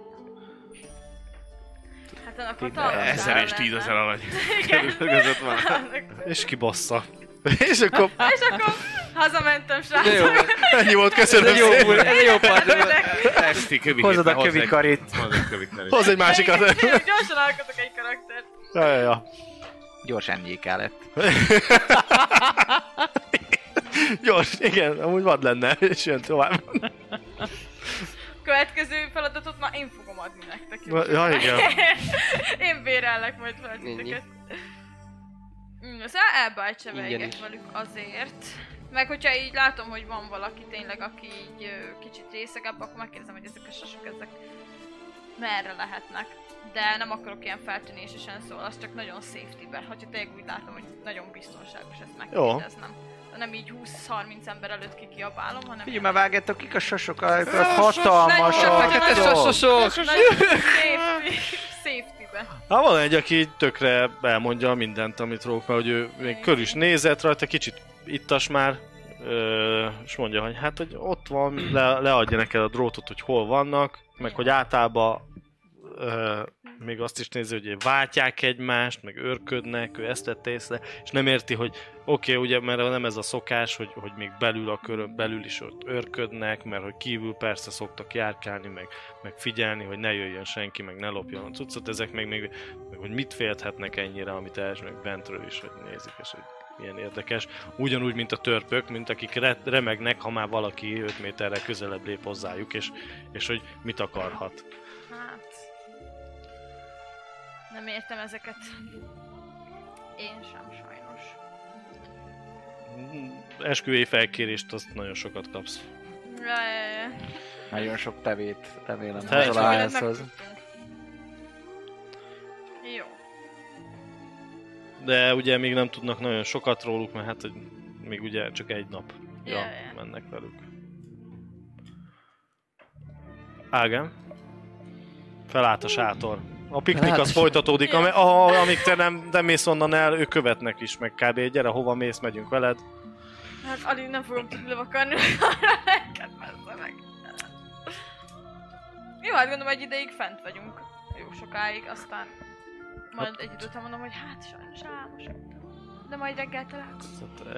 [SPEAKER 5] Hát annak a
[SPEAKER 4] Tinder.
[SPEAKER 5] talpatán
[SPEAKER 6] Ezer és
[SPEAKER 5] lenne.
[SPEAKER 6] tízezer alany
[SPEAKER 5] Igen.
[SPEAKER 6] között van.
[SPEAKER 2] És kibassza. És akkor
[SPEAKER 5] És akkor hazamentem,
[SPEAKER 3] De jó,
[SPEAKER 5] srácok.
[SPEAKER 6] Ennyi volt, köszönöm
[SPEAKER 3] ez egy jó, buli- ez egy jó partner. volt.
[SPEAKER 6] Esti kövi
[SPEAKER 4] Hozod a
[SPEAKER 6] héten, hozz
[SPEAKER 4] kövi
[SPEAKER 6] egy-
[SPEAKER 4] karit.
[SPEAKER 6] hozz egy kövi karit.
[SPEAKER 2] hoz egy másikat.
[SPEAKER 5] Igen, tényleg Gyorsan alkotok egy karaktert.
[SPEAKER 2] Ja, ja, ja.
[SPEAKER 4] Gyorsan nyíká lett.
[SPEAKER 2] Gyors, igen, amúgy vad lenne, és jön tovább.
[SPEAKER 5] Következő feladatot már én fogom adni nektek.
[SPEAKER 2] Ja, igen.
[SPEAKER 5] Én bérellek majd fel titeket. Mm, Szóval elbájtsa
[SPEAKER 3] Ingyen
[SPEAKER 5] meg
[SPEAKER 3] is.
[SPEAKER 5] velük azért. Meg hogyha így látom, hogy van valaki tényleg, aki így ö, kicsit részegebb, akkor megkérdezem, hogy ezek a sasok, ezek merre lehetnek. De nem akarok ilyen feltűnésesen szól, az csak nagyon safety-be. Hogyha tényleg úgy látom, hogy nagyon biztonságos, ezt megkérdeznem. Nem így 20-30 ember előtt kikiabálom, hanem...
[SPEAKER 4] Figyelj, már vágjátok kik a sasok, azok hatalmasak.
[SPEAKER 5] Fekete
[SPEAKER 3] sasosok!
[SPEAKER 5] Safety, safety-be.
[SPEAKER 2] Hát van egy, aki tökre elmondja mindent, amit rók, mert hogy ő még körül is nézett rajta, kicsit ittas már, ö, és mondja, hogy hát, hogy ott van, le, leadja neked a drótot, hogy hol vannak, meg hogy általában ö, még azt is nézi, hogy váltják egymást, meg őrködnek, ő ezt tette észre, és nem érti, hogy oké, okay, ugye, mert nem ez a szokás, hogy, hogy még belül a körön belül is ott őrködnek, mert hogy kívül persze szoktak járkálni, meg, meg figyelni, hogy ne jöjjön senki, meg ne lopjon a cuccot, ezek még, még meg hogy mit félthetnek ennyire, amit els, meg bentről is, hogy nézik, és hogy milyen érdekes. Ugyanúgy, mint a törpök, mint akik re- remegnek, ha már valaki 5 méterre közelebb lép hozzájuk, és, és hogy mit akarhat.
[SPEAKER 5] Hát... Nem értem ezeket. Én sem sajnos.
[SPEAKER 2] Esküvői felkérést azt nagyon sokat kapsz.
[SPEAKER 5] Jaj,
[SPEAKER 4] Nagyon sok tevét, remélem,
[SPEAKER 2] Te-
[SPEAKER 4] az
[SPEAKER 5] jaj, jaj.
[SPEAKER 4] alliance-hoz.
[SPEAKER 5] Jó.
[SPEAKER 2] De ugye még nem tudnak nagyon sokat róluk, mert hát hogy még ugye csak egy nap ja,
[SPEAKER 5] Ja, ja.
[SPEAKER 2] mennek velük. Ágám. Felállt a sátor. A piknik
[SPEAKER 3] Felállt a
[SPEAKER 2] az
[SPEAKER 3] sátor.
[SPEAKER 2] folytatódik, ami, ahol, amíg te nem, nem mész onnan el, ők követnek is, meg kb. gyere, hova mész, megyünk veled.
[SPEAKER 5] Hát alig nem fogom tudni lovakarni, arra neked messze meg. Jó, hát gondolom egy ideig fent vagyunk. Jó sokáig, aztán majd egy idő után mondom, hogy hát sajnos álmosodtam. De majd reggel találkozunk.
[SPEAKER 2] Tehát,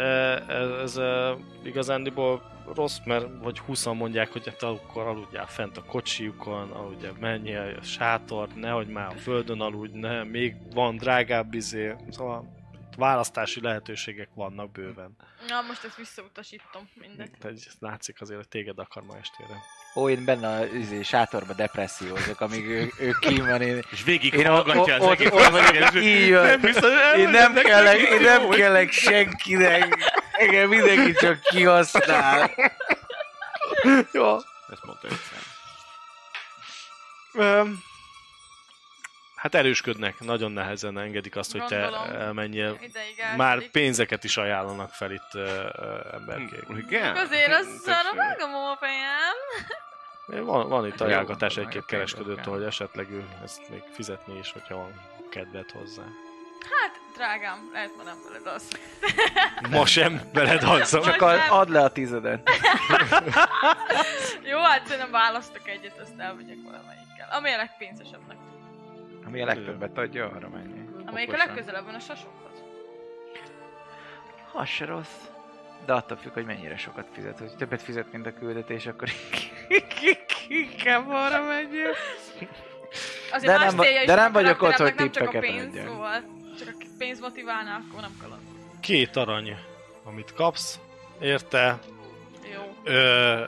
[SPEAKER 2] e- Ez, ez e, igazándiból rossz, mert vagy 20 mondják, hogy hát akkor aludjál fent a kocsiukon, aludjál, menjél a sátor, nehogy már a földön aludj, ne, még van drágább izé, szóval választási lehetőségek vannak bőven.
[SPEAKER 5] Na, most ezt visszautasítom mindent.
[SPEAKER 2] Tehát ez látszik azért, hogy téged akar ma estére.
[SPEAKER 4] Ó, én benne a izé, sátorba depressziózok, amíg ő, ő kim van, én,
[SPEAKER 6] És végig
[SPEAKER 4] én ott, ott,
[SPEAKER 6] hallgatja az
[SPEAKER 4] ott,
[SPEAKER 6] egész.
[SPEAKER 4] ott vagyok, így
[SPEAKER 6] Nem
[SPEAKER 4] jön.
[SPEAKER 6] biztos,
[SPEAKER 4] Én nem kellek, én nem kellek senkinek. Engem mindenki csak kihasznál.
[SPEAKER 2] Jó.
[SPEAKER 6] Ezt mondta egyszer.
[SPEAKER 2] Öm, Hát erősködnek, nagyon nehezen engedik azt, hogy te
[SPEAKER 5] Gondolom.
[SPEAKER 2] elmenjél.
[SPEAKER 5] Ideig
[SPEAKER 2] Már
[SPEAKER 5] eltelik.
[SPEAKER 2] pénzeket is ajánlanak fel itt ö, ö, emberkék.
[SPEAKER 6] Hm, Igen?
[SPEAKER 5] Azért azt
[SPEAKER 6] Tessék.
[SPEAKER 5] arra vágom a fejem.
[SPEAKER 2] Van, van itt
[SPEAKER 4] Jó,
[SPEAKER 2] ajánlatás
[SPEAKER 4] van,
[SPEAKER 2] egy-két
[SPEAKER 4] oké, oké.
[SPEAKER 2] kereskedőtől, hogy esetleg ő ezt még fizetni is, hogyha van kedved hozzá.
[SPEAKER 5] Hát, drágám, lehet ma nem veled az.
[SPEAKER 2] Ma sem veled hallzom.
[SPEAKER 4] Csak ad, add le a tizedet.
[SPEAKER 5] Jó, hát szerintem választok egyet, aztán elmegyek valamelyikkel. Ami a legpénzesebbnek.
[SPEAKER 4] Ami a legtöbbet adja, arra menjél.
[SPEAKER 5] Amelyik a
[SPEAKER 4] Okosan.
[SPEAKER 5] legközelebb van a sasokhoz.
[SPEAKER 4] Az se rossz. De attól függ, hogy mennyire sokat fizet. Hogy többet fizet, mint a küldetés, akkor inkább arra menjél.
[SPEAKER 5] Azért
[SPEAKER 4] De
[SPEAKER 5] más
[SPEAKER 4] nem va-
[SPEAKER 5] célja is
[SPEAKER 4] de
[SPEAKER 5] van
[SPEAKER 4] nem
[SPEAKER 5] a
[SPEAKER 4] vagyok ott, hogy
[SPEAKER 5] karakteremnek, nem csak a
[SPEAKER 4] tippeket
[SPEAKER 5] pénz,
[SPEAKER 4] adjak.
[SPEAKER 5] szóval. Csak aki pénz motiválná, akkor nem kaland.
[SPEAKER 2] Két arany, amit kapsz, érte,
[SPEAKER 5] Jó.
[SPEAKER 2] ö,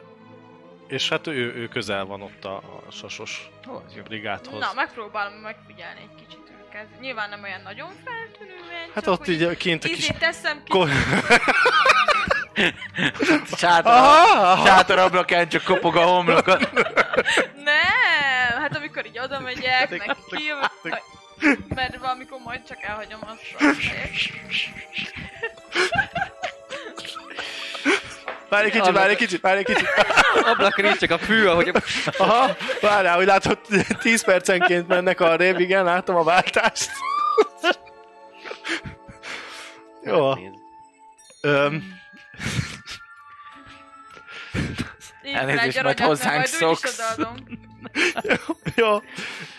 [SPEAKER 2] és hát ő, ő közel van ott a, a sasos
[SPEAKER 4] Ó, az jó.
[SPEAKER 2] brigádhoz.
[SPEAKER 5] Na, megpróbálom megfigyelni egy kicsit őket. Nyilván nem olyan nagyon feltűnően,
[SPEAKER 2] hát
[SPEAKER 5] csak
[SPEAKER 2] ott
[SPEAKER 5] úgy
[SPEAKER 2] így kint a kis...
[SPEAKER 5] Ízét teszem ki,
[SPEAKER 2] Ko-
[SPEAKER 4] Sátor,
[SPEAKER 6] Ah.
[SPEAKER 5] Ah!
[SPEAKER 2] Aha, aha.
[SPEAKER 4] hát sátor ablakán csak kopog a homloka.
[SPEAKER 5] Nem, hát amikor így kimegyek, meg kijövök, meg- mert valamikor majd csak elhagyom a sort.
[SPEAKER 6] Várj egy kicsit, várj egy kicsit, várj egy kicsit.
[SPEAKER 3] Ablakon is csak a fű, ahogy...
[SPEAKER 6] Aha, várjál, hogy látod, 10 percenként mennek a rév, igen, látom a váltást.
[SPEAKER 3] Hát
[SPEAKER 6] Jó. Öm,
[SPEAKER 5] Így
[SPEAKER 4] Elnézést,
[SPEAKER 5] legyen,
[SPEAKER 4] majd
[SPEAKER 5] hogy hát
[SPEAKER 4] hozzánk
[SPEAKER 5] majd úgyis
[SPEAKER 4] szoksz.
[SPEAKER 5] odaadom.
[SPEAKER 6] jó.
[SPEAKER 3] Ez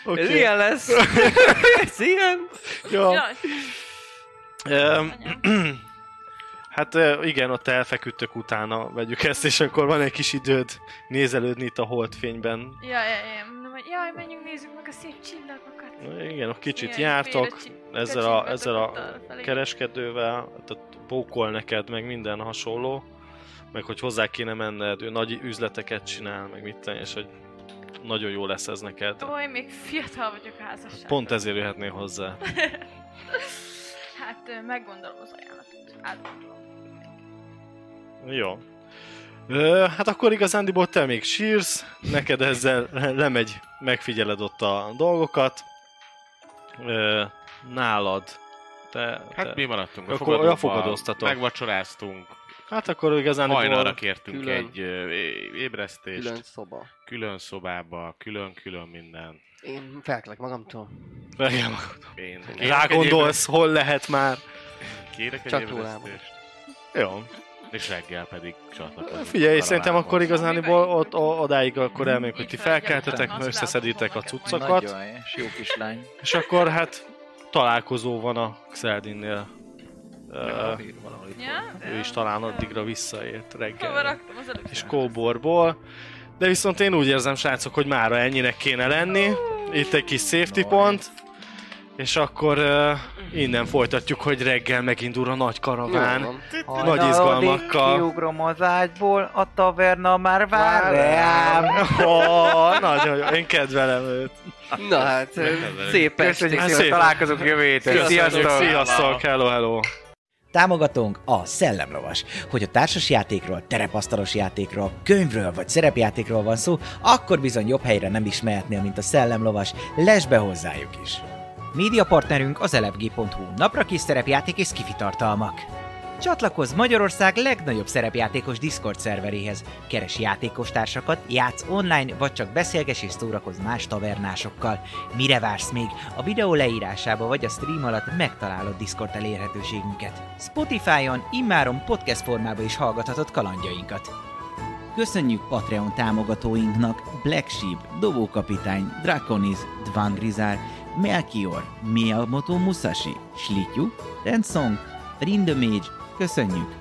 [SPEAKER 6] Oké.
[SPEAKER 3] ilyen lesz. Ez ilyen.
[SPEAKER 6] Jó.
[SPEAKER 5] Jaj,
[SPEAKER 6] Öm,
[SPEAKER 5] anyám.
[SPEAKER 2] Hát ö, igen, ott elfeküdtök utána, vegyük ezt, és akkor van egy kis időd nézelődni itt a holdfényben.
[SPEAKER 5] Jaj, jaj, jaj. Mondom, hogy jaj, menjünk nézzük meg a szép csillagokat.
[SPEAKER 2] Igen, ott kicsit
[SPEAKER 5] Jaj,
[SPEAKER 2] jártok,
[SPEAKER 5] félre csi-
[SPEAKER 2] ezzel a,
[SPEAKER 5] kicsit
[SPEAKER 2] ezzel a
[SPEAKER 5] megakadt arra felé.
[SPEAKER 2] kereskedővel, tehát pókol neked, meg minden hasonló, meg hogy hozzá kéne menned, ő nagy üzleteket csinál, meg mit tenni, és hogy nagyon jó lesz ez neked.
[SPEAKER 5] Ó, én még fiatal vagyok házasság.
[SPEAKER 2] Pont ezért jöhetnél hozzá.
[SPEAKER 5] Hát ö, meggondolom az ajánlatot. Átgondolom.
[SPEAKER 2] Jó. Ö, hát akkor igazándiból te még sírsz, neked ezzel le- lemegy, megfigyeled ott a dolgokat. Ö, nálad. Te, te.
[SPEAKER 6] Hát mi maradtunk?
[SPEAKER 2] Akkor
[SPEAKER 6] fogadóba,
[SPEAKER 2] elfogadoztatok.
[SPEAKER 6] Megvacsoráztunk.
[SPEAKER 2] hát akkor
[SPEAKER 6] Hajnalra
[SPEAKER 2] igazándiból
[SPEAKER 6] kértünk
[SPEAKER 3] Külön.
[SPEAKER 6] egy ö, é- ébresztést.
[SPEAKER 3] Külön
[SPEAKER 6] Külön,
[SPEAKER 3] szoba.
[SPEAKER 6] külön szobába, külön-külön minden.
[SPEAKER 3] Én felkelek magamtól.
[SPEAKER 2] Igen.
[SPEAKER 6] Én kérek
[SPEAKER 2] rágondolsz, hol lehet már.
[SPEAKER 6] egy ébre- Kérek egy
[SPEAKER 3] Csak
[SPEAKER 6] ébresztést.
[SPEAKER 2] Jó.
[SPEAKER 6] És reggel pedig csatlakozunk.
[SPEAKER 2] Figyelj,
[SPEAKER 6] Karavához.
[SPEAKER 2] szerintem akkor igazániból ott o- odáig akkor elmegyünk, hogy ti
[SPEAKER 5] Így fel,
[SPEAKER 2] felkeltetek,
[SPEAKER 5] gyorsan.
[SPEAKER 2] mert összeszeditek a cuccokat,
[SPEAKER 4] Nagyon, és jó kislány.
[SPEAKER 2] és akkor hát találkozó van a Xeldinnél. Ö,
[SPEAKER 4] Valahol- valahol itt volt.
[SPEAKER 5] Ja?
[SPEAKER 2] ő is talán addigra visszaért
[SPEAKER 5] Hova
[SPEAKER 2] reggel.
[SPEAKER 5] raktam az előbb?
[SPEAKER 2] És kóborból. De viszont én úgy érzem, srácok, hogy mára ennyinek kéne lenni. Itt egy kis safety
[SPEAKER 4] Nice.
[SPEAKER 2] pont. És akkor uh, innen folytatjuk, hogy reggel megindul a nagy
[SPEAKER 3] Jól
[SPEAKER 2] karaván.
[SPEAKER 3] van.
[SPEAKER 2] Nagy izgalmakkal.
[SPEAKER 4] Kiugrom az ágyból, a taverna már vár rám.
[SPEAKER 2] Oh, nagyon jó, én kedvelem őt.
[SPEAKER 3] Na hát, szép
[SPEAKER 4] Köszönjük
[SPEAKER 2] Hát
[SPEAKER 3] estét.
[SPEAKER 4] szépen,
[SPEAKER 2] szép.
[SPEAKER 4] találkozunk jövő héten.
[SPEAKER 2] Sziasztok!
[SPEAKER 4] Sziasztok!
[SPEAKER 2] Sziasztok! Hello, hello!
[SPEAKER 1] Támogatónk a Szellemlovas. Hogy a társas játékról, terepasztalos játékról, könyvről vagy szerepjátékról van szó, akkor bizony jobb helyre nem is mehetnél, mint a Szellemlovas. Lesz be hozzájuk is! Média partnerünk az elefg.hu, napra kis szerepjáték és kifitartalmak. Csatlakozz Magyarország legnagyobb szerepjátékos Discord szerveréhez. Keres játékostársakat, játsz online, vagy csak beszélges és szórakozz más tavernásokkal. Mire vársz még? A videó leírásába vagy a stream alatt megtalálod Discord elérhetőségünket. Spotify-on immáron podcast formában is hallgathatod kalandjainkat. Köszönjük Patreon támogatóinknak Black Sheep, Dobókapitány, Draconis, Dvangrizár, Melchior, Miyamoto Musashi, Slityu, Rensong, Rindomage, köszönjük!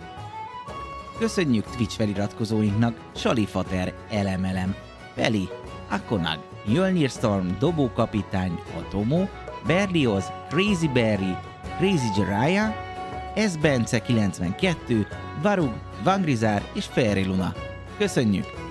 [SPEAKER 1] Köszönjük Twitch feliratkozóinknak Salifater, Elemelem, Peli, Akonag, Jölnir Storm, Dobókapitány, Atomo, Berlioz, Crazy Berry, Crazy Jiraiya, S. Bence 92, Varug, Vangrizár és Fairy Luna. Köszönjük!